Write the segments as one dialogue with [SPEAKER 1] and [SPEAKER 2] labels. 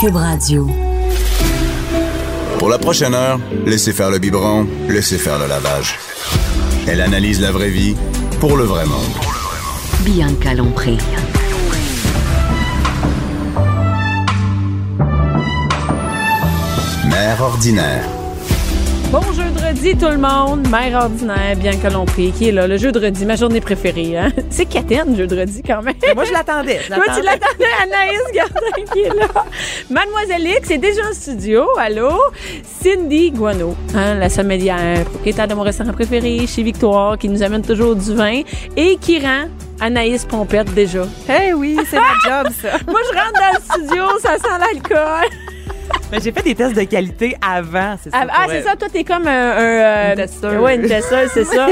[SPEAKER 1] Cube Radio.
[SPEAKER 2] Pour la prochaine heure, laissez faire le biberon, laissez faire le lavage. Elle analyse la vraie vie pour le vrai monde.
[SPEAKER 1] Bianca Lompré.
[SPEAKER 2] Mère ordinaire.
[SPEAKER 3] Bon jeudi tout le monde, mère ordinaire, bien que l'on prie, qui est là, le jeudi, ma journée préférée. Hein? C'est Catherine, jeudi quand même.
[SPEAKER 4] Moi, je l'attendais. je
[SPEAKER 3] Toi, tu
[SPEAKER 4] l'attendais.
[SPEAKER 3] l'attendais, Anaïs Gardin qui est là. Mademoiselle X est déjà en studio, allô? Cindy Guano, hein, la sommelière, propriétaire de mon restaurant préféré chez Victoire, qui nous amène toujours du vin et qui rend Anaïs Pompette déjà.
[SPEAKER 4] Eh oui, c'est ma job, ça.
[SPEAKER 3] Moi, je rentre dans le studio, ça sent l'alcool.
[SPEAKER 4] Mais j'ai fait des tests de qualité avant, c'est ça.
[SPEAKER 3] Ah, ah,
[SPEAKER 4] pour,
[SPEAKER 3] c'est
[SPEAKER 4] euh,
[SPEAKER 3] ça, toi, t'es comme un. un, euh,
[SPEAKER 4] Une testeuse.
[SPEAKER 3] Ouais, une testeuse, c'est ça.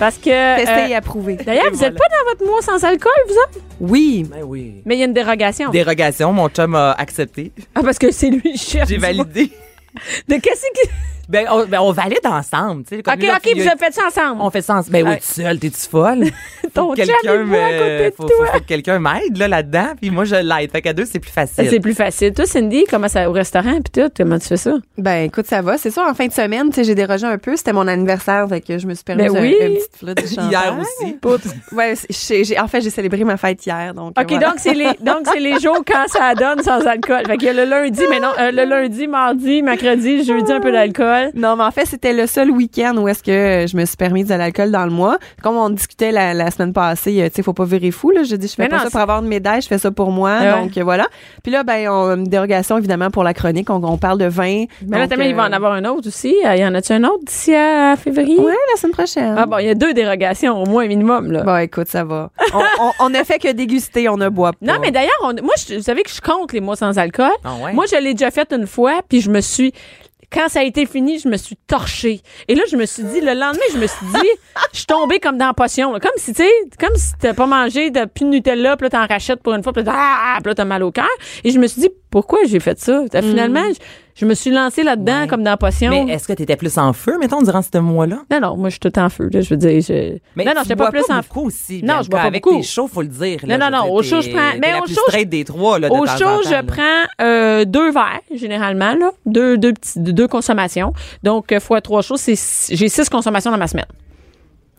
[SPEAKER 3] Parce que.
[SPEAKER 4] Testé et
[SPEAKER 3] euh,
[SPEAKER 4] approuvé.
[SPEAKER 3] D'ailleurs,
[SPEAKER 4] Et
[SPEAKER 3] vous
[SPEAKER 4] voilà.
[SPEAKER 3] êtes pas dans votre mois sans alcool, vous autres?
[SPEAKER 4] Oui, ben oui.
[SPEAKER 3] Mais il y a une dérogation.
[SPEAKER 4] Dérogation, mon chum a accepté.
[SPEAKER 3] Ah, parce que c'est lui le chef.
[SPEAKER 4] J'ai
[SPEAKER 3] du mois.
[SPEAKER 4] validé.
[SPEAKER 3] De qu'est-ce qui.
[SPEAKER 4] Ben on, ben, on valide ensemble, tu sais. comme
[SPEAKER 3] Ok,
[SPEAKER 4] lui, on-
[SPEAKER 3] ok,
[SPEAKER 4] il
[SPEAKER 3] vous
[SPEAKER 4] a-
[SPEAKER 3] avez fait ça ensemble.
[SPEAKER 4] On fait sens. Ben oui,
[SPEAKER 3] Ouais.
[SPEAKER 4] tout seul, t'es-tu folle?
[SPEAKER 3] Ton chum, il
[SPEAKER 4] quelqu'un
[SPEAKER 3] boit à côté
[SPEAKER 4] me-
[SPEAKER 3] de
[SPEAKER 4] faut,
[SPEAKER 3] toi.
[SPEAKER 4] faut- faut que quelqu'un m'aide là, là-dedans, puis moi, je l'aide. Fait qu'à deux, c'est plus
[SPEAKER 3] Ça,
[SPEAKER 4] facile.
[SPEAKER 3] C'est plus facile. Toi, Cindy, comment ça, au restaurant, puis tout, comment tu fais ça?
[SPEAKER 5] Ben écoute, ça va. C'est sûr, en fin de semaine, tu sais, j'ai dérogé un peu. C'était mon anniversaire, fait que je me suis permis
[SPEAKER 3] Ben oui.
[SPEAKER 5] une petite flûte de champagne.
[SPEAKER 4] Hier aussi.
[SPEAKER 5] Ouais, c'est- j'ai- j'ai- en fait, j'ai célébré ma fête hier, donc.
[SPEAKER 3] OK, donc c'est les donc c'est les jours quand ça donne sans alcool. Fait qu'il y a le lundi, mais non, euh, le lundi, mardi, mercredi, jeudi, un peu d'alcool.
[SPEAKER 5] Non, mais en fait, c'était le seul week-end où est-ce que euh, je me suis permis de l'alcool dans le mois. Comme on discutait la, la semaine passée, euh, tu sais, faut pas virer fou, là. J'ai dit, je fais
[SPEAKER 3] Mais
[SPEAKER 5] pas
[SPEAKER 3] non,
[SPEAKER 5] ça
[SPEAKER 3] c'est-
[SPEAKER 5] pour avoir une médaille, je fais ça pour moi.
[SPEAKER 3] Ah ouais.
[SPEAKER 5] donc, euh, voilà. Puis là, ben, on, une dérogation, évidemment, pour la chronique. On, on parle de vin.
[SPEAKER 3] Ben, Mais là,
[SPEAKER 5] Donc,
[SPEAKER 3] t'as il va
[SPEAKER 5] euh,
[SPEAKER 3] en avoir un autre aussi. Euh, Y en a-tu un autre d'ici à février?
[SPEAKER 5] Ouais, la semaine prochaine.
[SPEAKER 3] Ah bon, il y a deux dérogations, au moins minimum, là.
[SPEAKER 5] Bon, écoute, ça va. On, on, on ne fait que déguster, on ne boit pas.
[SPEAKER 3] Non, mais d'ailleurs, on- moi, je, vous savez que je compte les mois sans alcool.
[SPEAKER 4] Ah ouais?
[SPEAKER 3] Moi, je l'ai déjà fait une fois, puis je me suis... Quand ça a été fini, je me suis torchée. Et là, je me suis dit, le lendemain, je me suis dit, je suis tombée comme dans la potion. là. Comme si, tu sais, comme si t'as pas mangé de plus de Nutella, puis là, t'en rachètes pour une fois, puis là, ah, ah, puis là, t'as mal au cœur. Et je me suis dit, pourquoi j'ai fait ça? Finalement, je, je me suis lancée là-dedans comme dans la potion.
[SPEAKER 4] Mm. Mais est-ce que t'étais plus en feu, mettons, durant ce mois-là?
[SPEAKER 3] Non, non, moi, je suis tout en feu, là, je veux dire. Je...
[SPEAKER 4] Mais
[SPEAKER 3] non, non,
[SPEAKER 4] tu
[SPEAKER 3] j'étais
[SPEAKER 4] bois
[SPEAKER 3] pas plus en feu.
[SPEAKER 4] beaucoup aussi.
[SPEAKER 3] Non,
[SPEAKER 4] Bianca.
[SPEAKER 3] je bois pas
[SPEAKER 4] Avec
[SPEAKER 3] beaucoup.
[SPEAKER 4] tes shows, faut le dire.
[SPEAKER 3] Non,
[SPEAKER 4] là,
[SPEAKER 3] non,
[SPEAKER 4] je
[SPEAKER 3] non,
[SPEAKER 4] veux
[SPEAKER 3] au
[SPEAKER 4] dire,
[SPEAKER 3] show,
[SPEAKER 4] t'es-
[SPEAKER 3] je prends-
[SPEAKER 4] t'es
[SPEAKER 3] mais
[SPEAKER 4] la
[SPEAKER 3] au
[SPEAKER 4] plus
[SPEAKER 3] show,
[SPEAKER 4] straight des trois, là, de
[SPEAKER 3] Au
[SPEAKER 4] temps en
[SPEAKER 3] show,
[SPEAKER 4] temps,
[SPEAKER 3] je
[SPEAKER 4] là.
[SPEAKER 3] prends euh, deux verres, généralement, là. Deux, deux, petits, deux consommations. Donc, euh, fois trois shows, c'est six- j'ai six consommations dans ma semaine.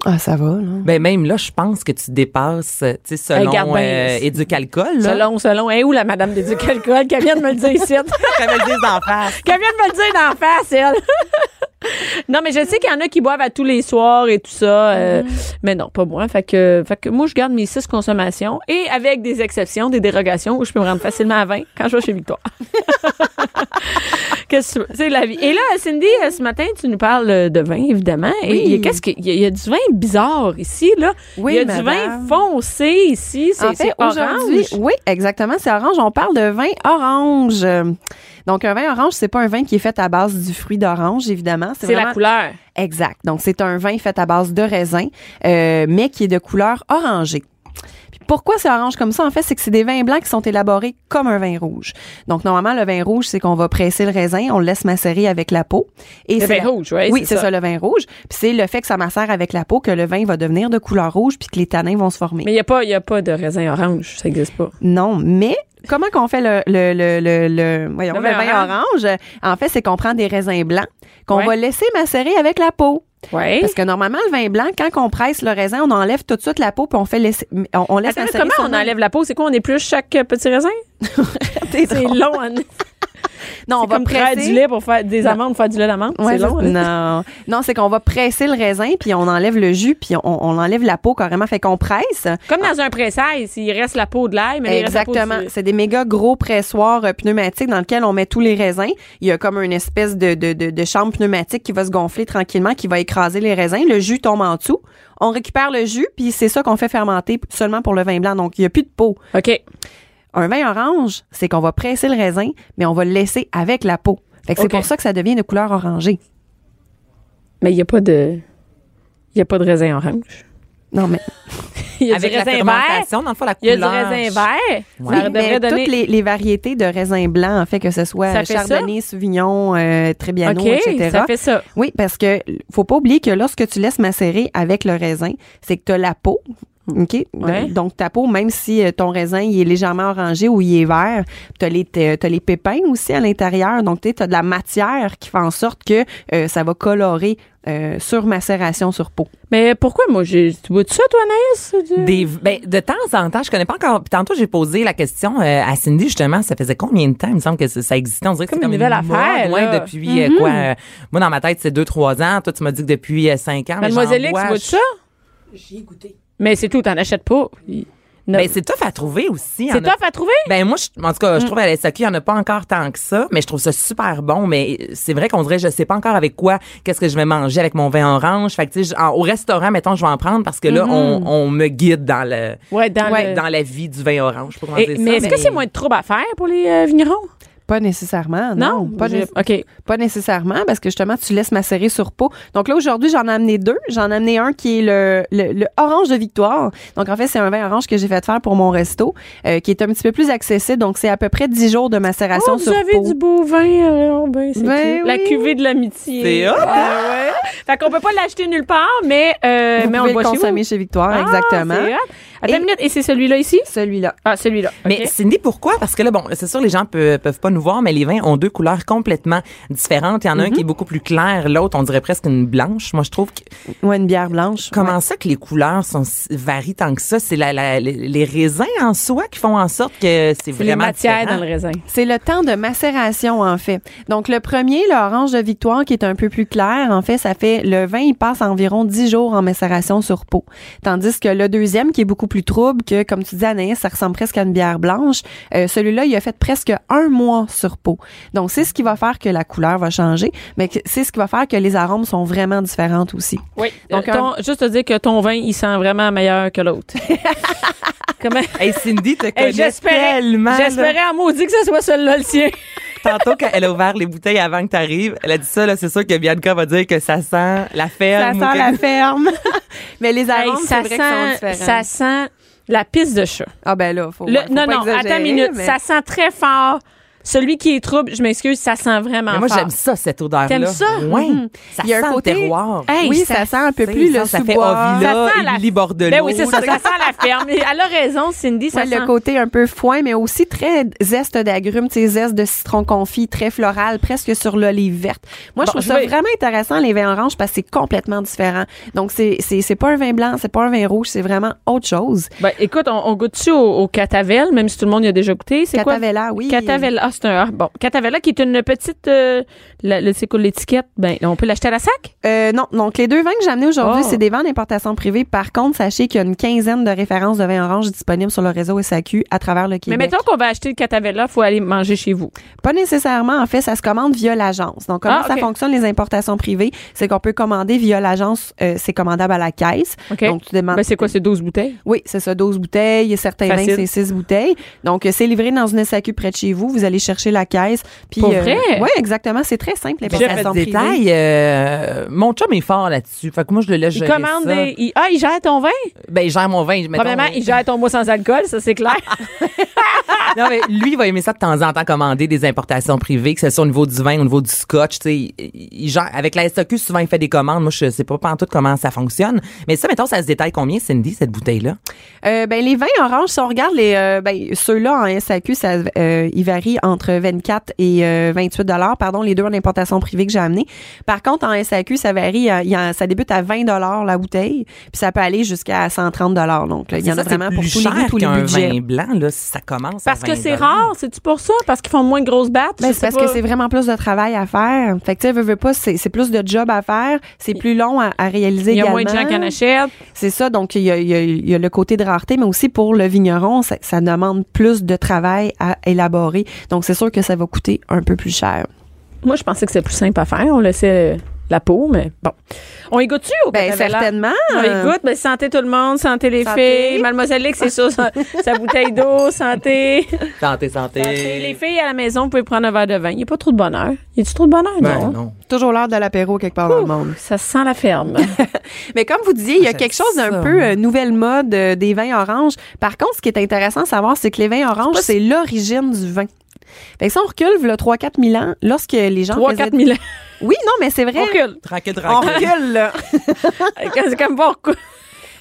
[SPEAKER 5] Ah, ça va, là.
[SPEAKER 4] Ben même là, je pense que tu dépasses, euh, tu sais,
[SPEAKER 3] Hey,
[SPEAKER 4] selon
[SPEAKER 3] regarde bien,
[SPEAKER 4] euh, éduque alcool, là.
[SPEAKER 3] Selon, selon. Et où la madame des alcool? Qu'elle vient de me le dire ici.
[SPEAKER 4] Comme elles disent en face.
[SPEAKER 3] Qu'elle vient de me le dire d'en face, elle. non, mais je sais qu'il y en a qui boivent à tous les soirs et tout ça. euh,
[SPEAKER 5] Mm-hmm.
[SPEAKER 3] Mais non, pas moi. Fait que, fait que moi, je garde mes six consommations et avec des exceptions, des dérogations où je peux me rendre facilement à 20 quand je vais chez Victoire. Qu'est-ce que tu veux? C'est la vie. Et là, Cindy, euh, ce matin, tu nous parles euh, de vin, évidemment. Et il y a- qu'est-ce qu'il y a- il y a du vin bizarre ici, là.
[SPEAKER 5] Oui,
[SPEAKER 3] il y a du vin
[SPEAKER 5] madame.
[SPEAKER 3] foncé ici. C'est
[SPEAKER 5] En fait,
[SPEAKER 3] c'est orange.
[SPEAKER 5] aujourd'hui, oui, exactement, c'est orange. On parle de vin orange. Euh, Donc, un vin orange, c'est pas un vin qui est fait à base du fruit d'orange, évidemment.
[SPEAKER 3] C'est
[SPEAKER 5] vraiment-
[SPEAKER 3] la couleur.
[SPEAKER 5] Exact. Donc, c'est un vin fait à base de raisin, euh, mais qui est de couleur orangée. Puis pourquoi c'est orange comme ça? En fait, c'est que c'est des vins blancs qui sont élaborés comme un vin rouge. Donc, normalement, le vin rouge, c'est qu'on va presser le raisin, on le laisse macérer avec la peau. Et
[SPEAKER 3] Le
[SPEAKER 5] c'est
[SPEAKER 3] vin
[SPEAKER 5] la-
[SPEAKER 3] rouge, ouais,
[SPEAKER 5] oui.
[SPEAKER 3] c'est
[SPEAKER 5] c'est
[SPEAKER 3] ça.
[SPEAKER 5] ça. le vin rouge. Puis c'est le fait que ça macère avec la peau que le vin va devenir de couleur rouge puis que les tanins vont se former.
[SPEAKER 3] Mais il n'y a, pas- il y a pas de raisin orange. Ça n'existe pas.
[SPEAKER 5] Non, mais comment qu'on fait le, le, le, le, le- voyons,
[SPEAKER 3] Le
[SPEAKER 5] le
[SPEAKER 3] vin
[SPEAKER 5] vin,
[SPEAKER 3] orange.
[SPEAKER 5] orange? En fait, c'est qu'on prend des raisins blancs qu'on
[SPEAKER 3] Ouais.
[SPEAKER 5] va laisser macérer avec la peau.
[SPEAKER 3] Ouais.
[SPEAKER 5] Parce que normalement, le vin blanc, quand on presse le raisin, on enlève tout de suite la peau puis on fait laisser, on, on laisse
[SPEAKER 3] Attends,
[SPEAKER 5] macérer.
[SPEAKER 3] comment on
[SPEAKER 5] seulement-
[SPEAKER 3] enlève la peau? C'est quoi? On épluche chaque euh, petit raisin?
[SPEAKER 5] T'es
[SPEAKER 3] C'est
[SPEAKER 5] drôle.
[SPEAKER 3] long. Anne.
[SPEAKER 5] Non, on
[SPEAKER 3] C'est
[SPEAKER 5] va
[SPEAKER 3] comme
[SPEAKER 5] presser.
[SPEAKER 3] traire du lait pour faire des amandes, pour faire du lait d'amande.
[SPEAKER 5] Ouais,
[SPEAKER 3] c'est long. Anne.
[SPEAKER 5] Non, non, c'est qu'on va presser le raisin puis on enlève le jus puis on, on enlève la peau carrément. Fait qu'on presse.
[SPEAKER 3] Comme dans un pressail, il reste la peau de l'ail, mais il reste la peau
[SPEAKER 5] Exactement.
[SPEAKER 3] du-
[SPEAKER 5] C'est des méga gros pressoirs euh, pneumatiques dans lesquels on met tous les raisins. Il y a comme une espèce de, de, de, de chambre pneumatique qui va se gonfler tranquillement, qui va écraser les raisins. Le jus tombe en dessous. On récupère le jus, puis c'est ça qu'on fait fermenter p- seulement pour le vin blanc. Donc, il n'y a plus de peau.
[SPEAKER 3] OK.
[SPEAKER 5] Un vin orange, c'est qu'on va presser le raisin, mais on va le laisser avec la peau. Fait
[SPEAKER 3] OK.
[SPEAKER 5] que c'est pour ça que ça devient de couleur orangée.
[SPEAKER 3] Mais il n'y a pas de. Il n'y a pas de raisin orange.
[SPEAKER 5] Non, mais,
[SPEAKER 3] Il y a
[SPEAKER 4] Avec
[SPEAKER 3] du
[SPEAKER 4] la
[SPEAKER 3] raisin vert.
[SPEAKER 4] fermentation, dans le fond, la
[SPEAKER 3] Il y a
[SPEAKER 4] couleur.
[SPEAKER 3] du raisin vert. Ça
[SPEAKER 4] Ouais.
[SPEAKER 5] Oui,
[SPEAKER 3] devrait
[SPEAKER 5] mais
[SPEAKER 3] donner.
[SPEAKER 5] toutes les, les variétés de raisin blanc, en fait, que ce soit
[SPEAKER 3] Ça fait
[SPEAKER 5] chardonnay, sauvignon, euh,
[SPEAKER 3] OK,
[SPEAKER 5] Trebbiano, etc.
[SPEAKER 3] ça fait ça.
[SPEAKER 5] Oui, parce que faut pas oublier que lorsque tu laisses macérer avec le raisin, c'est que tu as la peau. OK?
[SPEAKER 3] Mmh. Ouais.
[SPEAKER 5] Donc, ta peau, même si euh, ton raisin il est légèrement orangé ou il est vert, tu as, les pépins aussi à l'intérieur. Donc, tu as de la matière qui fait en sorte que euh, ça va colorer euh, sur macération sur peau.
[SPEAKER 3] Mais pourquoi, moi, j'ai. Tu bois de ça, toi, Anaïs? Du-
[SPEAKER 4] Des, ben, de temps en temps, je connais pas encore. Puis tantôt, j'ai posé la question euh, à Cindy, justement, ça faisait combien de temps? Il me semble que ça, ça existait. On dirait que
[SPEAKER 3] Comme
[SPEAKER 4] c'est
[SPEAKER 3] une
[SPEAKER 4] comme
[SPEAKER 3] nouvelle
[SPEAKER 4] mode,
[SPEAKER 3] affaire,
[SPEAKER 4] ouais,
[SPEAKER 3] là. Mm-hmm.
[SPEAKER 4] depuis euh, quoi? euh, moi, dans ma tête, c'est 2-3 ans. Toi, tu m'as dit que depuis 5 ans. mais j'en
[SPEAKER 3] Mademoiselle X,
[SPEAKER 4] bois,
[SPEAKER 3] tu bois de
[SPEAKER 4] je-
[SPEAKER 3] ça? Mais c'est tout, t'en achètes pas. Il- Non.
[SPEAKER 4] Ben, c'est tough à trouver aussi. Il y en
[SPEAKER 3] c'est
[SPEAKER 4] a
[SPEAKER 3] tough à trouver?
[SPEAKER 4] Ben moi, je, en tout
[SPEAKER 3] Mm.
[SPEAKER 4] cas, je trouve à la SAQ, il n'y en a pas encore tant que ça, mais je trouve ça super bon. Mais c'est vrai qu'on dirait, je sais pas encore avec quoi, qu'est-ce que je vais manger avec mon vin orange. Fait que, tu sais, je- en- au restaurant, mettons, je vais en prendre parce que là, on, on me guide dans le,
[SPEAKER 3] Mm-hmm. Ouais, dans
[SPEAKER 4] ouais,
[SPEAKER 3] le-
[SPEAKER 4] dans la vie du vin orange. Je sais pas comment
[SPEAKER 3] Et-
[SPEAKER 4] dire ça,
[SPEAKER 3] mais est-ce que c'est moins de troubles à faire pour les euh, vignerons?
[SPEAKER 5] Pas nécessairement, non. pas,
[SPEAKER 3] J'ai-
[SPEAKER 5] né-
[SPEAKER 3] OK.
[SPEAKER 5] pas nécessairement, parce que justement, tu laisses macérer sur peau. Donc là, aujourd'hui, j'en ai amené deux. J'en ai amené un qui est le, le, le orange de Victoire. Donc en fait, c'est un vin orange que j'ai fait faire pour mon resto, euh, qui est un petit peu plus accessible. Donc c'est à peu près 10 jours de macération
[SPEAKER 3] Oh, vous
[SPEAKER 5] sur
[SPEAKER 3] avez
[SPEAKER 5] peau.
[SPEAKER 3] du beau vin, euh, oh, ben, c'est
[SPEAKER 5] Ben
[SPEAKER 3] cute. La
[SPEAKER 5] oui.
[SPEAKER 3] cuvée de l'amitié.
[SPEAKER 4] C'est hot. hein?
[SPEAKER 3] Ah, ouais. Fait qu'on peut pas l'acheter nulle part, mais, euh,
[SPEAKER 5] Vous
[SPEAKER 3] mais on le
[SPEAKER 5] pouvez
[SPEAKER 3] boit
[SPEAKER 5] le
[SPEAKER 3] chez vous.
[SPEAKER 5] consommer chez, Victoire,
[SPEAKER 3] Ah,
[SPEAKER 5] exactement.
[SPEAKER 3] c'est hot. Attends
[SPEAKER 5] Et-
[SPEAKER 3] une minute. Et c'est celui-là ici?
[SPEAKER 5] Celui-là.
[SPEAKER 3] Ah, celui-là.
[SPEAKER 4] Mais
[SPEAKER 3] OK.
[SPEAKER 4] Cindy, pourquoi? Parce que là, bon, c'est sûr, les gens peuvent, peuvent pas nous voir, mais les vins ont deux couleurs complètement différentes. Il y en a
[SPEAKER 3] Mm-hmm.
[SPEAKER 4] un qui est beaucoup plus clair, l'autre, on dirait presque une blanche. Moi, je trouve que
[SPEAKER 5] Ouais, une bière blanche.
[SPEAKER 4] Comment ça que les couleurs sont si- varient tant que ça C'est la, la- les- les raisins en soi qui font en sorte que c'est
[SPEAKER 3] C'est les
[SPEAKER 4] vraiment
[SPEAKER 3] matières
[SPEAKER 4] différent.
[SPEAKER 3] dans le raisin.
[SPEAKER 5] C'est le temps de macération, en fait. Donc, le premier, l'orange de victoire, qui est un peu plus clair, en fait, ça fait le vin, il passe environ 10 jours en macération sur peau. Tandis que le deuxième, qui est beaucoup plus trouble, que, comme tu dis, Anaïs, ça ressemble presque à une bière blanche, euh, celui-là, il a fait presque un mois sur peau. Donc, c'est ce qui va faire que la couleur va changer, mais que- c'est ce qui va faire que les arômes sont vraiment différentes aussi.
[SPEAKER 3] Oui. Donc,
[SPEAKER 5] Donc,
[SPEAKER 3] Euh, ton- juste te dire que ton vin, il sent vraiment meilleur que l'autre. Comment?
[SPEAKER 4] Hey Cindy, te
[SPEAKER 3] hein? Hey,
[SPEAKER 4] connais
[SPEAKER 3] j'espérais,
[SPEAKER 4] tellement. là.
[SPEAKER 3] j'espérais en maudit que ce soit celui-là le sien.
[SPEAKER 4] Tantôt quand elle a ouvert les bouteilles avant que t'arrives, elle a dit ça là, c'est sûr que Bianca va dire que ça sent la
[SPEAKER 5] Ça
[SPEAKER 4] ferme. ou
[SPEAKER 5] sent la
[SPEAKER 4] que-
[SPEAKER 5] ferme. mais les
[SPEAKER 3] Hey,
[SPEAKER 5] arômes, c'est
[SPEAKER 3] ça,
[SPEAKER 5] vrai qu'ils sont
[SPEAKER 3] sent,
[SPEAKER 5] différents.
[SPEAKER 3] ça sent la pisse de chat.
[SPEAKER 5] Ah ben là, faut,
[SPEAKER 3] Le-
[SPEAKER 5] faut
[SPEAKER 3] non,
[SPEAKER 5] pas
[SPEAKER 3] non,
[SPEAKER 5] exagérer,
[SPEAKER 3] attends une minute.
[SPEAKER 5] mais-
[SPEAKER 3] Ça sent très fort. Celui qui est trouble, je m'excuse, ça sent vraiment
[SPEAKER 4] Mais moi
[SPEAKER 3] fort.
[SPEAKER 4] j'aime ça cette odeur là.
[SPEAKER 3] T'aimes ça? Mm-hmm.
[SPEAKER 4] Ouais.
[SPEAKER 3] Hmm.
[SPEAKER 4] Ça
[SPEAKER 5] Il y a un
[SPEAKER 4] sent le
[SPEAKER 5] côté-
[SPEAKER 4] terroir.
[SPEAKER 3] Hey,
[SPEAKER 5] oui, ça, sent un peu plus le
[SPEAKER 4] ça fait
[SPEAKER 5] sous-bois.
[SPEAKER 4] Ovila,
[SPEAKER 3] Ça sent la-
[SPEAKER 4] Émilie Bordelot.
[SPEAKER 3] Ben oui, c'est ça, ça sent la ferme. Elle a raison, Cindy, ça
[SPEAKER 5] Ouais,
[SPEAKER 3] sent...
[SPEAKER 5] le côté un peu foin, mais aussi très zeste d'agrumes, tu sais, zeste de citron confit, très floral, presque sur l'olive verte. Moi,
[SPEAKER 3] Bon,
[SPEAKER 5] je trouve
[SPEAKER 3] je
[SPEAKER 5] ça
[SPEAKER 3] vais-
[SPEAKER 5] vraiment intéressant, les vins oranges, parce que c'est complètement différent. Donc, c'est, c'est, c'est pas un vin blanc, c'est pas un vin rouge, c'est vraiment autre chose.
[SPEAKER 3] Ben, écoute, on, on goûte-tu au, au Catavel, même si tout le monde y a déjà goûté? C'est quoi?
[SPEAKER 5] Catavella, oui.
[SPEAKER 3] Catavella, ah, c'est un... ah, Bon, Catavella qui est une petite... euh, la- le- c'est quoi l'étiquette? Ben, on peut l'acheter à la sac?
[SPEAKER 5] Euh, non, donc les deux vins que j'ai amenés aujourd'hui,
[SPEAKER 3] Oh.
[SPEAKER 5] c'est des vins d'importation privée. Par contre, sachez qu'il y a une quinzaine de références de vins oranges disponibles sur le réseau SAQ à travers le
[SPEAKER 3] Mais
[SPEAKER 5] Québec.
[SPEAKER 3] mettons qu'on va acheter le Catavella, faut aller manger chez vous.
[SPEAKER 5] Pas nécessairement. En fait, ça se commande via l'agence. Donc, comment
[SPEAKER 3] Ah, ok.
[SPEAKER 5] ça fonctionne les importations privées? C'est qu'on peut commander via l'agence. euh, c'est commandable à la caisse.
[SPEAKER 3] OK.
[SPEAKER 5] Donc, tu demandes.
[SPEAKER 3] Ben, c'est quoi, c'est 12 bouteilles?
[SPEAKER 5] oui, c'est ça, 12 bouteilles. Il y a certains vins,
[SPEAKER 3] Facile.
[SPEAKER 5] c'est 6 bouteilles. Donc, euh, c'est livré dans une SAQ près de chez vous. Vous allez chercher la caisse. Puis,
[SPEAKER 3] Pour vrai?
[SPEAKER 5] Oui, exactement. C'est très simple,
[SPEAKER 4] J'ai
[SPEAKER 5] l'importation
[SPEAKER 4] des
[SPEAKER 5] privée.
[SPEAKER 4] détails. euh, mon chum est fort là-dessus. Fait que moi je le laisse
[SPEAKER 3] Il
[SPEAKER 4] gérer
[SPEAKER 3] commande
[SPEAKER 4] ça.
[SPEAKER 3] des... il- Ah, il gère ton vin?
[SPEAKER 4] Ben gère mon vin. mettons.
[SPEAKER 3] Premièrement, il gère ton bois sans alcool, ça, c'est clair.
[SPEAKER 4] Non, mais lui, il va aimer ça de temps en temps commander des importations privées, que ce soit au niveau du vin, au niveau du scotch. tu sais, Il, il- genre, avec la SAQ, souvent, il fait des commandes. Moi, je sais pas tout comment ça fonctionne. Mais ça, mettons, ça se détaille combien, Cindy, cette bouteille-là?
[SPEAKER 5] Euh, ben, les vins oranges, si on regarde les, euh, ben, ceux-là en SAQ, ça, euh, ils varient entre 24 et euh, 28 dollars. Pardon, les deux en importation privée que j'ai amené. Par contre, en SAQ, ça varie, euh, il y en- ça débute à 20 dollars la bouteille, puis ça peut aller jusqu'à 130 dollars. Donc, là, il y en
[SPEAKER 4] Ça,
[SPEAKER 5] a vraiment
[SPEAKER 4] c'est
[SPEAKER 5] pour
[SPEAKER 4] plus
[SPEAKER 5] tous les
[SPEAKER 4] cher
[SPEAKER 5] goûts, tous les
[SPEAKER 4] qu'un
[SPEAKER 5] budgets.
[SPEAKER 4] vin blanc, là, si ça commence. à
[SPEAKER 3] Parce que
[SPEAKER 4] 20
[SPEAKER 3] c'est rare, c'est-tu pour ça? Parce qu'ils font moins de grosses battes?
[SPEAKER 5] Ben,
[SPEAKER 3] Je
[SPEAKER 5] c'est
[SPEAKER 3] sais
[SPEAKER 5] parce
[SPEAKER 3] pas.
[SPEAKER 5] que c'est vraiment plus de travail à faire. Fait que tu sais, veux, veux pas, c'est c'est plus de job à faire, c'est plus long à, à réaliser
[SPEAKER 3] Il y a
[SPEAKER 5] également.
[SPEAKER 3] moins de gens qui en achètent.
[SPEAKER 5] C'est ça, donc il y, a, il y a- il y a le côté de rareté, mais aussi pour le vigneron, ça, ça demande plus de travail à élaborer. Donc c'est sûr que ça va coûter un peu plus cher.
[SPEAKER 3] Moi, je pensais que c'était plus simple à faire. On laissait la peau, mais bon. On y goûte-tu au
[SPEAKER 5] Ben,
[SPEAKER 3] Coca-Cola?
[SPEAKER 5] certainement.
[SPEAKER 3] On y goûte. Ben, santé tout le monde, santé les
[SPEAKER 5] Santé.
[SPEAKER 3] filles. Mademoiselle Lick, c'est ça, sa, sa bouteille d'eau, santé.
[SPEAKER 4] Santé,
[SPEAKER 3] Santé. Les
[SPEAKER 4] santé.
[SPEAKER 3] filles à la maison, vous pouvez prendre un verre de vin. Il n'y a pas trop de bonheur. Il y a du trop de bonheur,
[SPEAKER 4] Ben,
[SPEAKER 3] non?
[SPEAKER 4] non.
[SPEAKER 5] Toujours l'heure de l'apéro quelque part dans le monde. Ah,
[SPEAKER 3] Ça sent la ferme.
[SPEAKER 5] Mais comme vous disiez, il y a
[SPEAKER 4] J'aime
[SPEAKER 5] quelque chose
[SPEAKER 4] ça,
[SPEAKER 5] d'un peu
[SPEAKER 4] moi.
[SPEAKER 5] euh, nouvelle mode euh, des vins oranges. Par contre, ce qui est intéressant à savoir, c'est que les vins oranges, c'est l'origine du vin. Fait que si on recule, le 3-4 000 ans, lorsque les gens
[SPEAKER 3] 3-4
[SPEAKER 5] faisaient...
[SPEAKER 3] 000 ans.
[SPEAKER 5] Oui, non, mais c'est vrai.
[SPEAKER 3] On recule.
[SPEAKER 4] Tranquille,
[SPEAKER 5] On
[SPEAKER 4] tranquille.
[SPEAKER 5] recule, là.
[SPEAKER 3] C'est comme voir quoi.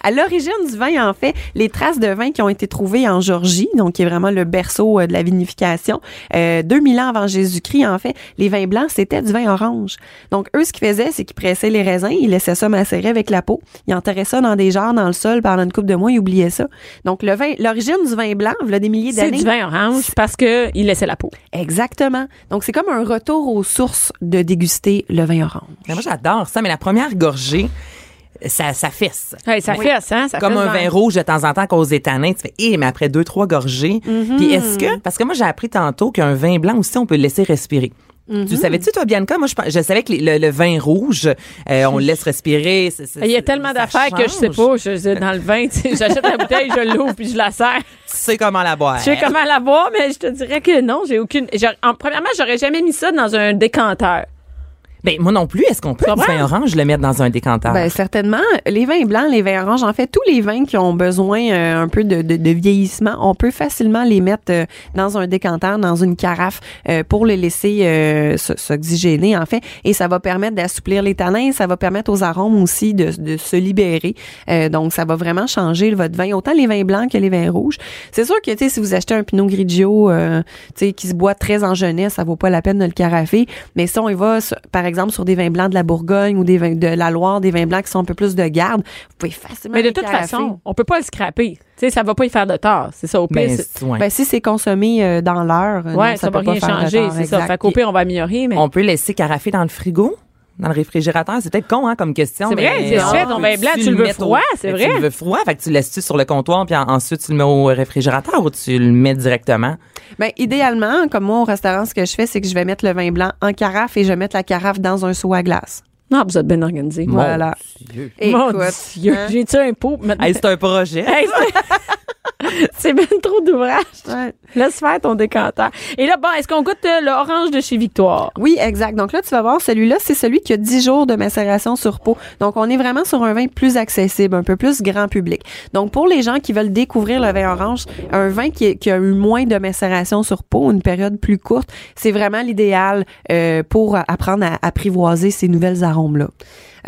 [SPEAKER 5] À l'origine du vin, en fait, les traces de vin qui ont été trouvées en Georgie, donc qui est vraiment le berceau euh, de la vinification, euh, 2000 ans avant Jésus-Christ, en fait, les vins blancs, c'était du vin orange. Donc, eux, ce qu'ils faisaient, c'est qu'ils pressaient les raisins, ils laissaient ça macérer avec la peau, ils enterraient ça dans des jarres, dans le sol, pendant une coupe de mois, ils oubliaient ça. Donc, le vin, l'origine du vin blanc, il y a des milliers
[SPEAKER 3] C'est
[SPEAKER 5] d'années.
[SPEAKER 3] du vin orange parce qu'il laissait la peau.
[SPEAKER 5] Exactement. Donc, c'est comme un retour aux sources de déguster le vin orange.
[SPEAKER 4] Mais moi, j'adore ça, mais la première gorgée, ça, ça fesse.
[SPEAKER 3] Hey, ça
[SPEAKER 4] Oui.
[SPEAKER 3] fesse, hein? Ça
[SPEAKER 4] Comme
[SPEAKER 3] fesse
[SPEAKER 4] un
[SPEAKER 3] dans-
[SPEAKER 4] vin rouge de temps en temps cause étanin, tu fais Eh, mais après deux trois gorgées.
[SPEAKER 3] Mhm.
[SPEAKER 4] Puis est-ce que parce que moi j'ai appris tantôt qu'un vin blanc aussi on peut le laisser respirer.
[SPEAKER 3] Mhm.
[SPEAKER 4] Tu savais-tu toi Bianca Moi je, pens- je savais que les- le, le vin rouge euh, on le laisse respirer. c'est- c'est-
[SPEAKER 3] Ah, Il y a
[SPEAKER 4] c'est-
[SPEAKER 3] tellement
[SPEAKER 4] ça
[SPEAKER 3] d'affaires que je sais
[SPEAKER 4] change.
[SPEAKER 3] pas. Je- je- dans le vin, tu sais, j'achète la bouteille, je l'ouvre puis je la serre.
[SPEAKER 4] Tu sais comment la boire.
[SPEAKER 3] Je sais comment la boire, mais je te dirais que non, j'ai aucune. j'aurais- En, premièrement, j'aurais jamais mis ça dans un décanteur.
[SPEAKER 4] Ben moi non plus. Est-ce qu'on peut
[SPEAKER 3] Tu
[SPEAKER 4] du
[SPEAKER 3] comprends?
[SPEAKER 4] vin orange le mettre dans un décanteur
[SPEAKER 5] Ben, certainement. Les vins blancs, les vins oranges, en fait, tous les vins qui ont besoin euh, un peu de, de- de vieillissement, on peut facilement les mettre euh, dans un décanteur, dans une carafe, euh, pour les laisser euh, s- s'oxygéner, en fait. Et ça va permettre d'assouplir les tanins, ça va permettre aux arômes aussi de, de se libérer. Euh, donc, ça va vraiment changer votre vin, autant les vins blancs que les vins rouges. C'est sûr que, tu sais, si vous achetez un Pinot Grigio, euh, tu sais, qui se boit très en jeunesse, ça vaut pas la peine de le carafer. Mais si on y va, sur- par exemple, sur des vins blancs de la Bourgogne ou des vins de la Loire, des vins blancs qui sont un peu plus de garde, vous pouvez facilement
[SPEAKER 3] Mais de
[SPEAKER 5] les
[SPEAKER 3] toute
[SPEAKER 5] carafer.
[SPEAKER 3] façon, on peut pas le scraper. Tu sais, ça va pas y faire de tort. C'est ça, au pire.
[SPEAKER 4] Ben,
[SPEAKER 3] c'est-
[SPEAKER 4] c'est- ouais.
[SPEAKER 5] Ben, si c'est consommé euh, dans l'heure, euh,
[SPEAKER 3] ouais, ça,
[SPEAKER 5] non, ça,
[SPEAKER 3] va
[SPEAKER 5] peut pas
[SPEAKER 3] rien
[SPEAKER 5] faire de
[SPEAKER 3] changer.
[SPEAKER 5] tort,
[SPEAKER 3] C'est ça.
[SPEAKER 5] exact.
[SPEAKER 3] Fait qu'au pire, on va améliorer, mais.
[SPEAKER 4] on peut laisser carafer dans le frigo dans le réfrigérateur, c'est peut-être con hein, comme question.
[SPEAKER 3] C'est vrai,
[SPEAKER 4] mais
[SPEAKER 3] c'est
[SPEAKER 4] on
[SPEAKER 3] fait, ton vin
[SPEAKER 4] peut-tu
[SPEAKER 3] blanc, tu le veux
[SPEAKER 4] mettre au-
[SPEAKER 3] froid, c'est
[SPEAKER 4] mais
[SPEAKER 3] vrai.
[SPEAKER 4] Tu le veux froid, fait que tu le laisses sur le comptoir puis en- ensuite tu le mets au réfrigérateur ou tu le mets directement.
[SPEAKER 5] Ben, idéalement, comme moi au restaurant, ce que je fais, c'est que je vais mettre le vin blanc en carafe et je vais mettre la carafe dans un seau à glace.
[SPEAKER 3] Non, vous êtes bien organisé.
[SPEAKER 4] Mon
[SPEAKER 5] Voilà.
[SPEAKER 4] Dieu.
[SPEAKER 3] Mon
[SPEAKER 5] Écoute,
[SPEAKER 3] Dieu,
[SPEAKER 5] hein.
[SPEAKER 3] j'ai-tu un pot? pour mettre-
[SPEAKER 4] Hey, c'est un projet.
[SPEAKER 3] Hey, c'est- c'est bien trop d'ouvrage.
[SPEAKER 5] Ouais.
[SPEAKER 3] Laisse faire ton décanteur. Et là, bon, est-ce qu'on goûte euh, le orange de chez Victoire?
[SPEAKER 5] Oui, exact. Donc là, tu vas voir, celui-là, c'est celui qui a 10 jours de macération sur peau. Donc, on est vraiment sur un vin plus accessible, un peu plus grand public. Donc, pour les gens qui veulent découvrir le vin orange, un vin qui, est- qui a eu moins de macération sur peau, une période plus courte, c'est vraiment l'idéal euh, pour apprendre à apprivoiser ces nouvelles arômes-là.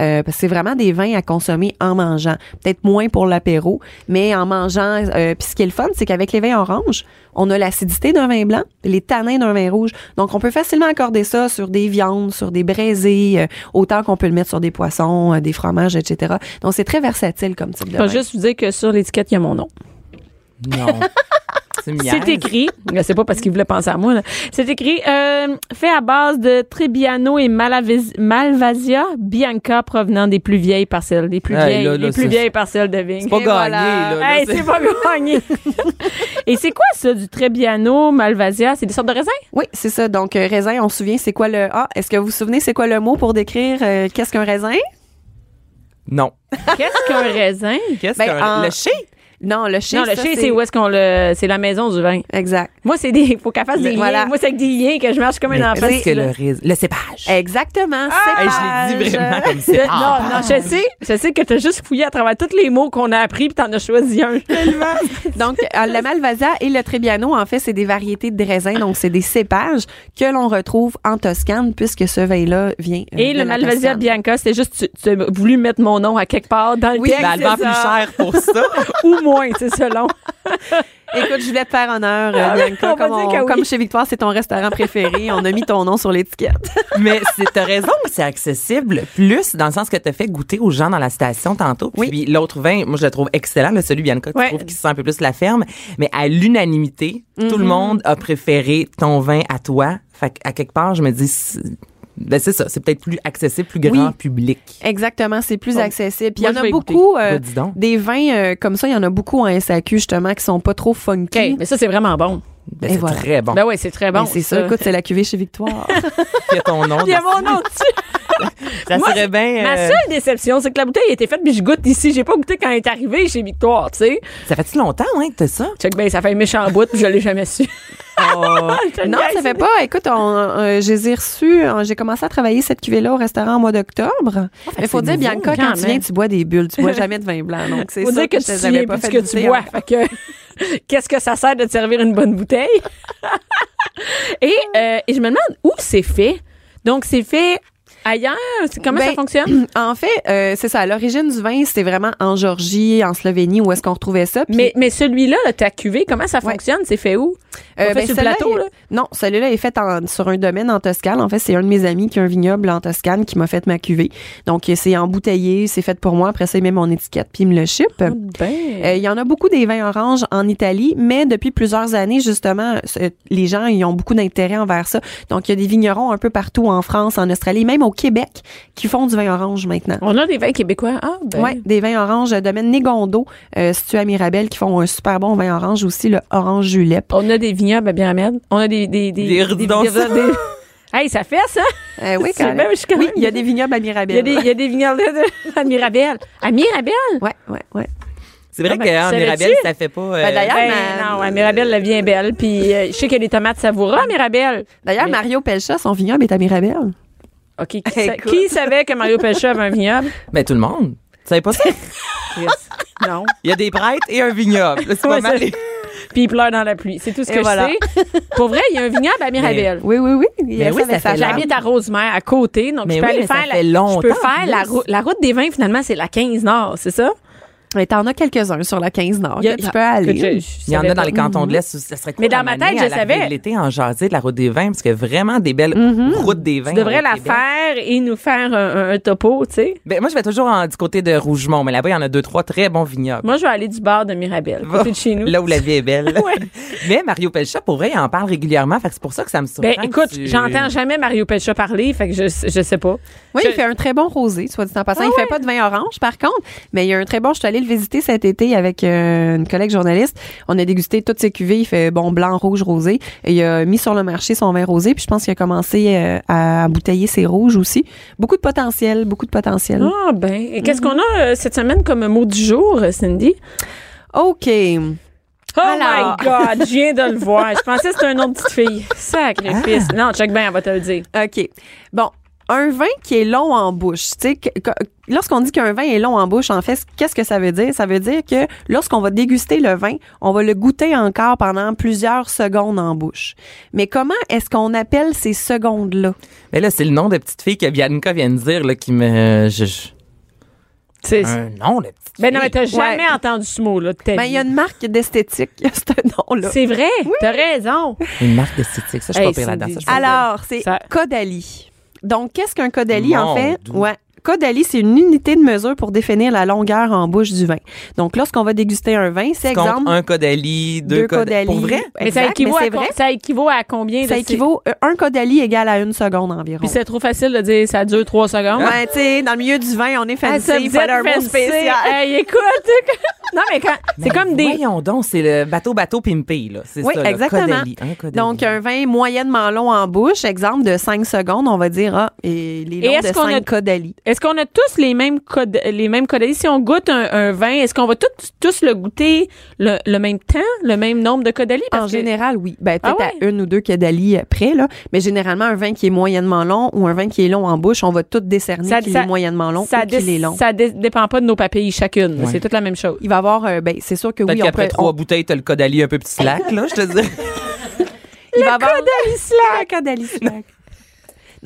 [SPEAKER 5] Euh, parce que c'est vraiment des vins à consommer en mangeant. Peut-être moins pour l'apéro, mais en mangeant. euh, Puis ce qui est le fun, c'est qu'avec les vins oranges, on a l'acidité d'un vin blanc, les tanins d'un vin rouge. Donc, on peut facilement accorder ça sur des viandes, sur des braisés, euh, autant qu'on peut le mettre sur des poissons, euh, des fromages, etc. Donc, c'est très versatile comme type de
[SPEAKER 3] Je vais
[SPEAKER 5] vin.
[SPEAKER 3] juste vous dire que sur l'étiquette, il y a mon nom.
[SPEAKER 4] Non. Tu me niaises.
[SPEAKER 3] C'est écrit. Mais C'est pas parce qu'il voulait penser à moi. là. C'est écrit euh, fait à base de Trebbiano et Malavis- Malvasia Bianca provenant des plus vieilles parcelles, des plus
[SPEAKER 4] Hey,
[SPEAKER 3] vieilles,
[SPEAKER 4] là, là,
[SPEAKER 3] les plus
[SPEAKER 4] c'est-
[SPEAKER 3] vieilles parcelles de vigne.
[SPEAKER 4] C'est pas
[SPEAKER 5] Et
[SPEAKER 4] gagné,
[SPEAKER 5] voilà.
[SPEAKER 4] là. là,
[SPEAKER 3] Hey,
[SPEAKER 4] c'est-
[SPEAKER 3] c'est pas gagné. et c'est quoi ça du Trebbiano, Malvasia C'est des sortes de raisins
[SPEAKER 5] Oui, c'est ça. Donc, euh, raisin, on se souvient, c'est quoi le... Ah, est-ce que vous vous souvenez, c'est quoi le mot pour décrire euh, qu'est-ce qu'un raisin?
[SPEAKER 4] Non.
[SPEAKER 3] Qu'est-ce qu'un raisin
[SPEAKER 4] Qu'est-ce
[SPEAKER 5] Ben,
[SPEAKER 4] qu'un-
[SPEAKER 5] en-
[SPEAKER 4] Le chien?
[SPEAKER 5] Non, le chien,
[SPEAKER 3] Non, le
[SPEAKER 5] ça,
[SPEAKER 3] chien, c'est où est-ce qu'on le c'est la maison du vin.
[SPEAKER 5] Exact.
[SPEAKER 3] Moi, c'est des faut qu'elle fasse des
[SPEAKER 5] Mais voilà.
[SPEAKER 3] liens. Moi, c'est avec des liens que je marche comme un
[SPEAKER 4] Mais
[SPEAKER 3] enfant.
[SPEAKER 4] qu'est-ce que le,
[SPEAKER 3] là.
[SPEAKER 4] rais- le cépage?
[SPEAKER 5] Exactement.
[SPEAKER 4] Hey,
[SPEAKER 5] cépage.
[SPEAKER 4] je l'ai dit vraiment comme
[SPEAKER 3] Euh,
[SPEAKER 4] ça.
[SPEAKER 3] non, non, je sais, je sais que t'as juste fouillé à travers tous les mots qu'on a appris puis t'en as choisi un.
[SPEAKER 5] Donc, euh, le Malvasia et le Trebbiano, en fait, c'est des variétés de raisins, donc c'est des cépages que l'on retrouve en Toscane, puisque ce vin-là vient. euh,
[SPEAKER 3] Et
[SPEAKER 5] de
[SPEAKER 3] le
[SPEAKER 5] la
[SPEAKER 3] Malvasia
[SPEAKER 5] Toscane.
[SPEAKER 3] Bianca, c'était juste, tu, tu as voulu mettre mon nom à quelque part dans le
[SPEAKER 5] Oui,
[SPEAKER 3] texte,
[SPEAKER 4] Ben, elle vend
[SPEAKER 3] c'est
[SPEAKER 4] plus
[SPEAKER 3] ça.
[SPEAKER 4] cher pour ça.
[SPEAKER 3] Ou moins, c'est selon.
[SPEAKER 5] Écoute, je voulais te faire honneur, euh,
[SPEAKER 3] Ah,
[SPEAKER 5] Bianca,
[SPEAKER 3] on va
[SPEAKER 5] comme,
[SPEAKER 3] dire
[SPEAKER 5] on-
[SPEAKER 3] que oui.
[SPEAKER 5] comme chez Victoire, c'est ton restaurant préféré. on a mis ton nom sur l'étiquette.
[SPEAKER 4] Mais c'est- t'as raison, c'est accessible. Plus, dans le sens que t'as fait goûter aux gens dans la station tantôt.
[SPEAKER 5] Oui.
[SPEAKER 4] Puis l'autre vin, moi, je le trouve excellent, le celui Bianca, tu
[SPEAKER 3] Ouais.
[SPEAKER 4] trouves qui sent un peu plus la ferme. Mais à l'unanimité, tout le monde a préféré ton vin à toi. Fait à quelque part, je me dis, c'est- ben, c'est ça, c'est peut-être plus accessible, plus grand
[SPEAKER 5] Oui.
[SPEAKER 4] public.
[SPEAKER 5] Exactement, c'est plus accessible. Puis il
[SPEAKER 3] moi,
[SPEAKER 5] y en
[SPEAKER 3] je
[SPEAKER 5] a
[SPEAKER 3] vais
[SPEAKER 5] beaucoup. euh,
[SPEAKER 4] Bah, dis donc.
[SPEAKER 5] des vins euh, comme ça, il y en a beaucoup en SAQ, justement, qui sont pas trop funky.
[SPEAKER 3] Bah, OK, mais ça, c'est vraiment bon.
[SPEAKER 4] Ben,
[SPEAKER 5] et
[SPEAKER 4] c'est
[SPEAKER 5] voilà.
[SPEAKER 4] très bon.
[SPEAKER 3] Ben oui, c'est très bon.
[SPEAKER 5] Mais c'est ça. Écoute, c'est la cuvée chez Victoire.
[SPEAKER 4] Il y a ton nom.
[SPEAKER 3] Il y a
[SPEAKER 4] dans-
[SPEAKER 3] mon nom dessus.
[SPEAKER 4] ça
[SPEAKER 3] Moi,
[SPEAKER 4] serait bien.
[SPEAKER 3] Ma
[SPEAKER 4] euh,
[SPEAKER 3] seule déception, c'est que la bouteille a été faite, puis je goûte ici. J'ai pas goûté quand elle est arrivée chez Victoire, tu sais.
[SPEAKER 4] Ça fait-tu longtemps, hein, que t'as ça?
[SPEAKER 3] Check bien, ça fait un méchant bout, puis je l'ai jamais su.
[SPEAKER 4] Oh. Ah,
[SPEAKER 3] Euh,
[SPEAKER 5] Non, ça fait pas. Écoute, on, euh, je les ai reçus. euh, J'ai commencé à travailler cette cuvée-là au restaurant au mois
[SPEAKER 3] Ah,
[SPEAKER 5] d'octobre. Mais faut
[SPEAKER 4] c'est
[SPEAKER 5] dire,
[SPEAKER 4] nouveau,
[SPEAKER 5] Bianca, quand,
[SPEAKER 3] quand
[SPEAKER 5] tu
[SPEAKER 3] même.
[SPEAKER 5] viens, tu bois des bulles. Tu bois jamais de vin blanc. Donc, c'est
[SPEAKER 3] Faut
[SPEAKER 5] ça
[SPEAKER 3] dire que
[SPEAKER 5] que je
[SPEAKER 3] tu te
[SPEAKER 5] te
[SPEAKER 3] souviens
[SPEAKER 5] l'avais pas
[SPEAKER 3] plus
[SPEAKER 5] fait
[SPEAKER 3] que tu
[SPEAKER 5] goûter
[SPEAKER 3] bois.
[SPEAKER 5] encore.
[SPEAKER 3] Fait que, qu'est-ce que ça sert de te servir une bonne bouteille? et,
[SPEAKER 5] Ah.
[SPEAKER 3] euh, et je me demande où c'est fait. Donc, c'est fait ailleurs? C'est- Comment
[SPEAKER 5] Ben,
[SPEAKER 3] ça fonctionne?
[SPEAKER 5] En fait, euh, c'est ça. À l'origine du vin, c'était vraiment en Georgie, en Slovénie, où est-ce qu'on retrouvait ça. Puis,
[SPEAKER 3] Mais, mais celui-là, là, ta cuvée, comment ça
[SPEAKER 5] Ouais.
[SPEAKER 3] fonctionne? C'est fait où?
[SPEAKER 5] euh,
[SPEAKER 3] on fait sur le
[SPEAKER 5] celui-là,
[SPEAKER 3] plateau,
[SPEAKER 5] il-
[SPEAKER 3] là?
[SPEAKER 5] Non, celui-là est fait en- sur un domaine en Toscane. En fait, c'est un de mes amis qui a un vignoble en Toscane qui m'a fait ma cuvée. Donc, c'est embouteillé, c'est fait pour moi. Après ça, il met mon étiquette, puis il me le ship.
[SPEAKER 3] Ben.
[SPEAKER 5] Euh, Il y en a beaucoup des vins oranges en Italie, mais depuis plusieurs années, justement, ce- les gens ils ont beaucoup d'intérêt envers ça. Donc, il y a des vignerons un peu partout en France, en Australie, même au Québec, qui font du vin orange maintenant.
[SPEAKER 3] on a des vins québécois. Ah, ben.
[SPEAKER 5] Ouais, des vins oranges, euh, domaine Négondo, euh, situé à Mirabel, qui font un super bon vin orange aussi, le orange julep.
[SPEAKER 3] On a des vignobles à Biarritz. On a des... Des, des,
[SPEAKER 4] Des redons.
[SPEAKER 3] des- Hey, ça fait ça!
[SPEAKER 5] Euh, oui,
[SPEAKER 3] C'est
[SPEAKER 5] quand même.
[SPEAKER 3] même- je suis quand
[SPEAKER 5] Oui,
[SPEAKER 3] même-
[SPEAKER 5] il y a des vignobles à Mirabel.
[SPEAKER 3] Il y a des, il y a des vignobles de- à Mirabel. À Mirabel?
[SPEAKER 5] Ouais, ouais, ouais.
[SPEAKER 4] C'est vrai
[SPEAKER 3] Ah, ben,
[SPEAKER 4] qu'en
[SPEAKER 3] savais-tu?
[SPEAKER 4] Mirabel, ça fait pas. euh,
[SPEAKER 5] Ben, d'ailleurs,
[SPEAKER 3] Ben,
[SPEAKER 5] ma-
[SPEAKER 3] non, ouais, Mirabel, elle vient belle. Puis euh, je sais qu'il y a des tomates savoura à Mirabel.
[SPEAKER 5] D'ailleurs,
[SPEAKER 3] Mais-
[SPEAKER 5] Mario Pelcha, son vignoble est à Mirabel.
[SPEAKER 3] OK, qui, sa- qui savait que Mario Pelcha avait un vignoble?
[SPEAKER 4] ben, tout le monde. Tu savais pas ça?
[SPEAKER 3] Chris. non.
[SPEAKER 4] Il y a des prêtres et un vignoble. C'est pas
[SPEAKER 3] Ouais,
[SPEAKER 4] mal.
[SPEAKER 3] ça- Puis il pleure dans la pluie. C'est tout ce
[SPEAKER 5] Et
[SPEAKER 3] que
[SPEAKER 5] voilà.
[SPEAKER 3] je sais. Pour vrai, il y a un vignoble à Mirabel.
[SPEAKER 5] Oui, oui, oui. Il
[SPEAKER 4] Ben
[SPEAKER 5] reste
[SPEAKER 4] oui,
[SPEAKER 5] avec
[SPEAKER 4] ça
[SPEAKER 5] sa
[SPEAKER 4] fait
[SPEAKER 5] femme.
[SPEAKER 3] J'habite à Rosemère, à côté, donc
[SPEAKER 4] Mais
[SPEAKER 3] je peux
[SPEAKER 4] oui,
[SPEAKER 3] aller
[SPEAKER 4] mais ça
[SPEAKER 3] faire la,
[SPEAKER 4] fait
[SPEAKER 3] je peux
[SPEAKER 4] longtemps,
[SPEAKER 3] faire la,
[SPEAKER 4] plus.
[SPEAKER 3] rou- la route des vins finalement c'est la 15 Nord, c'est ça
[SPEAKER 5] Mais t'en as quelques-uns sur la 15 Nord.
[SPEAKER 3] Il y a-
[SPEAKER 5] que tu peux aller.
[SPEAKER 3] Écoute, je- je
[SPEAKER 4] Il y en
[SPEAKER 3] savais
[SPEAKER 4] a dans
[SPEAKER 3] pas.
[SPEAKER 4] les cantons de l'Est, ça serait cool.
[SPEAKER 3] Mais dans
[SPEAKER 4] à
[SPEAKER 3] ma tête,
[SPEAKER 4] m'amener
[SPEAKER 3] je
[SPEAKER 4] à l'arrivée
[SPEAKER 3] savais. Mhm.
[SPEAKER 4] de L'été en jaser de la route des vins, parce que vraiment des belles routes des vins.
[SPEAKER 3] Tu devrais
[SPEAKER 4] au
[SPEAKER 3] la
[SPEAKER 4] Québec.
[SPEAKER 3] faire et nous faire un, un- un topo, tu sais.
[SPEAKER 4] Ben, moi, je vais toujours en- du côté de Rougemont, mais là-bas, il y en a deux, trois très bons vignobles.
[SPEAKER 3] Moi, je vais aller du bar de Mirabel,
[SPEAKER 4] Va-
[SPEAKER 3] côté de chez nous.
[SPEAKER 4] Là où la vie est belle.
[SPEAKER 3] Ouais.
[SPEAKER 4] Mais Mario Pelcha, pour vrai, il en parle régulièrement. Fait que c'est pour ça que ça me surprend.
[SPEAKER 3] Ben écoute,
[SPEAKER 4] que tu-
[SPEAKER 3] j'entends jamais Mario Pelcha parler, fait que je, je sais pas.
[SPEAKER 5] Oui,
[SPEAKER 3] Je-
[SPEAKER 5] il fait un très bon rosé, soit dit en passant. il fait pas de vin orange, par contre, mais il y a un très bon. Je suis allée le visiter cet été avec euh, une collègue journaliste. On a dégusté toutes ses cuvées. Il fait bon blanc, rouge, rosé. Et il a mis sur le marché son vin rosé, puis je pense qu'il a commencé euh, à bouteiller ses rouges aussi. Beaucoup de potentiel, beaucoup de potentiel.
[SPEAKER 3] Ah ben, et qu'est-ce
[SPEAKER 5] Mm-hmm.
[SPEAKER 3] qu'on a euh, cette semaine comme mot du jour, euh, Cindy?
[SPEAKER 5] OK.
[SPEAKER 3] Oh
[SPEAKER 5] Alors.
[SPEAKER 3] my God, je viens de le voir. Je pensais que c'était un nom de petite fille. Sacrifice. Non, check bien, elle va te le dire.
[SPEAKER 5] OK. Bon. Un vin qui est long en bouche. Tu sais, que- que- lorsqu'on dit qu'un vin est long en bouche, en fait, qu'est-ce que ça veut dire? Ça veut dire que lorsqu'on va déguster le vin, on va le goûter encore pendant plusieurs secondes en bouche. Mais comment est-ce qu'on appelle ces secondes-là?
[SPEAKER 4] Mais Ben là, c'est le nom de petite fille que Bianca vient de dire, là, qui me. je- je-
[SPEAKER 3] C'est-
[SPEAKER 4] Un nom de petite
[SPEAKER 3] Ben non, mais t'as
[SPEAKER 5] Oui.
[SPEAKER 3] jamais entendu ce mot-là de ta
[SPEAKER 5] Ben,
[SPEAKER 3] vie.
[SPEAKER 5] il y a une marque d'esthétique, ce nom-là.
[SPEAKER 3] C'est vrai, t'as raison.
[SPEAKER 4] fille. Une marque esthétique. Ça, je suis
[SPEAKER 3] Hey,
[SPEAKER 4] pas pire là-dedans.
[SPEAKER 3] Cindy.
[SPEAKER 4] ça, je suis pas pire.
[SPEAKER 5] Alors, c'est
[SPEAKER 3] Ça-
[SPEAKER 5] Caudalie. Donc, qu'est-ce qu'un Caudalie, en
[SPEAKER 4] Mon
[SPEAKER 5] fait?
[SPEAKER 4] Dieu.
[SPEAKER 5] Ouais. Caudalie, c'est une unité de mesure pour définir la longueur en bouche du vin. Donc, lorsqu'on va déguster un vin, c'est
[SPEAKER 4] Tu comptes
[SPEAKER 5] exemple...
[SPEAKER 4] un Codali, deux,
[SPEAKER 5] deux Caudalie.
[SPEAKER 4] Caudalie. Pour vrai?
[SPEAKER 3] mais ça
[SPEAKER 5] Exact,
[SPEAKER 3] équivaut,
[SPEAKER 5] mais
[SPEAKER 3] à
[SPEAKER 5] c'est
[SPEAKER 3] com-
[SPEAKER 5] vrai.
[SPEAKER 3] ça équivaut à combien? là,
[SPEAKER 5] Ça
[SPEAKER 3] c'est-
[SPEAKER 5] équivaut euh, un caudalie égale à une seconde environ.
[SPEAKER 3] Puis c'est trop facile de dire ça dure trois secondes.
[SPEAKER 5] Ouais, tu sais, dans le milieu du vin, on est
[SPEAKER 3] Ah,
[SPEAKER 5] fancy,
[SPEAKER 3] ça,
[SPEAKER 5] il
[SPEAKER 3] vous
[SPEAKER 5] fallait
[SPEAKER 3] êtes Ah.
[SPEAKER 5] un mot
[SPEAKER 3] fancy.
[SPEAKER 5] spécial.
[SPEAKER 3] Hey, écoute, non mais quand, c'est comme des,
[SPEAKER 4] Voyons donc, c'est le bateau-bateau pimpé, là. C'est
[SPEAKER 5] Oui,
[SPEAKER 4] ça, hein, là,
[SPEAKER 5] exactement.
[SPEAKER 4] Caudalie, un Caudalie.
[SPEAKER 5] Donc, un vin moyennement long en bouche, exemple de 5 secondes, on va dire, ah, et les
[SPEAKER 3] Et
[SPEAKER 5] longs
[SPEAKER 3] est-ce
[SPEAKER 5] de
[SPEAKER 3] qu'on
[SPEAKER 5] 5
[SPEAKER 3] a-
[SPEAKER 5] caudalies.
[SPEAKER 3] Est-ce qu'on a tous les mêmes codes, les mêmes codalies? Si on goûte un, un vin, est-ce qu'on va tous, tous le goûter le, le même temps, le même nombre de codalies?
[SPEAKER 5] En général, oui. Ben,
[SPEAKER 3] Ah
[SPEAKER 5] peut-être
[SPEAKER 3] ouais?
[SPEAKER 5] à une ou deux caudalies près, là. Mais généralement, un vin qui est moyennement long ou un vin qui est long en bouche, on va tout décerner
[SPEAKER 3] Ça-
[SPEAKER 5] qu'il
[SPEAKER 3] ça-
[SPEAKER 5] est moyennement long
[SPEAKER 3] ça
[SPEAKER 5] ou qu'il
[SPEAKER 3] dé-
[SPEAKER 5] est long.
[SPEAKER 3] ça dé- dépend pas de nos papilles chacune.
[SPEAKER 4] Ouais.
[SPEAKER 3] C'est toute la même chose.
[SPEAKER 5] Il va y avoir, euh, ben, c'est sûr que
[SPEAKER 4] Peut-être
[SPEAKER 5] oui, on
[SPEAKER 4] qu'après
[SPEAKER 5] peut,
[SPEAKER 4] trois
[SPEAKER 5] on-
[SPEAKER 4] bouteilles, t'as le Codali un peu petit slack, là, je te dis.
[SPEAKER 5] Il va avoir Le caudalie slack.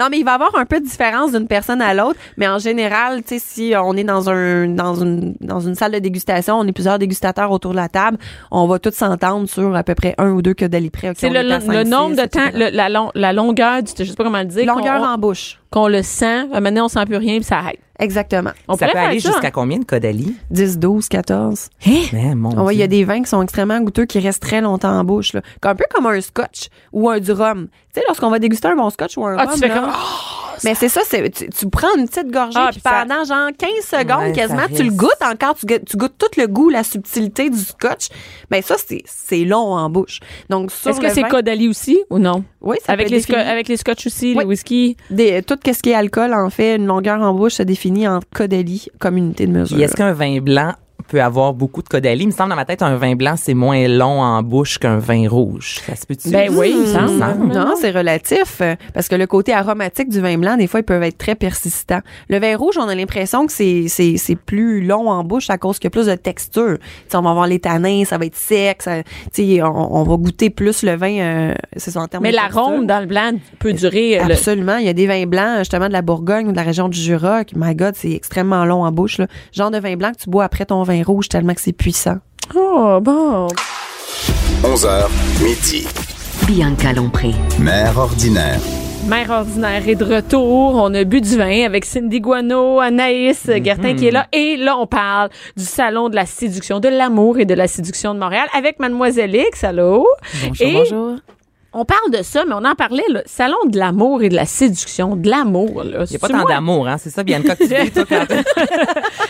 [SPEAKER 5] Non, mais il va y avoir un peu de différence d'une personne à l'autre, mais en général, tu sais, si on est dans un dans une dans une salle de dégustation, on est plusieurs dégustateurs autour de la table, on va tous s'entendre sur à peu près un ou deux caudalies près. Ok,
[SPEAKER 3] C'est
[SPEAKER 5] on
[SPEAKER 3] le,
[SPEAKER 5] est à
[SPEAKER 3] le-
[SPEAKER 5] cinq,
[SPEAKER 3] le
[SPEAKER 5] six,
[SPEAKER 3] nombre de
[SPEAKER 5] etc.
[SPEAKER 3] temps, le- la, long- la longueur du, je sais pas comment le dire.
[SPEAKER 5] longueur
[SPEAKER 3] qu'on,
[SPEAKER 5] en bouche.
[SPEAKER 3] qu'on le sent. Maintenant, on sent plus rien puis ça arrête.
[SPEAKER 5] Exactement.
[SPEAKER 3] On
[SPEAKER 4] ça
[SPEAKER 3] pourrait
[SPEAKER 4] peut
[SPEAKER 3] faire
[SPEAKER 4] aller
[SPEAKER 3] ça,
[SPEAKER 4] jusqu'à
[SPEAKER 3] hein.
[SPEAKER 4] combien de Codali?
[SPEAKER 5] 10, 12, 14.
[SPEAKER 4] Mais mon
[SPEAKER 5] Ah ouais, il y a
[SPEAKER 4] Dieu.
[SPEAKER 5] des vins qui sont extrêmement goûteux qui restent très longtemps en bouche là, un peu comme un scotch ou un du rhum. Tu sais lorsqu'on va déguster un bon scotch ou un
[SPEAKER 3] Ah,
[SPEAKER 5] rhum
[SPEAKER 3] tu fais
[SPEAKER 5] là,
[SPEAKER 3] comme, oh,
[SPEAKER 5] Mais c'est ça, c'est, tu, tu prends une petite gorgée,
[SPEAKER 3] Ah,
[SPEAKER 5] puis
[SPEAKER 3] puis ça-
[SPEAKER 5] pendant genre 15 secondes
[SPEAKER 4] Ouais, ça
[SPEAKER 5] quasiment, tu le
[SPEAKER 4] reste.
[SPEAKER 5] goûtes encore, tu, gue- tu goûtes tout le goût, la subtilité du scotch. Mais ça, c'est, c'est long en bouche. Donc, sur
[SPEAKER 3] est-ce que
[SPEAKER 5] le
[SPEAKER 3] c'est
[SPEAKER 5] vin-
[SPEAKER 3] Codali aussi ou non?
[SPEAKER 5] Oui, ça
[SPEAKER 3] Avec
[SPEAKER 5] peut
[SPEAKER 3] les,
[SPEAKER 5] définir
[SPEAKER 3] sco- avec les scotch aussi, les
[SPEAKER 5] Oui.
[SPEAKER 3] whisky.
[SPEAKER 5] des- tout qu'est-ce qui est alcool, en fait, une longueur en bouche se définit en codélie comme unité de mesure.
[SPEAKER 4] Puis est-ce qu'un vin blanc peut avoir beaucoup de caudalie? Il me semble dans ma tête, un vin blanc, c'est moins long en bouche qu'un vin rouge. Ça se peut-tu?
[SPEAKER 3] Ben oui, il me semble.
[SPEAKER 5] Hmm. Non, c'est relatif euh, parce que le côté aromatique du vin blanc, des fois, ils peuvent être très persistants. Le vin rouge, on a l'impression que c'est c'est c'est plus long en bouche à cause qu'il y a plus de texture. Tu sais, on va avoir les tanins, ça va être sec, ça, tu sais, on, on va goûter plus le vin. euh, c'est ça en termes
[SPEAKER 3] Mais
[SPEAKER 5] de
[SPEAKER 3] la
[SPEAKER 5] texture.
[SPEAKER 3] ronde dans le blanc peut durer. euh, le-
[SPEAKER 5] Absolument. Il y a des vins blancs, justement, de la Bourgogne ou de la région du Jura, qui, my God, c'est extrêmement long en bouche. Là. Genre de vin blanc que tu bois après ton vin rouge tellement que c'est puissant.
[SPEAKER 3] Oh, bon.
[SPEAKER 2] 11h, midi.
[SPEAKER 1] Bianca Lompré.
[SPEAKER 2] Mère ordinaire.
[SPEAKER 3] Mère ordinaire est de retour. On a bu du vin avec Cindy Guano, Anaïs
[SPEAKER 4] Mhm.
[SPEAKER 3] Gertin qui est là. Et là, on parle du salon de la séduction, de l'amour et de la séduction de Montréal avec Mademoiselle X. Allô? et On parle de ça, mais on en parlait, le salon de l'amour et de la séduction, de l'amour. là.
[SPEAKER 4] Il n'y a pas
[SPEAKER 3] C'est
[SPEAKER 4] tant
[SPEAKER 3] moi-
[SPEAKER 4] d'amour, hein? C'est ça, Bianca, que tu dis, toi, quand-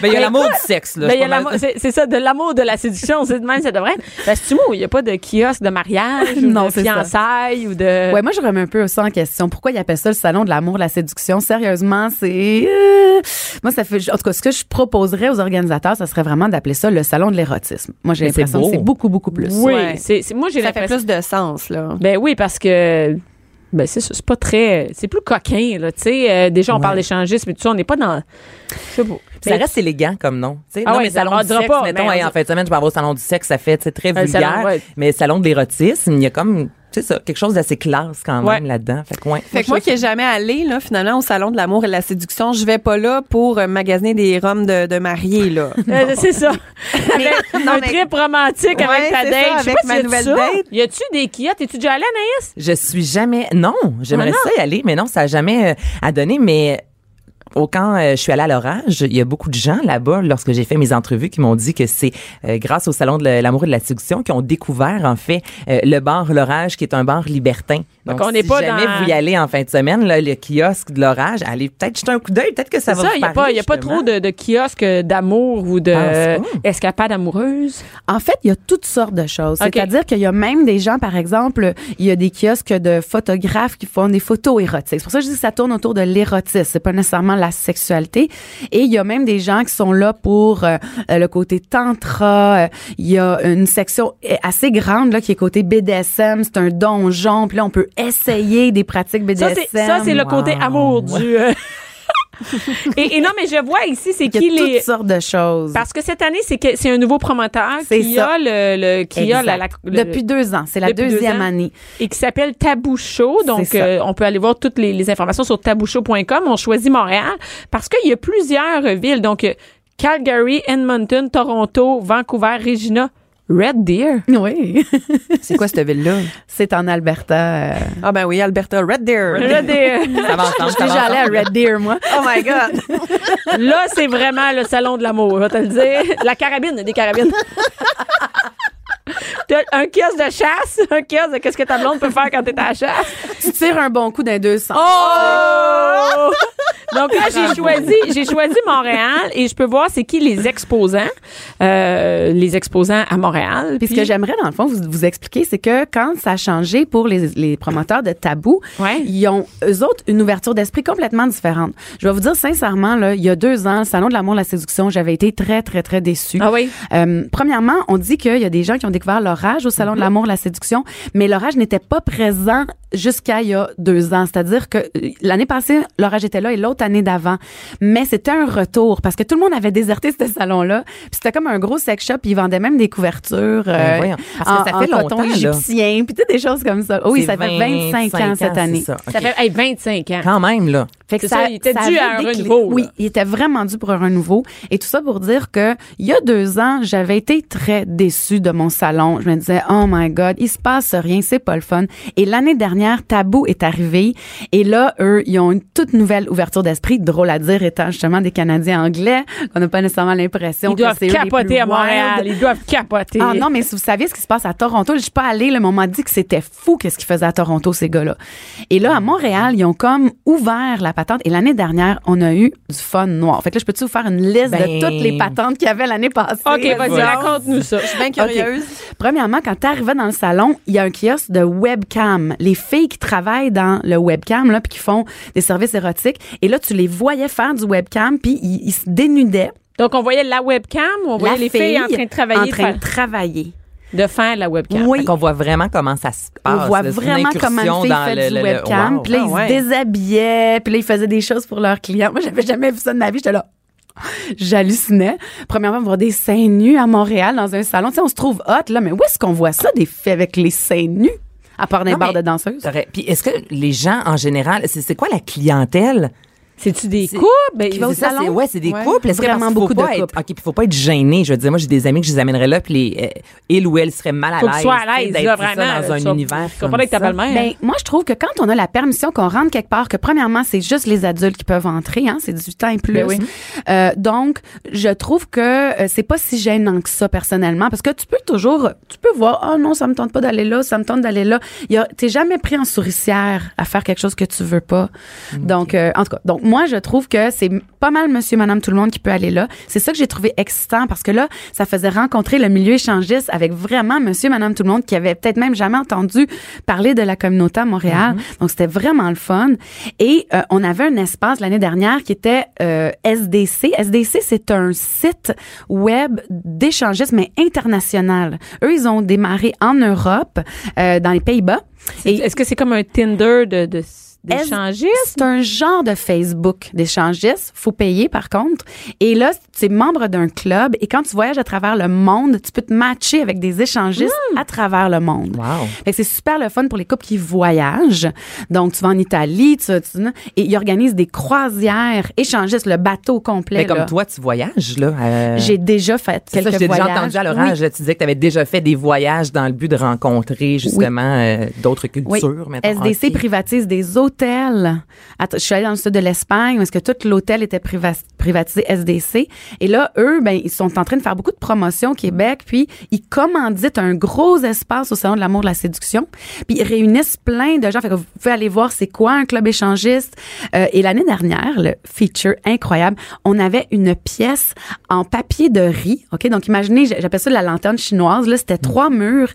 [SPEAKER 4] Ben, il y a l'amour du sexe, là.
[SPEAKER 3] Ben,
[SPEAKER 4] Je
[SPEAKER 3] il y a
[SPEAKER 4] suis pas
[SPEAKER 3] l'amour-
[SPEAKER 4] mal-
[SPEAKER 3] c'est c'est ça, de l'amour de la séduction, c'est de même, ça devrait être. Ben, Parce que tu vois, il n'y a pas de kiosque de mariage, ou
[SPEAKER 6] Non,
[SPEAKER 3] de
[SPEAKER 6] c'est ça.
[SPEAKER 3] fiançailles, ou
[SPEAKER 4] Euh,
[SPEAKER 3] de.
[SPEAKER 6] Ouais, moi, je remets un peu ça en question. Pourquoi ils appellent ça le salon de l'amour, la séduction? Sérieusement, c'est... euh, Moi, ça fait... En tout cas, ce que je proposerais aux organisateurs, ça serait vraiment d'appeler ça le salon de l'érotisme. Moi, j'ai
[SPEAKER 4] Mais c'est
[SPEAKER 6] l'impression que
[SPEAKER 4] beau.
[SPEAKER 6] c'est beaucoup, beaucoup plus.
[SPEAKER 3] oui,
[SPEAKER 5] ouais.
[SPEAKER 3] c'est c'est- moi, j'ai
[SPEAKER 5] Ça fait
[SPEAKER 3] l'impression.
[SPEAKER 5] plus de sens, là.
[SPEAKER 3] Ben oui, parce que. Ben, c'est ça, c'est pas très. C'est plus coquin, là. Tu sais, euh, déjà, on parle d'échangisme mais tout ça, on n'est pas dans. C'est beau.
[SPEAKER 4] Ça reste élégant comme nom. tu sais.
[SPEAKER 3] Ah
[SPEAKER 4] non,
[SPEAKER 3] ouais,
[SPEAKER 4] mais
[SPEAKER 3] ça
[SPEAKER 4] salon du
[SPEAKER 3] rendra
[SPEAKER 4] sexe,
[SPEAKER 3] pas,
[SPEAKER 4] mettons,
[SPEAKER 3] mais
[SPEAKER 4] hey,
[SPEAKER 3] on-
[SPEAKER 4] en fin de semaine, je vais avoir au salon du sexe, ça fait tu sais, très
[SPEAKER 3] Un
[SPEAKER 4] vulgaire.
[SPEAKER 3] salon, ouais.
[SPEAKER 4] Mais salon de l'érotisme, il y a comme, tu sais, ça, quelque chose d'assez classe quand même
[SPEAKER 3] Ouais.
[SPEAKER 4] là-dedans. Fait que, ouais.
[SPEAKER 5] Fait que moi qui n'ai jamais allé, là, finalement, au salon de l'amour et de la séduction, je vais pas là pour euh, magasiner des rhums de, de mariés, là.
[SPEAKER 3] Euh, c'est ça. Avec
[SPEAKER 5] non,
[SPEAKER 3] un
[SPEAKER 5] mais-
[SPEAKER 3] trip romantique avec
[SPEAKER 5] Ouais,
[SPEAKER 3] ta
[SPEAKER 5] c'est
[SPEAKER 3] date.
[SPEAKER 5] ça,
[SPEAKER 3] Je sais
[SPEAKER 5] avec
[SPEAKER 3] pas si
[SPEAKER 5] ma
[SPEAKER 3] y a-tu
[SPEAKER 5] nouvelle
[SPEAKER 3] ça.
[SPEAKER 5] date.
[SPEAKER 3] Y a-tu des kiottes? Es-tu déjà allée, Anaïs?
[SPEAKER 4] Je suis jamais. Non, j'aimerais
[SPEAKER 3] Ah non?
[SPEAKER 4] ça y aller, mais non, ça n'a jamais euh, à donner. Mais au quand euh, je suis allée à l'orage, il y a beaucoup de gens là-bas, lorsque j'ai fait mes entrevues, qui m'ont dit que c'est euh, grâce au salon de la- l'amour et de la séduction qu'ils ont découvert en fait euh, le bar l'orage, qui est un bar libertin. Donc,
[SPEAKER 3] on n'est
[SPEAKER 4] si
[SPEAKER 3] pas
[SPEAKER 4] jamais
[SPEAKER 3] dans-
[SPEAKER 4] vous y allez en fin de semaine, là, le kiosque de l'orage, allez peut-être jeter un coup d'œil, peut-être que ça
[SPEAKER 3] C'est
[SPEAKER 4] va
[SPEAKER 3] ça,
[SPEAKER 4] vous
[SPEAKER 3] il n'y a,
[SPEAKER 4] parler.
[SPEAKER 3] pas- y a pas
[SPEAKER 4] justement. Ah,
[SPEAKER 3] trop de, de kiosques d'amour ou de
[SPEAKER 4] Pense pas.
[SPEAKER 3] escapades amoureuses.
[SPEAKER 6] En fait, il y a toutes sortes de choses.
[SPEAKER 3] OK.
[SPEAKER 6] C'est-à-dire qu'il y a même des gens, par exemple, il y a des kiosques de photographes qui font des photos érotiques. C'est pour ça que je dis que ça tourne autour de l'érotisme. C'est pas nécessairement la sexualité. Et il y a même des gens qui sont là pour euh, euh, le côté tantra. Euh, Il y a une section euh, assez grande là qui est côté BDSM. C'est un donjon. Puis là, on peut essayer des pratiques
[SPEAKER 3] Ça,
[SPEAKER 6] BDSM.
[SPEAKER 3] c'est ça, c'est le côté
[SPEAKER 4] wow.
[SPEAKER 3] amour du. euh, et, et non, mais je vois ici, c'est
[SPEAKER 6] Il
[SPEAKER 3] qui
[SPEAKER 6] y a
[SPEAKER 3] les.
[SPEAKER 6] toutes sortes de choses.
[SPEAKER 3] Parce que cette année, c'est que c'est un nouveau promoteur
[SPEAKER 6] Mm. C'est
[SPEAKER 3] qui
[SPEAKER 6] ça.
[SPEAKER 3] a le, le- qui a la, la-
[SPEAKER 6] Exact.
[SPEAKER 3] le-
[SPEAKER 6] Depuis deux ans. C'est la
[SPEAKER 3] Depuis deux
[SPEAKER 6] deuxième
[SPEAKER 3] ans.
[SPEAKER 6] année.
[SPEAKER 3] et qui s'appelle Tabou Show. Donc,
[SPEAKER 6] ça.
[SPEAKER 3] euh, on peut aller voir toutes les, les informations sur tabouchou.com. On choisit Montréal parce qu'il y a plusieurs euh, villes. Donc, euh, Calgary, Edmonton, Toronto, Vancouver, Regina, Red Deer.
[SPEAKER 6] Oui.
[SPEAKER 5] C'est quoi cette ville-là?
[SPEAKER 6] c'est en Alberta. euh,
[SPEAKER 5] Ah ben oui, Alberta, Red Deer.
[SPEAKER 3] Red Deer.
[SPEAKER 4] Ça va ensemble, ça va
[SPEAKER 6] déjà allée
[SPEAKER 4] ensemble.
[SPEAKER 6] à Red Deer, moi.
[SPEAKER 5] Oh my God!
[SPEAKER 3] Là, c'est vraiment le salon de l'amour, je vais te le dire. La carabine, des carabines. T'as un kiosque de chasse, un kiosque de qu'est-ce que ta blonde peut faire quand t'es à la chasse.
[SPEAKER 6] tu tires un bon coup d'un 200.
[SPEAKER 3] Oh! Donc là, j'ai choisi, j'ai choisi Montréal et je peux voir c'est qui les exposants, euh, les exposants à Montréal.
[SPEAKER 6] Puis ce que j'aimerais, dans le fond, vous, vous expliquer, c'est que quand ça a changé pour les, les promoteurs de Tabou,
[SPEAKER 3] Ouais.
[SPEAKER 6] ils ont, eux autres, une ouverture d'esprit complètement différente. Je vais vous dire sincèrement, là, il y a deux ans, le Salon de l'amour de la séduction, j'avais été très, très, très déçue.
[SPEAKER 3] Ah oui?
[SPEAKER 6] Euh, premièrement, on dit qu'il y a des gens qui ont découvert l'orage au
[SPEAKER 4] Mhm.
[SPEAKER 6] Salon de l'amour, la séduction, mais l'orage n'était pas présent jusqu'à il y a deux ans. C'est-à-dire que euh, l'année passée, l'orage était là et l'autre année d'avant. Mais c'était un retour parce que tout le monde avait déserté ce salon-là. Puis c'était comme un gros sex shop. Ils vendaient même des couvertures
[SPEAKER 4] Ben
[SPEAKER 6] euh,
[SPEAKER 4] voyons, parce que ça
[SPEAKER 6] en,
[SPEAKER 4] fait
[SPEAKER 6] en coton
[SPEAKER 4] longtemps, là.
[SPEAKER 6] égyptien, puis tu sais, des choses comme ça. Oui,
[SPEAKER 4] C'est
[SPEAKER 6] ça fait 25 ans cette
[SPEAKER 4] c'est
[SPEAKER 6] année.
[SPEAKER 4] ça.
[SPEAKER 3] Ça
[SPEAKER 4] OK.
[SPEAKER 3] fait hey, 25 ans.
[SPEAKER 4] Quand même, là.
[SPEAKER 6] Fait que
[SPEAKER 3] C'est ça, il était dû
[SPEAKER 6] avait
[SPEAKER 3] à un
[SPEAKER 6] décliné.
[SPEAKER 3] renouveau, là.
[SPEAKER 6] Oui, il était vraiment dû pour un renouveau. Et tout ça pour dire que il y a deux ans, j'avais été très déçue de mon salon. Je me disais, oh my God, il se passe rien, c'est pas le fun. Et l'année dernière, Tabou est arrivé. Et là, eux, ils ont une toute nouvelle ouverture d'esprit, drôle à dire, étant justement des Canadiens anglais, qu'on n'a pas nécessairement l'impression
[SPEAKER 3] Ils
[SPEAKER 6] que
[SPEAKER 3] doivent
[SPEAKER 6] c'est eux les plus
[SPEAKER 3] capoter à Montréal.
[SPEAKER 6] wild.
[SPEAKER 3] Ils doivent capoter.
[SPEAKER 6] Ah non, mais si vous saviez ce qui se passe à Toronto, je suis pas allée, le
[SPEAKER 3] Mm.
[SPEAKER 6] moment dit que c'était fou qu'est-ce qu'ils faisaient à Toronto, ces gars-là. Et là, à Montréal, ils ont comme ouvert la patente. Et l'année dernière, on a eu du fun noir. Fait que là, je peux-tu vous faire une liste
[SPEAKER 4] Ben.
[SPEAKER 6] de toutes les patentes qu'il y avait l'année passée?
[SPEAKER 3] OK, vas-y, raconte-nous ça.
[SPEAKER 5] Je suis bien curieuse.
[SPEAKER 6] Premièrement, quand tu arrivais dans le salon, il y a un kiosque de webcam. Les filles qui travaillent dans le webcam, là, puis qui font des services érotiques. Et là, tu les voyais faire du webcam, puis ils, ils se dénudaient.
[SPEAKER 3] Donc, on voyait la webcam, on voyait
[SPEAKER 6] La
[SPEAKER 3] les
[SPEAKER 6] fille
[SPEAKER 3] filles en train de travailler,
[SPEAKER 6] en
[SPEAKER 3] de
[SPEAKER 6] train
[SPEAKER 3] faire,
[SPEAKER 6] de travailler.
[SPEAKER 3] de faire la webcam.
[SPEAKER 6] Oui.
[SPEAKER 4] Fait qu'on voit vraiment comment ça se passe.
[SPEAKER 6] on voit
[SPEAKER 4] là, c'est une
[SPEAKER 6] vraiment comment
[SPEAKER 4] incursion
[SPEAKER 6] une fille
[SPEAKER 4] dans
[SPEAKER 6] fait
[SPEAKER 4] le-
[SPEAKER 6] du
[SPEAKER 4] le- le-
[SPEAKER 6] webcam.
[SPEAKER 4] wow.
[SPEAKER 6] Puis là, ils
[SPEAKER 5] Ah ouais.
[SPEAKER 6] se déshabillaient. Puis là, ils faisaient des choses pour leurs clients. Moi, j'avais jamais vu ça de ma vie. J'étais là. J'hallucinais. Premièrement, voir des seins nus à Montréal dans un salon. Tu sais, on se trouve hot, là, mais où est-ce qu'on voit ça, des filles avec les seins nus? À part des
[SPEAKER 4] Non,
[SPEAKER 6] bars
[SPEAKER 4] mais
[SPEAKER 6] de danseuses.
[SPEAKER 4] T'aurais- Puis est-ce que les gens en général, c'est c'est quoi la clientèle
[SPEAKER 3] C'est-tu des
[SPEAKER 4] C'est-
[SPEAKER 3] couples? Ben,
[SPEAKER 4] C'est ça, c'est- Ouais, c'est des
[SPEAKER 5] Ouais.
[SPEAKER 4] couples. Est-ce que
[SPEAKER 6] Vraiment
[SPEAKER 4] parce qu'il
[SPEAKER 6] beaucoup
[SPEAKER 4] faut pas
[SPEAKER 6] de
[SPEAKER 4] être-
[SPEAKER 6] couples.
[SPEAKER 4] Ok, puis faut pas être gêné. Je veux dire, moi j'ai des amis que je les amènerais là, puis les, euh, il ou elle serait mal à
[SPEAKER 3] Faut
[SPEAKER 4] l'aise.
[SPEAKER 3] que tu sois à
[SPEAKER 4] tu sais,
[SPEAKER 3] l'aise,
[SPEAKER 4] d'être
[SPEAKER 3] là,
[SPEAKER 4] tout ça
[SPEAKER 3] vraiment. là,
[SPEAKER 4] dans un
[SPEAKER 3] tu vas-
[SPEAKER 4] univers.
[SPEAKER 3] Tu vas
[SPEAKER 4] comme
[SPEAKER 3] pas avec ta
[SPEAKER 4] ça.
[SPEAKER 3] belle-mère.
[SPEAKER 6] Ben, moi, je trouve que quand on a la permission qu'on rentre quelque part, que premièrement, c'est juste les adultes qui peuvent entrer, hein, c'est 18 ans et plus.
[SPEAKER 3] Ben oui.
[SPEAKER 6] Euh, donc, je trouve que euh, c'est pas si gênant que ça, personnellement, parce que tu peux toujours, tu peux voir, oh non, ça me tente pas d'aller là, ça me tente d'aller là. Il y a- T'es jamais pris en souricière à faire quelque chose que tu veux pas. Donc, euh, en tout cas, donc moi, je trouve que c'est pas mal monsieur, madame, tout le monde qui peut aller là. C'est ça que j'ai trouvé excitant, parce que là, ça faisait rencontrer le milieu échangiste avec vraiment monsieur, madame, tout le monde qui avait peut-être même jamais entendu parler de la communauté à Montréal. Donc, c'était vraiment le fun. Et euh, on avait un espace l'année dernière qui était euh, SDC. SDC, c'est un site web d'échangistes, mais international. Eux, ils ont démarré en Europe, euh, dans les Pays-Bas.
[SPEAKER 3] C'est- Est-ce que c'est comme un Tinder de, de, d'échangistes?
[SPEAKER 6] C'est un genre de Facebook d'échangistes. Faut payer, par contre. Et là, tu es membre d'un club et quand tu voyages à travers le monde, tu peux te matcher avec des échangistes à travers le monde.
[SPEAKER 4] Wow.
[SPEAKER 6] Fait que c'est super le fun pour les couples qui voyagent. Donc, tu vas en Italie, tu, tu- et ils organisent des croisières, échangistes le bateau complet.
[SPEAKER 4] Mais comme
[SPEAKER 6] là.
[SPEAKER 4] toi, tu voyages là. euh,
[SPEAKER 6] J'ai déjà fait
[SPEAKER 4] C'est
[SPEAKER 6] quelques
[SPEAKER 4] ça, je t'ai déjà
[SPEAKER 6] voyages.
[SPEAKER 4] entendu à l'orage. là, Tu disais que tu avais déjà fait des voyages dans le but de rencontrer justement euh, d'autres
[SPEAKER 6] Oui.
[SPEAKER 4] cultures. mettons.
[SPEAKER 6] SDC
[SPEAKER 4] Ok.
[SPEAKER 6] privatise des hôtels. Att- je suis allée dans le sud de l'Espagne où est-ce que tout l'hôtel était priva- privatisé SDC. Et là, eux, ben, ils sont en train de faire beaucoup de promotions au Québec. Puis, ils commanditent un gros espace au Salon de l'amour de la séduction. Puis, ils réunissent plein de gens. Fait que vous pouvez aller voir c'est quoi un club échangiste. Euh, et l'année dernière, le feature incroyable, on avait une pièce en papier de riz. OK? Donc, imaginez, j- j'appelle ça la lanterne chinoise. Là,
[SPEAKER 4] Mm.
[SPEAKER 6] c'était trois murs.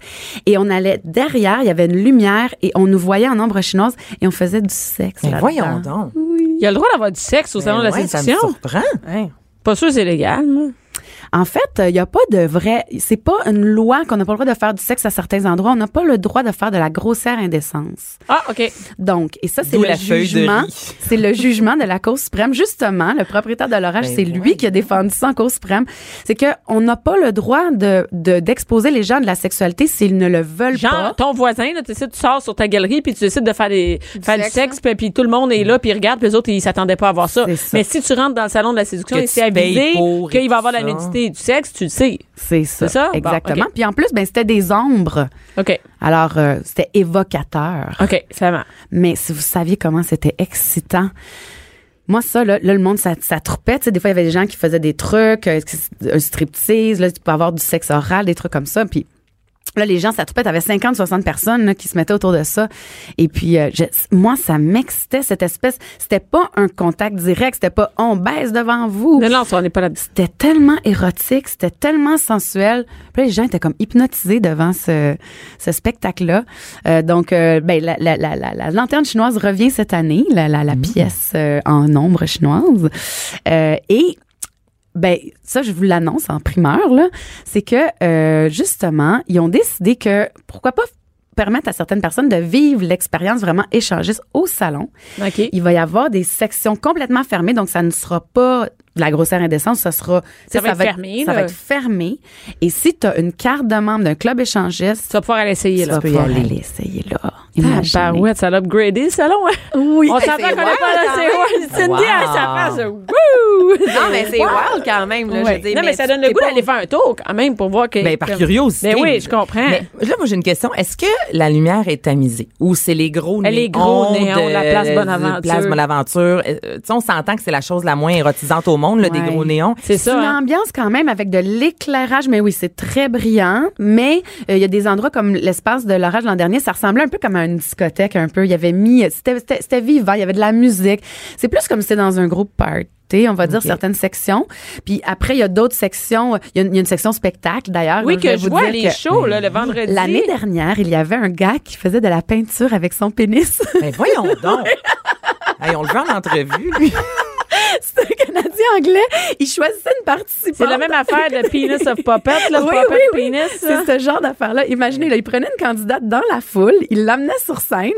[SPEAKER 6] Et on allait derrière, il y avait une lumière et on nous voyait en ombre chinoise et on faisait du sexe.
[SPEAKER 4] Mais
[SPEAKER 6] là-dedans.
[SPEAKER 4] Ben, voyons donc.
[SPEAKER 3] Il y a le droit d'avoir du sexe au salon de
[SPEAKER 4] Ben
[SPEAKER 3] la
[SPEAKER 4] ouais,
[SPEAKER 3] séduction?
[SPEAKER 4] Ça me surprend.
[SPEAKER 3] Pas sûr que c'est légal, moi.
[SPEAKER 6] En fait, euh, il n'y a pas de vrai. C'est pas une loi qu'on n'a pas le droit de faire du sexe à certains endroits. On n'a pas le droit de faire de la grossière indécence.
[SPEAKER 3] Ah, OK.
[SPEAKER 6] Donc, et ça, c'est
[SPEAKER 4] D'où
[SPEAKER 6] le
[SPEAKER 4] la feuille de
[SPEAKER 6] jugement.
[SPEAKER 4] riz.
[SPEAKER 6] C'est le jugement de la Cour suprême. Justement, le propriétaire de l'orage,
[SPEAKER 4] Ben
[SPEAKER 6] c'est lui qui a défendu ça en Cour suprême. C'est que on n'a pas le droit de de- d'exposer les gens de la sexualité s'ils ne le veulent
[SPEAKER 3] Genre,
[SPEAKER 6] pas.
[SPEAKER 3] ton voisin, là, tu décides, tu sors sur ta galerie, puis tu décides de faire, des, faire du
[SPEAKER 5] sexe,
[SPEAKER 3] sexe, puis, puis tout le monde est là, puis ils regardent, puis les autres, ils s'attendaient pas à voir ça.
[SPEAKER 6] C'est ça.
[SPEAKER 3] Mais si tu rentres dans le salon de la séduction
[SPEAKER 4] Que
[SPEAKER 3] et
[SPEAKER 4] tu
[SPEAKER 3] c'est avisé
[SPEAKER 4] payes pour et
[SPEAKER 3] qu'il va y avoir
[SPEAKER 4] tout
[SPEAKER 3] la
[SPEAKER 4] ça.
[SPEAKER 3] nudité et du sexe, tu le sais.
[SPEAKER 6] C'est ça.
[SPEAKER 3] C'est ça? Bon,
[SPEAKER 6] Exactement.
[SPEAKER 3] ok.
[SPEAKER 6] Puis en plus, ben c'était des ombres.
[SPEAKER 3] OK.
[SPEAKER 6] Alors, euh, c'était évocateur.
[SPEAKER 3] OK, ça va.
[SPEAKER 6] Mais si vous saviez comment c'était excitant. Moi, ça, là, là, le monde, ça, ça troupait. Tu sais, des fois, il y avait des gens qui faisaient des trucs, euh, un striptease, là, tu peux avoir du sexe oral, des trucs comme ça. Puis là, les gens, ça troupait. T'avais 50, 60 personnes là, qui se mettaient autour de ça. Et puis, euh, je- moi, ça m'excitait, cette espèce. C'était pas un contact direct. C'était pas on baisse devant vous.
[SPEAKER 3] Non, non, ça, on n'est pas là-dessus.
[SPEAKER 6] C'était tellement érotique, c'était tellement sensuel. Puis là, les gens étaient comme hypnotisés devant ce, ce spectacle-là. Euh, donc, euh, ben, la, la, la, la, la lanterne chinoise revient cette année, la, la, la pièce euh, en ombre chinoise. Euh, et ben ça, je vous l'annonce en primeur là, c'est que euh, justement, ils ont décidé que pourquoi pas permettre à certaines personnes de vivre l'expérience vraiment échangiste au salon.
[SPEAKER 3] OK.
[SPEAKER 6] Il va y avoir des sections complètement fermées, donc ça ne sera pas de la grossière indécence, ça sera
[SPEAKER 3] Ça va être fermé,
[SPEAKER 6] ça
[SPEAKER 3] là.
[SPEAKER 6] va être fermé. Et si tu as une carte de membre d'un club échangiste,
[SPEAKER 3] Tu vas pouvoir aller essayer,
[SPEAKER 6] tu
[SPEAKER 3] là.
[SPEAKER 6] vas pouvoir aller essayer là. Imaginez.
[SPEAKER 3] Ah, ouais, ça l'a upgradé, le salon. hein?
[SPEAKER 6] Oui.
[SPEAKER 3] On s'entend qu'on n'est pas là, c'est ouais. Cindy,
[SPEAKER 4] Wow.
[SPEAKER 3] à sa face. Wouh! goût.
[SPEAKER 5] Non, mais c'est wild quand même. Là, je veux dire,
[SPEAKER 3] non, mais, ça
[SPEAKER 5] tu-
[SPEAKER 3] donne le
[SPEAKER 5] t'es
[SPEAKER 3] goût
[SPEAKER 5] pas-
[SPEAKER 3] d'aller faire un tour quand même pour voir que.
[SPEAKER 4] Ben, par
[SPEAKER 3] que-
[SPEAKER 4] curiosité.
[SPEAKER 3] Ben oui, je comprends.
[SPEAKER 4] Mais là, moi, j'ai une question. Est-ce que la lumière est tamisée ou c'est les gros néons?
[SPEAKER 3] Elle est gros néons,
[SPEAKER 4] de-
[SPEAKER 3] la place
[SPEAKER 4] de
[SPEAKER 3] Bonaventure.
[SPEAKER 4] Place Bonaventure. Euh, Tu sais, on s'entend que c'est la chose la moins érotisante au monde, là, des
[SPEAKER 6] Ouais.
[SPEAKER 4] gros néons.
[SPEAKER 3] C'est
[SPEAKER 6] C'est
[SPEAKER 3] ça.
[SPEAKER 6] une
[SPEAKER 3] hein.
[SPEAKER 6] ambiance quand même avec de l'éclairage, mais oui, c'est très brillant. Mais euh, il y a des endroits comme l'espace de l'orage l'an dernier, ça ressemblait un peu comme à une discothèque un peu. Il y avait mis, c'était- c'était c'était vivant, il y avait de la musique. C'est plus comme si c'était dans un groupe party. On va dire certaines sections. Puis après, il y a d'autres sections. euh, Il y a une, il y a une section spectacle, d'ailleurs.
[SPEAKER 3] Oui,
[SPEAKER 6] vais
[SPEAKER 3] que je
[SPEAKER 6] vous
[SPEAKER 3] vois
[SPEAKER 6] dire
[SPEAKER 3] les
[SPEAKER 6] que
[SPEAKER 3] shows, là, le vendredi.
[SPEAKER 6] L'année dernière, il y avait un gars qui faisait de la peinture avec son pénis.
[SPEAKER 4] Ben, voyons donc. Hey, on le veut en entrevue, lui.
[SPEAKER 6] C'était un Canadien anglais. Il choisissait une participante.
[SPEAKER 3] C'est la même affaire de Penis of Puppet, là.
[SPEAKER 6] Oui,
[SPEAKER 3] Puppet
[SPEAKER 6] oui, oui.
[SPEAKER 3] Penis. là.
[SPEAKER 6] C'est ce genre d'affaire-là. Imaginez, là, il prenait une candidate dans la foule, il l'amenait sur scène,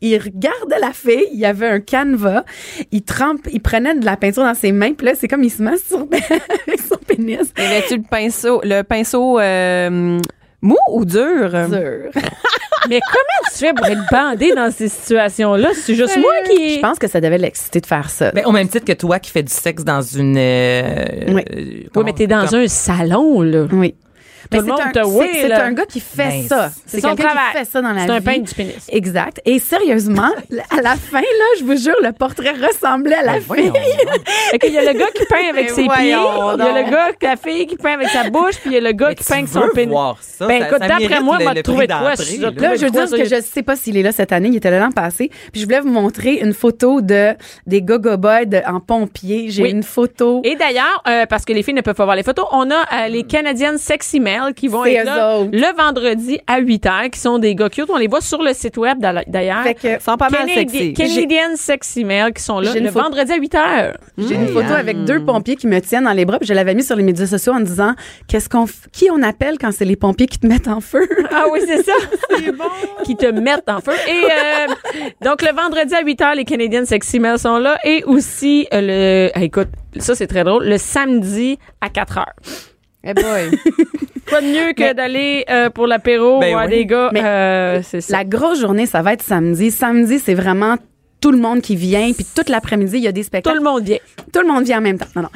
[SPEAKER 6] il regardait la fille, il y avait un canevas, il trempe, il prenait de la peinture dans ses mains, puis là, c'est comme il se masturbait avec son pénis.
[SPEAKER 5] Mais mets-tu le pinceau, le pinceau euh, mou ou dur?
[SPEAKER 6] Dur.
[SPEAKER 3] Mais comment tu fais pour être bandé dans ces situations-là? C'est juste moi qui.
[SPEAKER 6] Ben, Je pense que ça devait l'exciter de faire ça.
[SPEAKER 4] Ben, au même titre que toi qui fais du sexe dans une. euh,
[SPEAKER 6] Oui.
[SPEAKER 4] euh,
[SPEAKER 3] Oui,
[SPEAKER 4] comment-
[SPEAKER 3] mais t'es dans
[SPEAKER 4] comme-
[SPEAKER 3] un salon, là.
[SPEAKER 6] oui.
[SPEAKER 3] Tout
[SPEAKER 6] Mais
[SPEAKER 3] le monde
[SPEAKER 6] c'est un,
[SPEAKER 3] te oui,
[SPEAKER 6] c'est- c'est
[SPEAKER 3] là.
[SPEAKER 6] un gars qui fait
[SPEAKER 4] Ben,
[SPEAKER 6] ça.
[SPEAKER 3] C'est
[SPEAKER 6] C'est
[SPEAKER 3] son
[SPEAKER 6] quelqu'un
[SPEAKER 3] travail.
[SPEAKER 6] qui fait ça dans la
[SPEAKER 3] C'est un
[SPEAKER 6] vie.
[SPEAKER 3] peintre du pénis.
[SPEAKER 6] Exact. Et sérieusement, à la fin, là, je vous jure, le portrait ressemblait à la
[SPEAKER 4] Ben,
[SPEAKER 6] fille.
[SPEAKER 4] voyons donc.
[SPEAKER 3] Fait qu'il y a le gars qui peint avec
[SPEAKER 5] Mais
[SPEAKER 3] ses pieds, il y
[SPEAKER 5] voyons
[SPEAKER 3] a
[SPEAKER 5] donc.
[SPEAKER 3] le gars, la fille qui peint avec sa bouche, puis il y a le gars
[SPEAKER 4] Mais
[SPEAKER 3] qui
[SPEAKER 4] tu
[SPEAKER 3] peint avec son
[SPEAKER 4] veux
[SPEAKER 3] pénis.
[SPEAKER 4] voir ça,
[SPEAKER 3] ben
[SPEAKER 4] ça-
[SPEAKER 3] écoute,
[SPEAKER 4] ça
[SPEAKER 3] d'après
[SPEAKER 4] mérite
[SPEAKER 3] moi,
[SPEAKER 4] le-
[SPEAKER 3] m'a
[SPEAKER 4] le
[SPEAKER 3] trouvé
[SPEAKER 4] prix
[SPEAKER 3] de quoi.
[SPEAKER 4] d'entrée,
[SPEAKER 3] je-
[SPEAKER 4] là.
[SPEAKER 6] Là, je veux dire
[SPEAKER 3] trouve
[SPEAKER 6] parce que je sais pas s'il est là cette année, il était là l'an passé. Puis je voulais vous montrer une photo de des gogo boys de- en pompier. J'ai
[SPEAKER 3] Oui.
[SPEAKER 6] une photo.
[SPEAKER 3] Et d'ailleurs, euh, parce que les filles ne peuvent pas voir les photos, on a euh, les Canadiennes Sexy Mail qui vont
[SPEAKER 6] C'est
[SPEAKER 3] être
[SPEAKER 6] eux
[SPEAKER 3] là
[SPEAKER 6] autres.
[SPEAKER 3] le vendredi à 8 h, qui sont des gars cute. On les voit sur le site web d'al- d'ailleurs.
[SPEAKER 6] Fait que
[SPEAKER 5] Ils sont pas mal
[SPEAKER 3] Canadi-
[SPEAKER 5] sexy.
[SPEAKER 3] Canadiennes Sexy Mail qui sont là
[SPEAKER 6] J'ai une
[SPEAKER 3] le
[SPEAKER 6] photo-
[SPEAKER 3] vendredi à 8 h.
[SPEAKER 6] j'ai une photo avec deux pompiers qui me tiennent dans les bras. Puis je l'avais mis sur les médias sociaux en disant qu'est-ce qu'on f- qui on appelle quand c'est les pompiers qui te mettent en feu.
[SPEAKER 3] Ah oui, c'est ça. Qui te mettent en feu. Et euh, donc, le vendredi à 8h, les Canadiennes Sexy Mail sont là. Et aussi, euh, le. ah, écoute, ça, c'est très drôle. Le samedi à 4h.
[SPEAKER 5] Eh boy.
[SPEAKER 3] Pas de mieux que d'aller euh, pour l'apéro
[SPEAKER 4] Ben
[SPEAKER 3] voir
[SPEAKER 4] oui.
[SPEAKER 3] des gars.
[SPEAKER 6] Mais
[SPEAKER 3] euh, c'est ça.
[SPEAKER 6] La grosse journée, ça va être samedi. Samedi, c'est vraiment tout le monde qui vient, puis toute l'après-midi, il y a des
[SPEAKER 3] Tout
[SPEAKER 6] spectacles.
[SPEAKER 3] le monde vient.
[SPEAKER 6] Tout le monde vient en même temps. Non, non.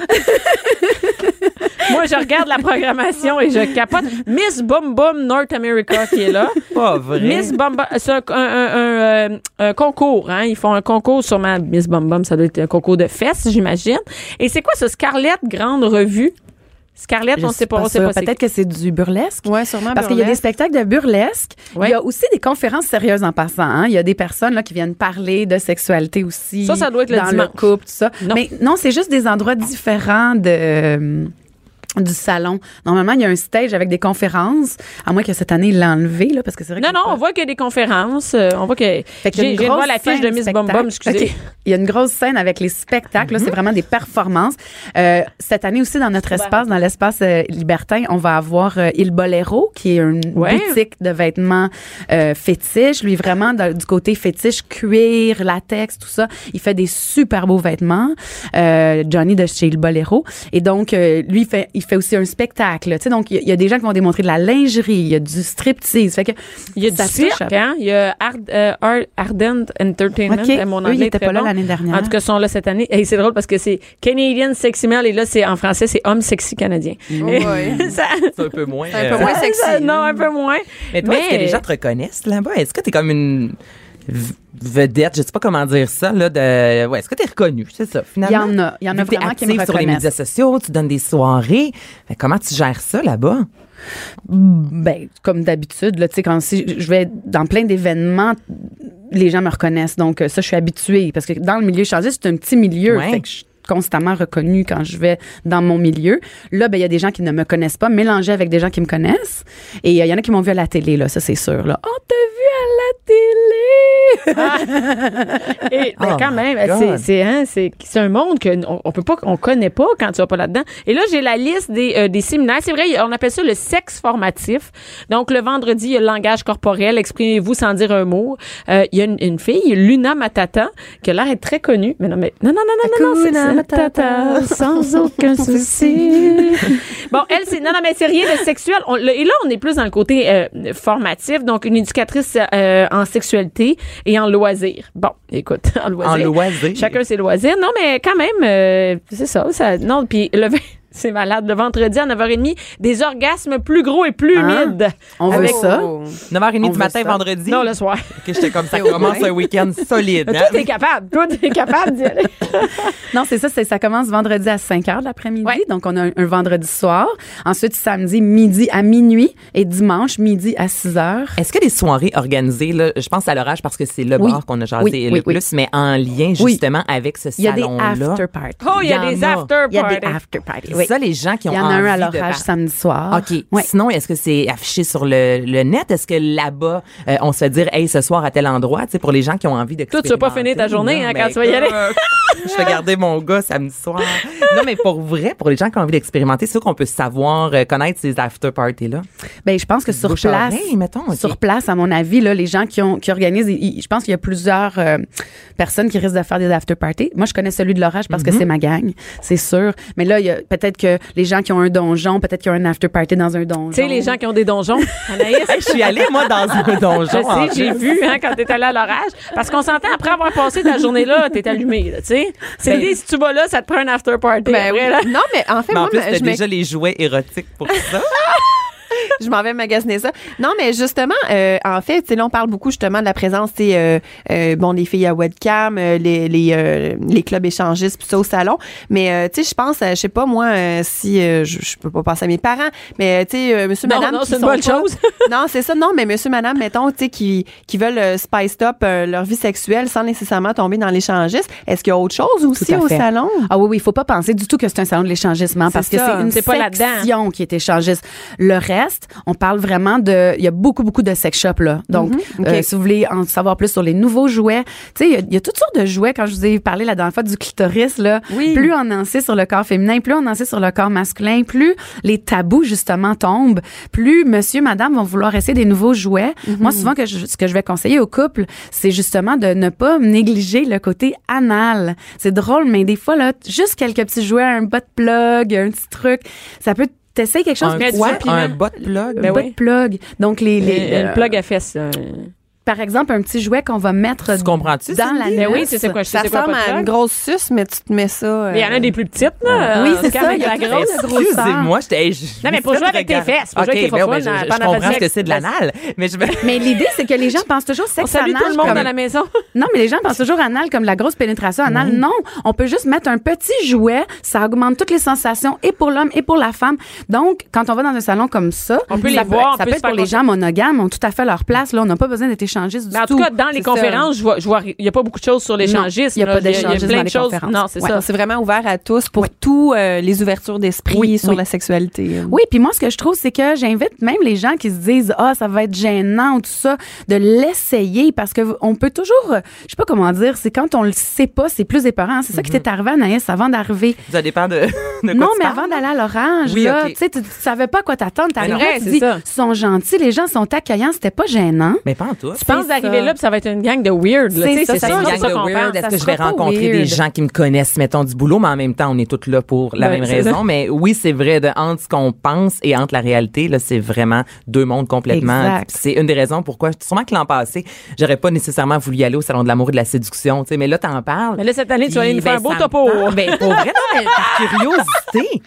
[SPEAKER 3] Moi, je regarde la programmation et je capote. Miss Bum Bum North America qui est là.
[SPEAKER 4] Pas vrai.
[SPEAKER 3] Miss Bum Bum, c'est un, un- un- un, euh, un concours. Hein? Ils font un concours sur ma Miss Bum Bum. Ça doit être un concours de fesses, j'imagine. Et c'est quoi ce Scarlett Grande Revue? Scarlett,
[SPEAKER 6] Je
[SPEAKER 3] on
[SPEAKER 6] suis
[SPEAKER 3] sait pas, on sait
[SPEAKER 6] sûre.
[SPEAKER 3] pas. c'est-
[SPEAKER 6] Peut-être que c'est du burlesque.
[SPEAKER 5] Ouais, sûrement.
[SPEAKER 6] Parce qu'il y a des
[SPEAKER 5] burlesque.
[SPEAKER 6] spectacles de burlesque.
[SPEAKER 3] Ouais.
[SPEAKER 6] Il y a aussi des conférences sérieuses en passant. hein. Il y a des personnes là, qui viennent parler de sexualité aussi.
[SPEAKER 3] Ça, ça doit être le
[SPEAKER 6] dans
[SPEAKER 3] dimanche.
[SPEAKER 6] couple, tout ça.
[SPEAKER 3] Non.
[SPEAKER 6] Mais non, c'est juste des endroits différents de. euh, du salon. Normalement, il y a un stage avec des conférences, à moins que cette année, il l'a enlevé, là, parce que c'est vrai
[SPEAKER 3] Non,
[SPEAKER 6] que
[SPEAKER 3] non, on voit qu'il y a des conférences. euh, on voit que.
[SPEAKER 6] Fait qu'il y a
[SPEAKER 3] J'ai
[SPEAKER 6] une
[SPEAKER 3] j'ai
[SPEAKER 6] grosse
[SPEAKER 3] voir la fiche
[SPEAKER 6] scène
[SPEAKER 3] de Miss Bum
[SPEAKER 6] spectacle.
[SPEAKER 3] Bum, excusez. Mhm.
[SPEAKER 6] OK. Il y a une grosse scène avec les spectacles. là, C'est vraiment des performances. Euh, cette année aussi, dans notre espace, dans l'espace euh, libertin, on va avoir euh, Il Bolero, qui est une
[SPEAKER 3] Ouais.
[SPEAKER 6] boutique de vêtements euh, fétiches. Lui, vraiment, dans- du côté fétiche, cuir, latex, tout ça. Il fait des super beaux vêtements. Euh, Johnny de chez Il Bolero. Et donc, euh, lui, il fait, il fait aussi un spectacle. Tu sais, donc, il y, a- il y a des gens qui vont démontrer de la lingerie. Il y a du striptease. Fait que
[SPEAKER 3] Il y a du
[SPEAKER 6] ça
[SPEAKER 3] cirque,
[SPEAKER 6] touche à-
[SPEAKER 3] hein? Il y a Ard- euh, Ar- Ardent Entertainment.
[SPEAKER 6] OK.
[SPEAKER 3] Eh, Mon
[SPEAKER 6] Eux,
[SPEAKER 3] anglais
[SPEAKER 6] ils
[SPEAKER 3] est
[SPEAKER 6] étaient
[SPEAKER 3] très
[SPEAKER 6] pas là
[SPEAKER 3] bon.
[SPEAKER 6] l'année dernière.
[SPEAKER 3] En tout cas, ils sont là cette année. Et c'est drôle parce que c'est Canadian Sexy Mail et là, c'est en français, c'est Homme Sexy Canadien.
[SPEAKER 6] Oh,
[SPEAKER 5] Ouais.
[SPEAKER 3] Ça-
[SPEAKER 4] C'est un peu moins.
[SPEAKER 5] un peu
[SPEAKER 4] euh,
[SPEAKER 5] moins
[SPEAKER 3] ça-
[SPEAKER 5] sexy.
[SPEAKER 3] ça- non, un peu moins.
[SPEAKER 4] Mais toi, est-ce que les gens te reconnaissent là-bas? Est-ce que t'es comme une v- vedette, je sais pas comment dire ça, là, de... Ouais, est-ce que t'es reconnue? C'est ça, finalement.
[SPEAKER 6] Il y en a. Il y en a
[SPEAKER 4] Vu que t'es
[SPEAKER 6] vraiment qui me
[SPEAKER 4] active sur les
[SPEAKER 6] reconnaissent.
[SPEAKER 4] médias sociaux, tu donnes des soirées. Fait comment tu gères ça là-bas?
[SPEAKER 6] ben comme d'habitude là tu sais quand si je vais dans plein d'événements les gens me reconnaissent donc euh, ça je suis habituée parce que dans le milieu échangiste c'est un petit milieu
[SPEAKER 4] Ouais.
[SPEAKER 6] fait que je suis constamment reconnue quand je vais dans mon milieu. Là, ben, il y a des gens qui ne me connaissent pas, mélangés avec des gens qui me connaissent. Et euh, il y en a qui m'ont vu à la télé, là, ça c'est sûr. Là. Oh, On t'a vu à la télé!
[SPEAKER 3] Et, ben,
[SPEAKER 4] Oh
[SPEAKER 3] quand
[SPEAKER 4] my
[SPEAKER 3] même,
[SPEAKER 4] God.
[SPEAKER 3] c'est c'est hein, c'est c'est un monde que on, on peut pas on connaît pas quand tu vas pas là-dedans. Et là, j'ai la liste des euh, des séminaires, c'est vrai, on appelle ça le sexe formatif. Donc le vendredi, il y a le langage corporel, exprimez-vous sans dire un mot. Euh, il y a une, une fille, Luna Matata, qui a l'air d'être très connue. Mais non mais non non non non non, non, c'est
[SPEAKER 6] Hakuna
[SPEAKER 3] Matata sans aucun souci. Bon, elle, c'est non, non, mais c'est rien de sexuel. On- le- et là, on est plus dans le côté euh, formatif, donc une éducatrice euh, en sexualité et en en loisir. Bon, écoute, en loisir.
[SPEAKER 4] En loisir.
[SPEAKER 3] Chacun ses loisirs. Non, mais quand même, euh, c'est ça, ça. Non, puis le vin- C'est malade. Le vendredi à 9h30, des orgasmes plus gros et plus
[SPEAKER 6] Hein?
[SPEAKER 3] humides.
[SPEAKER 6] On veut ça.
[SPEAKER 4] 9h30
[SPEAKER 6] On
[SPEAKER 4] du
[SPEAKER 6] veut
[SPEAKER 4] matin,
[SPEAKER 6] ça.
[SPEAKER 4] vendredi.
[SPEAKER 3] Non, le soir.
[SPEAKER 4] Que j'étais comme ça, commence un week-end solide. hein?
[SPEAKER 3] Tout est capable. Tout est capable d'y aller.
[SPEAKER 6] Non, c'est ça, c'est ça commence vendredi à 5 heures de l'après-midi. Donc, on a un, un vendredi soir. Ensuite, samedi, midi à minuit. Et dimanche, midi à 6 heures.
[SPEAKER 4] Est-ce que les soirées organisées, là, je pense à l'orage parce que c'est le
[SPEAKER 6] Oui.
[SPEAKER 4] bar qu'on a jasé
[SPEAKER 6] Oui,
[SPEAKER 4] le
[SPEAKER 6] oui, oui.
[SPEAKER 4] plus, mais en lien
[SPEAKER 6] Oui.
[SPEAKER 4] justement avec ce
[SPEAKER 6] Il y a des
[SPEAKER 4] salon-là.
[SPEAKER 6] after parties.
[SPEAKER 3] Oh, il y a
[SPEAKER 4] Il y
[SPEAKER 3] des
[SPEAKER 4] en a.
[SPEAKER 3] after
[SPEAKER 6] Il y a des
[SPEAKER 3] parties.
[SPEAKER 6] after parties.
[SPEAKER 4] C'est
[SPEAKER 6] oui.
[SPEAKER 4] ça, les gens qui ont
[SPEAKER 6] Il y en a
[SPEAKER 4] envie
[SPEAKER 6] un à
[SPEAKER 4] de
[SPEAKER 6] l'orage
[SPEAKER 4] par-
[SPEAKER 6] samedi
[SPEAKER 3] Ah,
[SPEAKER 6] soir.
[SPEAKER 4] OK.
[SPEAKER 6] Ouais.
[SPEAKER 4] Sinon, est-ce que c'est affiché sur le, le net? Est-ce que là-bas, euh, on se fait dire, hey, ce soir à tel endroit, tu sais, pour les gens qui ont envie de. ben,
[SPEAKER 3] Toi, tu vas pas finir ta journée, hein, quand tu vas y aller.
[SPEAKER 4] euh, je vais garder mon gars samedi soir. non, mais pour vrai, pour les gens qui ont envie d'expérimenter, c'est sûr qu'on peut savoir, euh, connaître ces after parties-là.
[SPEAKER 6] Ben, je pense que sur
[SPEAKER 4] Bouche à
[SPEAKER 6] place,
[SPEAKER 4] oreille, mettons, ok.
[SPEAKER 6] sur place, à mon avis, là, les gens qui ont qui organisent, ils- ils- je pense qu'il y a plusieurs euh, personnes qui risquent de faire des after parties. Moi, je connais celui de l'orage parce
[SPEAKER 4] Mhm.
[SPEAKER 6] que c'est ma gang, c'est sûr. Mais là, il y a peut-être que les gens qui ont un donjon, peut-être qu'il y a un after party dans un donjon.
[SPEAKER 3] Tu sais, les gens qui ont des donjons. Anaïs,
[SPEAKER 4] Je suis allée, moi, dans un donjon.
[SPEAKER 3] Je
[SPEAKER 4] en
[SPEAKER 3] sais, j'ai
[SPEAKER 4] plus.
[SPEAKER 3] vu hein, quand t'es allé à l'orage. Parce qu'on s'entend, après avoir passé ta journée là, t'es allumé, là, tu sais. C'est
[SPEAKER 6] Ben
[SPEAKER 3] dit, si tu vas là, ça te prend un after party.
[SPEAKER 5] Ben
[SPEAKER 3] après,
[SPEAKER 5] oui.
[SPEAKER 3] là.
[SPEAKER 5] Non, mais en fait,
[SPEAKER 4] Mais en
[SPEAKER 5] moi, ben,
[SPEAKER 4] plus, t'as
[SPEAKER 5] je, me-
[SPEAKER 4] déjà les jouets érotiques pour ça.
[SPEAKER 5] je m'en vais magasiner ça. Non, mais justement, euh, en fait, tu sais, là, on parle beaucoup justement de la présence, tu sais, euh, euh, bon, les filles à webcam, euh, les les, euh, les clubs échangistes, puis ça au salon. Mais euh, tu sais, je pense, euh, je sais pas moi, euh, si euh, je je peux pas penser à mes parents, mais euh, tu sais, euh, Monsieur,
[SPEAKER 3] Non,
[SPEAKER 5] Madame,
[SPEAKER 3] non,
[SPEAKER 5] qui
[SPEAKER 3] c'est une
[SPEAKER 5] sont
[SPEAKER 3] bonne
[SPEAKER 5] pas-
[SPEAKER 3] chose.
[SPEAKER 5] non, c'est ça. Non, mais Monsieur, Madame, mettons, tu sais, qui qui veulent euh, spice up euh, leur vie sexuelle sans nécessairement tomber dans l'échangiste. Est-ce qu'il y a autre chose aussi
[SPEAKER 6] à
[SPEAKER 5] au
[SPEAKER 6] fait.
[SPEAKER 5] salon?
[SPEAKER 6] Ah oui, oui, il faut pas penser du tout que c'est un salon de l'échangissement parce que
[SPEAKER 5] ça.
[SPEAKER 6] c'est une
[SPEAKER 3] C'est pas là-dedans.
[SPEAKER 6] section qui est échangiste. Le reste, on parle vraiment de... Il y a beaucoup, beaucoup de sex shops, là. Donc,
[SPEAKER 5] Mhm. ok.
[SPEAKER 6] euh, si vous voulez en savoir plus sur les nouveaux jouets, tu sais, il y a- il y, a toutes sortes de jouets. Quand je vous ai parlé la dernière fois du clitoris, là,
[SPEAKER 5] Oui.
[SPEAKER 6] plus on en sait sur le corps féminin, plus on en sait sur le corps masculin, plus les tabous, justement, tombent, plus monsieur, madame vont vouloir essayer des nouveaux jouets.
[SPEAKER 5] Mhm.
[SPEAKER 6] Moi, souvent, que je- ce que je vais conseiller aux couples, c'est justement de ne pas négliger le côté anal. C'est drôle, mais des fois, là, juste quelques petits jouets, un bot plug, un petit truc, ça peut t'essayer quelque chose.
[SPEAKER 4] un
[SPEAKER 3] mais du
[SPEAKER 4] quoi?
[SPEAKER 3] supplément.
[SPEAKER 4] Un bot plug?
[SPEAKER 3] Ben
[SPEAKER 6] Un butt
[SPEAKER 3] oui.
[SPEAKER 6] plug. Donc, les, les,
[SPEAKER 3] Une
[SPEAKER 6] euh,
[SPEAKER 3] plug à fesses. là.
[SPEAKER 6] par exemple, un petit jouet qu'on va mettre
[SPEAKER 4] Tu comprends-tu,
[SPEAKER 6] dans la
[SPEAKER 3] Ben oui,
[SPEAKER 6] noce.
[SPEAKER 3] c'est c'est quoi? je sais
[SPEAKER 5] Ça
[SPEAKER 3] c'est quoi,
[SPEAKER 5] ressemble
[SPEAKER 3] pas de
[SPEAKER 5] à une
[SPEAKER 3] plug.
[SPEAKER 5] grosse suce, mais tu te mets ça. euh,
[SPEAKER 3] Mais il y en a des plus petites, là.
[SPEAKER 6] Oui,
[SPEAKER 3] en tout
[SPEAKER 6] c'est
[SPEAKER 3] cas,
[SPEAKER 6] ça,
[SPEAKER 3] avec
[SPEAKER 6] il y
[SPEAKER 3] la
[SPEAKER 6] a toutes
[SPEAKER 3] grosse.
[SPEAKER 6] les grosseur.
[SPEAKER 4] Excusez-moi, j'étais. je-
[SPEAKER 3] Non, mais pour jouer avec tes fesses, pour
[SPEAKER 4] Ok,
[SPEAKER 3] jouer avec tes
[SPEAKER 4] ben
[SPEAKER 3] fofos
[SPEAKER 4] oui, je-
[SPEAKER 3] dans-
[SPEAKER 4] je,
[SPEAKER 3] pendant
[SPEAKER 4] comprends
[SPEAKER 3] le
[SPEAKER 4] ce que
[SPEAKER 3] sexe.
[SPEAKER 4] c'est de l'anal, mais je me-
[SPEAKER 6] Mais l'idée, c'est que les gens pensent toujours
[SPEAKER 3] On
[SPEAKER 6] sexe
[SPEAKER 3] salue
[SPEAKER 6] anal.
[SPEAKER 3] tout le monde
[SPEAKER 6] comme-
[SPEAKER 3] dans la maison.
[SPEAKER 6] Non, mais les gens pensent toujours anal comme la grosse pénétration anal.
[SPEAKER 3] Mm-hmm.
[SPEAKER 6] Non, on peut juste mettre un petit jouet. Ça augmente toutes les sensations et pour l'homme et pour la femme. Donc, quand on va dans un salon comme ça,
[SPEAKER 3] On peut
[SPEAKER 6] ça
[SPEAKER 3] les voir, on
[SPEAKER 6] ça
[SPEAKER 3] peut
[SPEAKER 6] peut
[SPEAKER 3] se
[SPEAKER 6] être pour
[SPEAKER 3] faire
[SPEAKER 6] les gens monogames, ont tout à fait leur place. Là, on n'a pas besoin d'être échangiste du
[SPEAKER 3] Mais en tout
[SPEAKER 6] tout.
[SPEAKER 3] cas, dans les
[SPEAKER 5] c'est
[SPEAKER 3] conférences, je vois, je vois, il n'y a pas beaucoup de choses sur l'échangisme.
[SPEAKER 6] il y a
[SPEAKER 3] là.
[SPEAKER 6] pas
[SPEAKER 3] Il y
[SPEAKER 6] d'échangisme
[SPEAKER 3] a plein
[SPEAKER 6] dans
[SPEAKER 3] de
[SPEAKER 6] les
[SPEAKER 3] choses.
[SPEAKER 6] conférences.
[SPEAKER 3] Non, c'est
[SPEAKER 6] Ouais.
[SPEAKER 3] ça.
[SPEAKER 5] C'est vraiment ouvert à tous pour tous euh, les ouvertures d'esprit
[SPEAKER 6] Oui,
[SPEAKER 5] sur
[SPEAKER 6] oui.
[SPEAKER 5] la sexualité.
[SPEAKER 6] Oui, puis moi, ce que je trouve, c'est que j'invite même les gens qui se disent ah ça va être gênant ou tout ça de l'essayer parce que v- on peut toujours, euh, je sais pas comment dire, c'est quand on le sait pas, c'est plus épeurant. C'est ça
[SPEAKER 3] Mhm.
[SPEAKER 6] qui t'est arrivé Anaïs avant d'arriver.
[SPEAKER 4] ça dépend de, de quoi
[SPEAKER 6] Non,
[SPEAKER 4] tu
[SPEAKER 6] mais
[SPEAKER 4] parles.
[SPEAKER 6] avant d'aller à l'orage,
[SPEAKER 4] Oui,
[SPEAKER 6] là,
[SPEAKER 4] ok.
[SPEAKER 6] tu sais, tu tu savais pas à quoi t'attendre. T'arrives
[SPEAKER 3] Mais non,
[SPEAKER 6] là, tu
[SPEAKER 3] c'est
[SPEAKER 6] dis,
[SPEAKER 3] ça.
[SPEAKER 6] ils sont gentils, les gens sont accueillants, c'était pas gênant.
[SPEAKER 4] Mais pas en tout.
[SPEAKER 3] Tu penses
[SPEAKER 6] c'est
[SPEAKER 3] d'arriver
[SPEAKER 6] ça.
[SPEAKER 3] là, puis ça va être une gang de weird. là.
[SPEAKER 6] C'est
[SPEAKER 3] Tu sais,
[SPEAKER 6] ça,
[SPEAKER 3] C'est
[SPEAKER 6] c'est
[SPEAKER 3] ça,
[SPEAKER 6] une
[SPEAKER 3] c'est
[SPEAKER 6] gang
[SPEAKER 3] ça
[SPEAKER 6] de
[SPEAKER 3] qu'on
[SPEAKER 4] weird.
[SPEAKER 3] pense.
[SPEAKER 4] Est-ce
[SPEAKER 6] Ça
[SPEAKER 4] que je
[SPEAKER 6] sera
[SPEAKER 4] vais
[SPEAKER 6] pas
[SPEAKER 4] rencontrer
[SPEAKER 6] weird.
[SPEAKER 4] des gens qui me connaissent, mettons, du boulot, mais en même temps, on est toutes là pour la
[SPEAKER 3] Ben,
[SPEAKER 4] même
[SPEAKER 3] c'est
[SPEAKER 4] raison.
[SPEAKER 3] ça.
[SPEAKER 4] Mais oui, c'est vrai, de, entre ce qu'on pense et entre la réalité, là, c'est vraiment deux mondes complètement.
[SPEAKER 6] Exact.
[SPEAKER 4] C'est une des raisons pourquoi, sûrement que l'an passé, j'aurais pas nécessairement voulu y aller au Salon de l'amour et de la séduction, tu sais, mais là, t'en parles.
[SPEAKER 3] Mais là, cette année, tu
[SPEAKER 4] Puis,
[SPEAKER 3] vas aller nous
[SPEAKER 4] ben,
[SPEAKER 3] faire un beau
[SPEAKER 4] ça me
[SPEAKER 3] topo.
[SPEAKER 4] tente. Ben, pour vrai, non, mais par curiosité.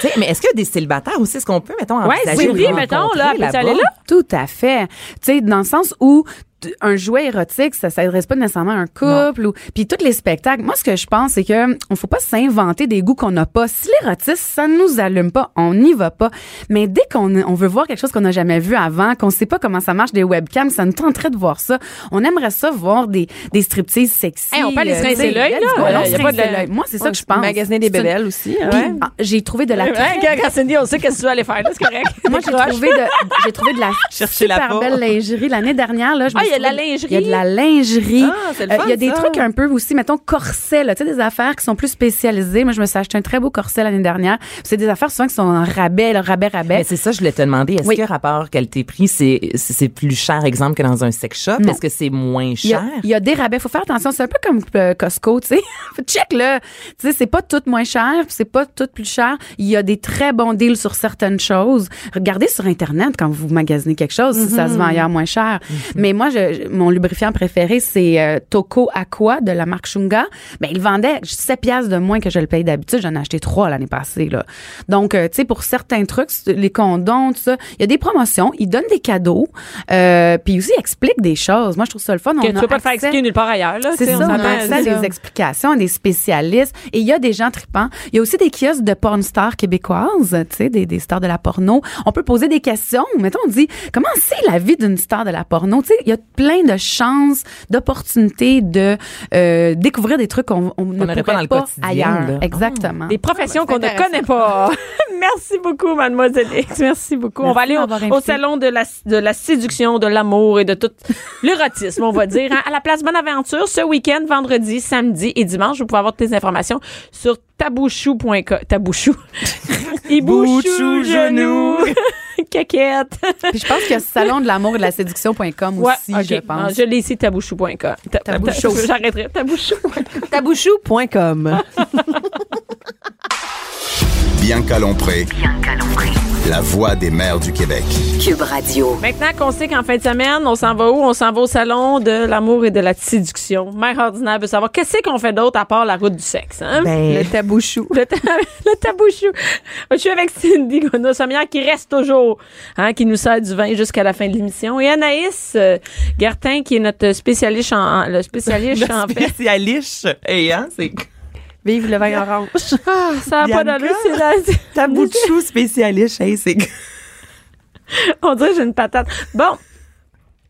[SPEAKER 4] Tu sais, mais est-ce qu'il y a des célibataires aussi? Est-ce qu'on peut, mettons,
[SPEAKER 3] Ouais,
[SPEAKER 4] envisager de
[SPEAKER 3] Sylvie, mettons, là,
[SPEAKER 4] rencontrer
[SPEAKER 3] peux-tu
[SPEAKER 4] là-bas?
[SPEAKER 3] aller là?
[SPEAKER 6] Tout à fait. Tu sais, dans le sens où t- un jouet érotique, ça s'adresse pas nécessairement à un couple ou puis tous les spectacles. Moi ce que je pense c'est que hum, on faut pas s'inventer des goûts qu'on n'a pas. Si l'érotisme ça nous allume pas, on n'y va pas. Mais dès qu'on on veut voir quelque chose qu'on n'a jamais vu avant, qu'on sait pas comment ça marche des webcams, ça nous tenterait de voir ça. On aimerait ça voir des des stripteases sexy.
[SPEAKER 3] Hey, on peut aller se
[SPEAKER 6] euh,
[SPEAKER 3] rincer
[SPEAKER 6] tu sais,
[SPEAKER 3] l'œil, là.
[SPEAKER 6] let's go, allons
[SPEAKER 3] Il y a
[SPEAKER 6] se
[SPEAKER 3] pas de-
[SPEAKER 6] rincer l'œil. Moi c'est ça que je pense.
[SPEAKER 5] Magasiner des
[SPEAKER 6] C'est une-
[SPEAKER 5] bébelles aussi. hein.
[SPEAKER 6] Puis, ah, j'ai trouvé de la
[SPEAKER 3] Hein, Quand quand Cindy, on sait qu'est-ce que tu vas aller faire, là, c'est correct.
[SPEAKER 6] moi, j'ai trouvé de, j'ai trouvé de la
[SPEAKER 4] Chercher la
[SPEAKER 6] super
[SPEAKER 4] peau.
[SPEAKER 6] belle lingerie l'année dernière. Là, je me
[SPEAKER 3] Ah, il y a
[SPEAKER 6] suis
[SPEAKER 3] de la
[SPEAKER 6] trouvé-
[SPEAKER 3] lingerie?
[SPEAKER 6] Il y a de la lingerie.
[SPEAKER 5] Ah, c'est le
[SPEAKER 6] Euh,
[SPEAKER 5] fun,
[SPEAKER 6] Il y a des
[SPEAKER 5] ça.
[SPEAKER 6] trucs un peu aussi, mettons, corsets, là, tu sais, des affaires qui sont plus spécialisées. Moi, je me suis acheté un très beau corset l'année dernière. C'est des affaires souvent qui sont en rabais, là, rabais, rabais.
[SPEAKER 4] Mais c'est ça, je voulais te demander. Est-ce
[SPEAKER 6] Oui.
[SPEAKER 4] que rapport qualité-prix, c'est c'est plus cher, exemple, que dans un sex shop?
[SPEAKER 6] Non.
[SPEAKER 4] Est-ce que c'est moins
[SPEAKER 6] Il y, a,
[SPEAKER 4] cher?
[SPEAKER 6] il y a des rabais, faut faire attention, c'est un peu comme euh, Costco, tu sais. Check là, tu sais, c'est pas tout moins cher, puis c'est pas tout plus cher. Il y a des très bons deals sur certaines choses. Regardez sur internet quand vous magasinez quelque chose si ça se vend ailleurs moins cher. Mais moi, je- je- mon lubrifiant préféré, c'est euh, Toco Aqua de la marque Shunga. Ben, il vendait 7 piastres de moins que je le paye d'habitude. J'en ai acheté 3 l'année passée, là. Donc, euh, tu sais, pour certains trucs, c'est- les condoms, tout ça, il y a des promotions, ils donnent des cadeaux, euh, puis aussi ils expliquent des choses. Moi, je trouve ça le fun.
[SPEAKER 3] Que
[SPEAKER 6] on
[SPEAKER 3] tu
[SPEAKER 6] a
[SPEAKER 3] peux pas te faire
[SPEAKER 6] accès-
[SPEAKER 3] expliquer nulle part ailleurs, là.
[SPEAKER 6] c'est
[SPEAKER 3] tu sais,
[SPEAKER 6] ça,
[SPEAKER 3] on
[SPEAKER 6] on a
[SPEAKER 3] s'entend,
[SPEAKER 6] accès à
[SPEAKER 3] c'est ça.
[SPEAKER 6] des explications, à des spécialistes. Et il y a des gens tripants. Il y a aussi des kiosques de porn stars québécoises, tu sais, des, des stars de la porno. On peut poser des questions. Mettons, on dit, comment c'est la vie d'une star de la porno? Tu sais, il y a plein de chances, d'opportunités de euh, découvrir des trucs qu'on on ne
[SPEAKER 4] n'aurait pas dans
[SPEAKER 6] pourrait pas,
[SPEAKER 4] le quotidien,
[SPEAKER 6] ailleurs.
[SPEAKER 4] là.
[SPEAKER 6] Exactement.
[SPEAKER 3] Oh. Des professions
[SPEAKER 5] Ah, ben,
[SPEAKER 3] qu'on ne
[SPEAKER 5] c'est
[SPEAKER 3] connaît pas. Merci beaucoup, Mademoiselle X. Merci beaucoup. on
[SPEAKER 6] Merci
[SPEAKER 3] va aller
[SPEAKER 6] de
[SPEAKER 3] au,
[SPEAKER 6] m'avoir
[SPEAKER 3] au
[SPEAKER 6] invitée.
[SPEAKER 3] salon de la, de la séduction, de l'amour et de tout l'érotisme, on va dire. hein. à la place Bonaventure, ce week-end, vendredi, samedi et dimanche, vous pouvez avoir toutes les informations sur tabouchou.com. Tabouchou. Ibouchou,
[SPEAKER 4] Bouchou, genou.
[SPEAKER 3] genou. Caquette.
[SPEAKER 6] Puis je pense qu'il y a salon de l'amour et de la séduction.com aussi,
[SPEAKER 3] ok.
[SPEAKER 6] je pense.
[SPEAKER 3] Non, je l'ai ici, tabouchou.com. Ta-
[SPEAKER 6] Tabouchou.
[SPEAKER 3] ta- J'arrêterai. Tabouchou.
[SPEAKER 5] Tabouchou.com.
[SPEAKER 2] Bianca Lompré, la voix des mères du Québec.
[SPEAKER 1] Cube Radio.
[SPEAKER 3] Maintenant qu'on sait qu'en fin de semaine, on s'en va où? On s'en va au salon de l'amour et de la séduction. Mère ordinaire veut savoir qu'est-ce qu'on fait d'autre à part la route du sexe. Hein?
[SPEAKER 6] Ben.
[SPEAKER 5] Le tabouchou.
[SPEAKER 3] Le, ta- le tabouchou. Je suis avec Cindy Gonosamière qui reste toujours, hein, qui nous sert du vin jusqu'à la fin de l'émission. Et Anaïs euh, Gartin, qui est notre spécialiste en, en- le spécialiste en fait.
[SPEAKER 4] spécialiste. Et hein, c'est
[SPEAKER 5] Vive le vin orange.
[SPEAKER 3] Ça n'a pas
[SPEAKER 4] Bianca.
[SPEAKER 3] d'allure, c'est la-
[SPEAKER 4] tabouchou spécialiste. Hey, c'est
[SPEAKER 3] On dirait que j'ai une patate. Bon.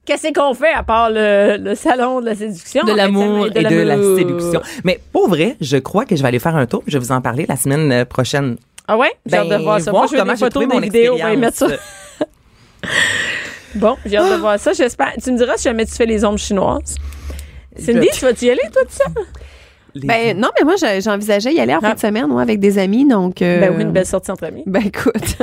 [SPEAKER 3] Qu'est-ce qu'on fait à part le, le salon de la séduction?
[SPEAKER 4] de
[SPEAKER 3] en fin
[SPEAKER 4] l'amour et
[SPEAKER 3] semaine?
[SPEAKER 4] de la
[SPEAKER 3] l'amour.
[SPEAKER 4] séduction. Mais pour vrai, je crois que je vais aller faire un tour. puis Je vais vous en parler la semaine euh, prochaine.
[SPEAKER 3] Ah ouais? J'ai hâte
[SPEAKER 4] Ben,
[SPEAKER 3] de voir ça. Moi, je veux
[SPEAKER 4] comment
[SPEAKER 3] des
[SPEAKER 4] j'ai trouvé
[SPEAKER 3] photos, des
[SPEAKER 4] mon
[SPEAKER 3] vidéos, on va y
[SPEAKER 4] expérience. Ah!
[SPEAKER 3] mettre ça. Bon, j'ai hâte de voir ça. J'espère. Tu me diras si jamais tu fais les ombres chinoises. Cindy, tu vas-tu y aller, toi, tout ça?
[SPEAKER 4] Les-
[SPEAKER 5] Ben non, mais moi, j'ai- j'envisageais y aller en fin de semaine, moi, avec des amis, donc... euh,
[SPEAKER 3] Ben oui, une belle sortie entre amis.
[SPEAKER 5] Ben écoute.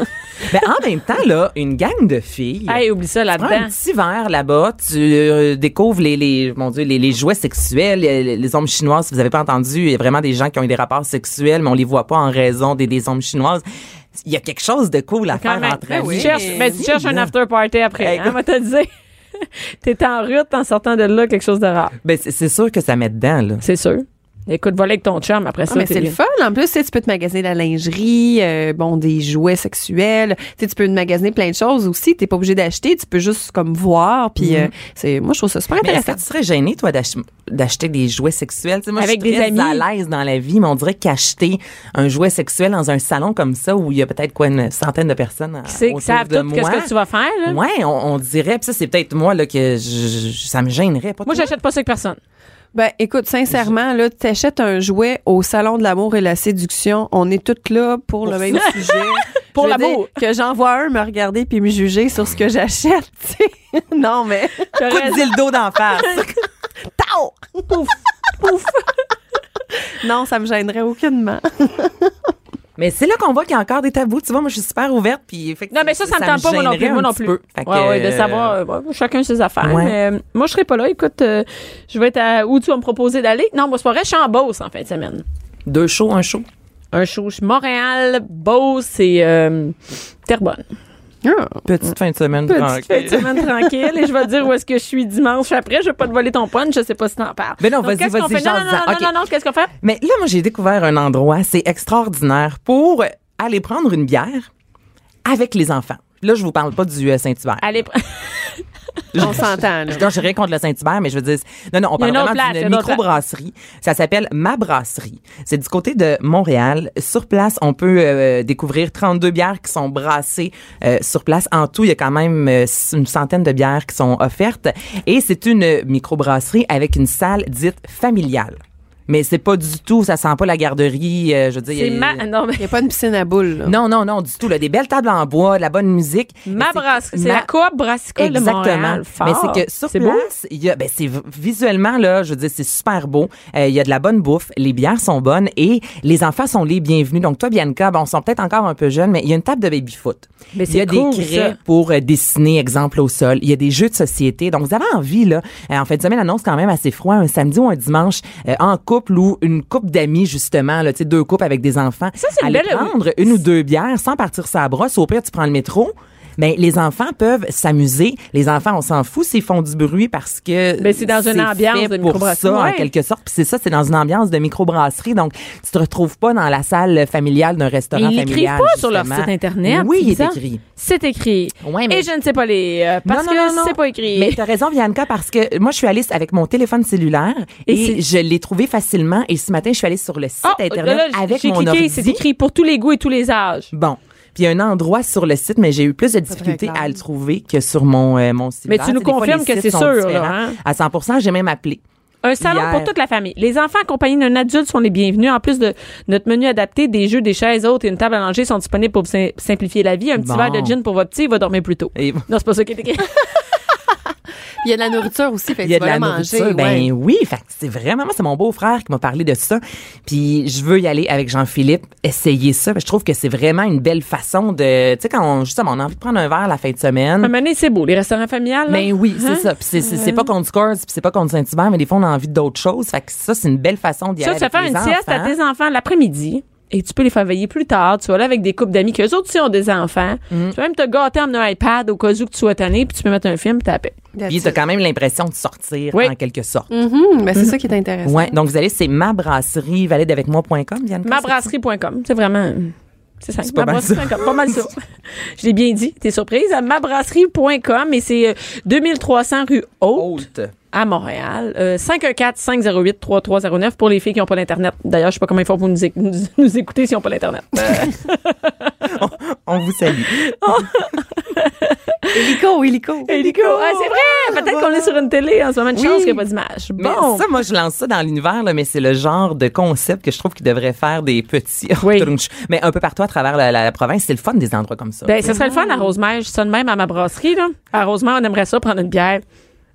[SPEAKER 4] Ben, en même temps, là, une gang de filles.
[SPEAKER 3] Hey, oublie ça
[SPEAKER 4] Tu prends
[SPEAKER 3] là-dedans.
[SPEAKER 4] un petit verre là-bas, tu euh, découvres les, les, mon Dieu, les, les jouets sexuels, les, les ombres chinoises. Si vous avez pas entendu, il y a vraiment des gens qui ont eu des rapports sexuels, mais on les voit pas en raison des, des ombres chinoises. Il y a quelque chose de cool à
[SPEAKER 3] Quand
[SPEAKER 4] faire
[SPEAKER 3] même.
[SPEAKER 4] entre
[SPEAKER 3] Ben
[SPEAKER 4] amis.
[SPEAKER 3] oui. Cherche- mais tu cherches un
[SPEAKER 4] là.
[SPEAKER 3] after party après.
[SPEAKER 4] Hey,
[SPEAKER 3] Hein, on va te dire. T'es en route en sortant de là, quelque chose de rare.
[SPEAKER 4] Ben, c'est c'est sûr que ça met dedans, là.
[SPEAKER 3] C'est sûr. Écoute, voler avec ton chum après ça.
[SPEAKER 5] Ah, mais
[SPEAKER 3] t'es
[SPEAKER 5] c'est le
[SPEAKER 3] bien.
[SPEAKER 5] fun. En plus, tu sais, tu peux te magasiner de la lingerie, euh, bon, des jouets sexuels. Tu sais, tu peux te magasiner plein de choses aussi. T'es pas obligé d'acheter. Tu peux juste comme voir. Puis euh, c'est, moi, je trouve ça super
[SPEAKER 4] Mais est-ce
[SPEAKER 5] intéressant.
[SPEAKER 4] que tu serais gênée, toi, d'ach- d'acheter des jouets sexuels? Tu sais, moi,
[SPEAKER 3] Avec
[SPEAKER 4] je suis
[SPEAKER 3] des
[SPEAKER 4] très
[SPEAKER 3] amis.
[SPEAKER 4] à l'aise dans la vie, mais on dirait qu'acheter un jouet sexuel dans un salon comme ça où il y a peut-être quoi une centaine de personnes à-
[SPEAKER 3] Tu sais,
[SPEAKER 4] autour
[SPEAKER 3] qu'ils savent
[SPEAKER 4] de
[SPEAKER 3] tout
[SPEAKER 4] moi.
[SPEAKER 3] qu'est-ce que tu vas faire. là.
[SPEAKER 4] Ouais, on, on dirait, puis ça c'est peut-être moi là que je- je- ça me gênerait pas.
[SPEAKER 3] Moi,
[SPEAKER 4] toi?
[SPEAKER 3] j'achète pas ça avec personne.
[SPEAKER 5] Ben, écoute, sincèrement, là, t'achètes un jouet au salon de l'amour et la séduction. On est toutes là pour le même sujet.
[SPEAKER 3] Pour
[SPEAKER 5] Je veux dire,
[SPEAKER 3] l'amour.
[SPEAKER 5] Que j'en vois un me regarder puis me juger sur ce que j'achète. tu sais. non, mais.
[SPEAKER 4] coup
[SPEAKER 3] J'aurais-
[SPEAKER 4] de dildo d'en face.
[SPEAKER 5] Pouf! Pouf! non, ça me gênerait aucunement.
[SPEAKER 4] mais c'est là qu'on voit qu'il y a encore des tabous, tu vois, moi je suis super ouverte puis
[SPEAKER 3] Non,
[SPEAKER 4] effectivement,
[SPEAKER 3] mais ça, ça me tente pas,
[SPEAKER 4] me
[SPEAKER 3] moi non plus.
[SPEAKER 4] gênerait
[SPEAKER 3] Moi
[SPEAKER 4] un
[SPEAKER 3] non
[SPEAKER 4] petit
[SPEAKER 3] plus.
[SPEAKER 4] peu. Fait que,
[SPEAKER 3] Ouais, ouais, de
[SPEAKER 4] euh,
[SPEAKER 3] savoir, euh, ouais, chacun ses affaires.
[SPEAKER 4] Ouais.
[SPEAKER 3] Mais, euh, moi, je serai pas là. Écoute, euh, je vais être à où tu vas me proposer d'aller. Non, moi, c'est pas vrai, je suis en Beauce en fin de semaine.
[SPEAKER 4] Deux shows, un show.
[SPEAKER 3] Un show, je suis Montréal, Beauce et euh, Terrebonne.
[SPEAKER 4] Petite fin de semaine.
[SPEAKER 3] Petite
[SPEAKER 4] tranquille.
[SPEAKER 3] fin de semaine tranquille et je vais te dire où est-ce que je suis dimanche après. Je vais pas te voler ton punch, je sais pas si t'en parles.
[SPEAKER 4] Ben non,
[SPEAKER 3] Donc,
[SPEAKER 4] vas-y,
[SPEAKER 3] qu'est-ce qu'on
[SPEAKER 4] vas-y,
[SPEAKER 3] fait? Non, non,
[SPEAKER 4] j'en
[SPEAKER 3] non,
[SPEAKER 4] dis-
[SPEAKER 3] non,
[SPEAKER 4] ok.
[SPEAKER 3] non, non, qu'est-ce qu'on fait?
[SPEAKER 4] Mais là, moi, j'ai découvert un endroit, c'est extraordinaire, pour aller prendre une bière avec les enfants. Là, je vous parle pas du euh, Saint-Hubert.
[SPEAKER 3] Allez,
[SPEAKER 5] On s'entend, là.
[SPEAKER 4] Non, j'ai rien contre le Saint-Hubert, mais je veux dire, non, non, on
[SPEAKER 3] Il y a une
[SPEAKER 4] parle
[SPEAKER 3] autre
[SPEAKER 4] vraiment
[SPEAKER 3] place, il y a
[SPEAKER 4] d'une
[SPEAKER 3] une autre
[SPEAKER 4] microbrasserie. Ça s'appelle Ma Brasserie. C'est du côté de Montréal. Sur place, on peut euh, découvrir 32 bières qui sont brassées euh, sur place. En tout, il y a quand même euh, une centaine de bières qui sont offertes. Et c'est une microbrasserie avec une salle dite familiale. Mais c'est pas du tout, ça sent pas la garderie, euh, je veux dire.
[SPEAKER 3] c'est
[SPEAKER 4] il y a-
[SPEAKER 3] ma, non, mais
[SPEAKER 5] Il n'y a pas une piscine à boules, là.
[SPEAKER 4] Non, non, non, du tout. Là, des belles tables en bois, de la bonne musique.
[SPEAKER 3] ma
[SPEAKER 4] C'est-
[SPEAKER 3] brasserie, c'est
[SPEAKER 4] Ma-
[SPEAKER 3] la coop brassicole de
[SPEAKER 4] Exactement.
[SPEAKER 3] Montréal. Fort.
[SPEAKER 4] Mais c'est que sur
[SPEAKER 3] C'est beau?
[SPEAKER 4] place, il y a, ben c'est v- visuellement là, je veux dire, c'est super beau. Euh, il y a de la bonne bouffe, les bières sont bonnes et les enfants sont les bienvenus. Donc toi, Bianca, bon, sont peut-être encore un peu jeunes, mais il y a une table de baby foot.
[SPEAKER 3] Mais
[SPEAKER 4] il y a
[SPEAKER 3] c'est cool,
[SPEAKER 4] des
[SPEAKER 3] ça.
[SPEAKER 4] craies pour euh, dessiner, exemple au sol. Il y a des jeux de société. Donc vous avez envie là, euh, en fait, semaine annonce quand même assez froid, un samedi ou un dimanche euh, en couple ou une coupe d'amis justement là, tu sais, deux couples avec des enfants.
[SPEAKER 3] Ça, c'est une
[SPEAKER 4] Aller
[SPEAKER 3] belle-
[SPEAKER 4] prendre une ou deux bières sans partir sa brosse. Au pire, tu prends le métro. ben les enfants peuvent s'amuser. Les enfants, on s'en fout s'ils font du bruit parce que
[SPEAKER 3] Ben, c'est dans une ambiance
[SPEAKER 4] fait
[SPEAKER 3] de
[SPEAKER 4] pour
[SPEAKER 3] microbrasserie.
[SPEAKER 4] ça en
[SPEAKER 3] Ouais.
[SPEAKER 4] quelque sorte. Puis c'est ça, c'est dans une ambiance de microbrasserie. Donc tu te retrouves pas dans la salle familiale d'un restaurant
[SPEAKER 3] ils l'écrivent
[SPEAKER 4] familial.
[SPEAKER 3] pas sur leur
[SPEAKER 4] justement.
[SPEAKER 3] site internet.
[SPEAKER 4] Oui,
[SPEAKER 3] c'est
[SPEAKER 4] il est
[SPEAKER 3] ça?
[SPEAKER 4] écrit.
[SPEAKER 3] C'est écrit.
[SPEAKER 4] Ouais, mais-
[SPEAKER 3] Et je ne sais pas les euh, parce
[SPEAKER 4] Non, non,
[SPEAKER 3] que
[SPEAKER 4] non, non.
[SPEAKER 3] c'est pas écrit.
[SPEAKER 4] Mais t'as raison, Bianca, parce que moi, je suis allée avec mon téléphone cellulaire
[SPEAKER 3] Et
[SPEAKER 4] et, je l'ai trouvé facilement. Et ce matin, je suis allée sur le site
[SPEAKER 3] Ah,
[SPEAKER 4] Internet
[SPEAKER 3] là, là,
[SPEAKER 4] avec
[SPEAKER 3] j'ai
[SPEAKER 4] mon
[SPEAKER 3] cliqué,
[SPEAKER 4] ordi.
[SPEAKER 3] c'est écrit pour tous les goûts et tous les âges.
[SPEAKER 4] Bon. Puis il y a un endroit sur le site, mais j'ai eu plus de difficultés
[SPEAKER 6] clair.
[SPEAKER 4] à le trouver que sur mon, euh, mon site.
[SPEAKER 3] Mais tu nous confirmes que c'est sûr, là, hein?
[SPEAKER 4] À 100 j'ai même appelé.
[SPEAKER 3] Un salon
[SPEAKER 4] Hier.
[SPEAKER 3] pour toute la famille. Les enfants accompagnés d'un adulte sont les bienvenus. En plus de notre menu adapté, des jeux, des chaises hautes et une table à langer sont disponibles pour vous sim- simplifier la vie. Un petit
[SPEAKER 4] Bon.
[SPEAKER 3] verre de gin pour votre petit, il va dormir plus tôt.
[SPEAKER 4] Et-
[SPEAKER 3] Non, c'est pas ça qui est écrit.
[SPEAKER 5] Il y a de la nourriture aussi, fait que
[SPEAKER 4] Il y a
[SPEAKER 5] tu
[SPEAKER 4] de
[SPEAKER 5] vas
[SPEAKER 4] la
[SPEAKER 5] la manger.
[SPEAKER 4] nourriture. Ben
[SPEAKER 5] ouais.
[SPEAKER 4] oui, fait que c'est vraiment, moi, c'est mon beau-frère qui m'a parlé de ça. Puis je veux y aller avec Jean-Philippe, essayer ça. parce que Je trouve que c'est vraiment une belle façon de, tu sais, quand on, justement, on a envie de prendre un verre la fin de semaine.
[SPEAKER 3] Un moment donné, c'est beau. Les restaurants familiales, là.
[SPEAKER 4] Mais oui, c'est ça. Puis c'est, c'est, c'est pas contre Scores, puis c'est pas contre Saint-Hubert, mais des fois, on a envie d'autres choses. Fait que ça, c'est une belle façon d'y
[SPEAKER 3] ça,
[SPEAKER 4] aller.
[SPEAKER 3] tu vas
[SPEAKER 4] avec
[SPEAKER 3] faire
[SPEAKER 4] les
[SPEAKER 3] une sieste à
[SPEAKER 4] enfants.
[SPEAKER 3] tes enfants l'après-midi et tu peux les faire veiller plus tard. Tu vas là avec des couples d'amis qui eux autres aussi ont des enfants.
[SPEAKER 4] Mm.
[SPEAKER 3] Tu peux même te gâter, emmener un iPad au cas où que tu sois tanné, puis tu peux mettre un film, puis taper.
[SPEAKER 4] Puis t'as Mm-hmm. quand même l'impression de sortir,
[SPEAKER 3] Oui.
[SPEAKER 4] en quelque sorte.
[SPEAKER 5] Mhm, ben c'est ça qui est intéressant.
[SPEAKER 4] Ouais, donc vous allez, c'est mabrasserievalaideavecmoi.com, Bianca.
[SPEAKER 3] Mabrasserie.com, c'est vraiment c'est ça.
[SPEAKER 4] pas mal ça.
[SPEAKER 3] Mabrasserie.com, pas mal ça. Je l'ai bien dit, t'es surprise à mabrasserie.com et c'est euh, 2300 rue Haute
[SPEAKER 4] Haute.
[SPEAKER 3] à Montréal. Euh, 514 508 3309 pour les filles qui n'ont pas l'internet. D'ailleurs, je sais pas comment ils font pour nous, éc- nous- nous écouter si n'ont pas l'internet.
[SPEAKER 4] On vous salue.
[SPEAKER 5] Illico, illico.
[SPEAKER 3] Hélico, ah, c'est vrai, peut-être qu'on est sur une télé en ce moment, une chance qu'il n'y a pas d'image.
[SPEAKER 4] Mais
[SPEAKER 3] Bon.
[SPEAKER 4] ça, moi, je lance ça dans l'univers, là, mais c'est le genre de concept que je trouve qu'ils devraient faire des petits.
[SPEAKER 3] Oui.
[SPEAKER 4] mais un peu partout à travers la, la- la province. C'est le fun des endroits comme ça.
[SPEAKER 3] Ben, ce serait le fun à Rosemère. Je sonne même à ma brasserie, là. À Rosemère, on aimerait ça prendre une bière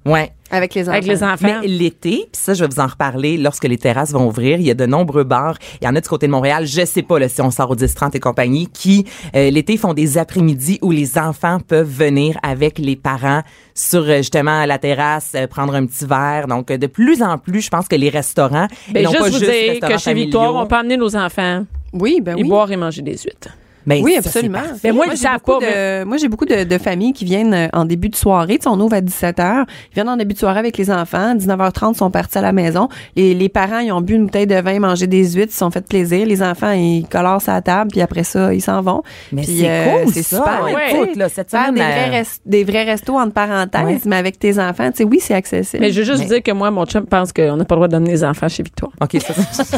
[SPEAKER 4] ouais.
[SPEAKER 5] Avec les enfants.
[SPEAKER 3] avec les enfants.
[SPEAKER 4] Mais l'été, puis ça, je vais vous en reparler lorsque les terrasses vont ouvrir. Il y a de nombreux bars. Il y en a du côté de Montréal. Je sais pas là, si on sort au 10 30 et compagnie, qui euh, l'été font des après-midi où les enfants peuvent venir avec les parents sur euh, justement la terrasse, euh, prendre un petit verre. Donc euh, de plus en plus, je pense que les restaurants, et
[SPEAKER 3] Ben,
[SPEAKER 4] non
[SPEAKER 3] juste
[SPEAKER 4] pas
[SPEAKER 3] vous dire
[SPEAKER 4] juste
[SPEAKER 3] que
[SPEAKER 4] restaurants
[SPEAKER 3] chez Victoire,
[SPEAKER 4] familiaux,
[SPEAKER 3] on peut amener nos enfants
[SPEAKER 5] Oui, ben
[SPEAKER 3] et
[SPEAKER 5] oui.
[SPEAKER 3] boire et manger des huîtres.
[SPEAKER 4] ben,
[SPEAKER 5] Oui,
[SPEAKER 4] ça, c'est
[SPEAKER 5] absolument.
[SPEAKER 4] parfait.
[SPEAKER 3] Mais moi, je
[SPEAKER 5] j'ai
[SPEAKER 3] savais
[SPEAKER 5] beaucoup
[SPEAKER 3] pas,
[SPEAKER 5] de- Moi, j'ai beaucoup de, de familles qui viennent euh, en début de soirée. Tu sais, on ouvre à 17h. Ils viennent en début de soirée avec les enfants. 19h30, ils sont partis à la maison. Et les parents, ils ont bu une bouteille de vin, mangé des huîtres, ils se sont fait plaisir. Les enfants, ils colorent sa table, puis après ça, ils s'en vont.
[SPEAKER 4] Mais
[SPEAKER 5] Puis, euh,
[SPEAKER 4] c'est cool,
[SPEAKER 5] c'est
[SPEAKER 4] ça.
[SPEAKER 5] super.
[SPEAKER 4] Ouais.
[SPEAKER 5] tu sais.
[SPEAKER 4] Écoute, là, cette
[SPEAKER 5] Faire des
[SPEAKER 4] semaine,
[SPEAKER 5] vrais,
[SPEAKER 4] euh,
[SPEAKER 5] res- des vrais restos entre parenthèses,
[SPEAKER 4] Ouais.
[SPEAKER 5] mais avec tes enfants, tu sais, oui, c'est accessible.
[SPEAKER 3] Mais je veux juste dire que moi, mon chum pense qu'on n'a pas le droit d'amener les enfants chez Victoire.
[SPEAKER 4] Ok, ça, c'est-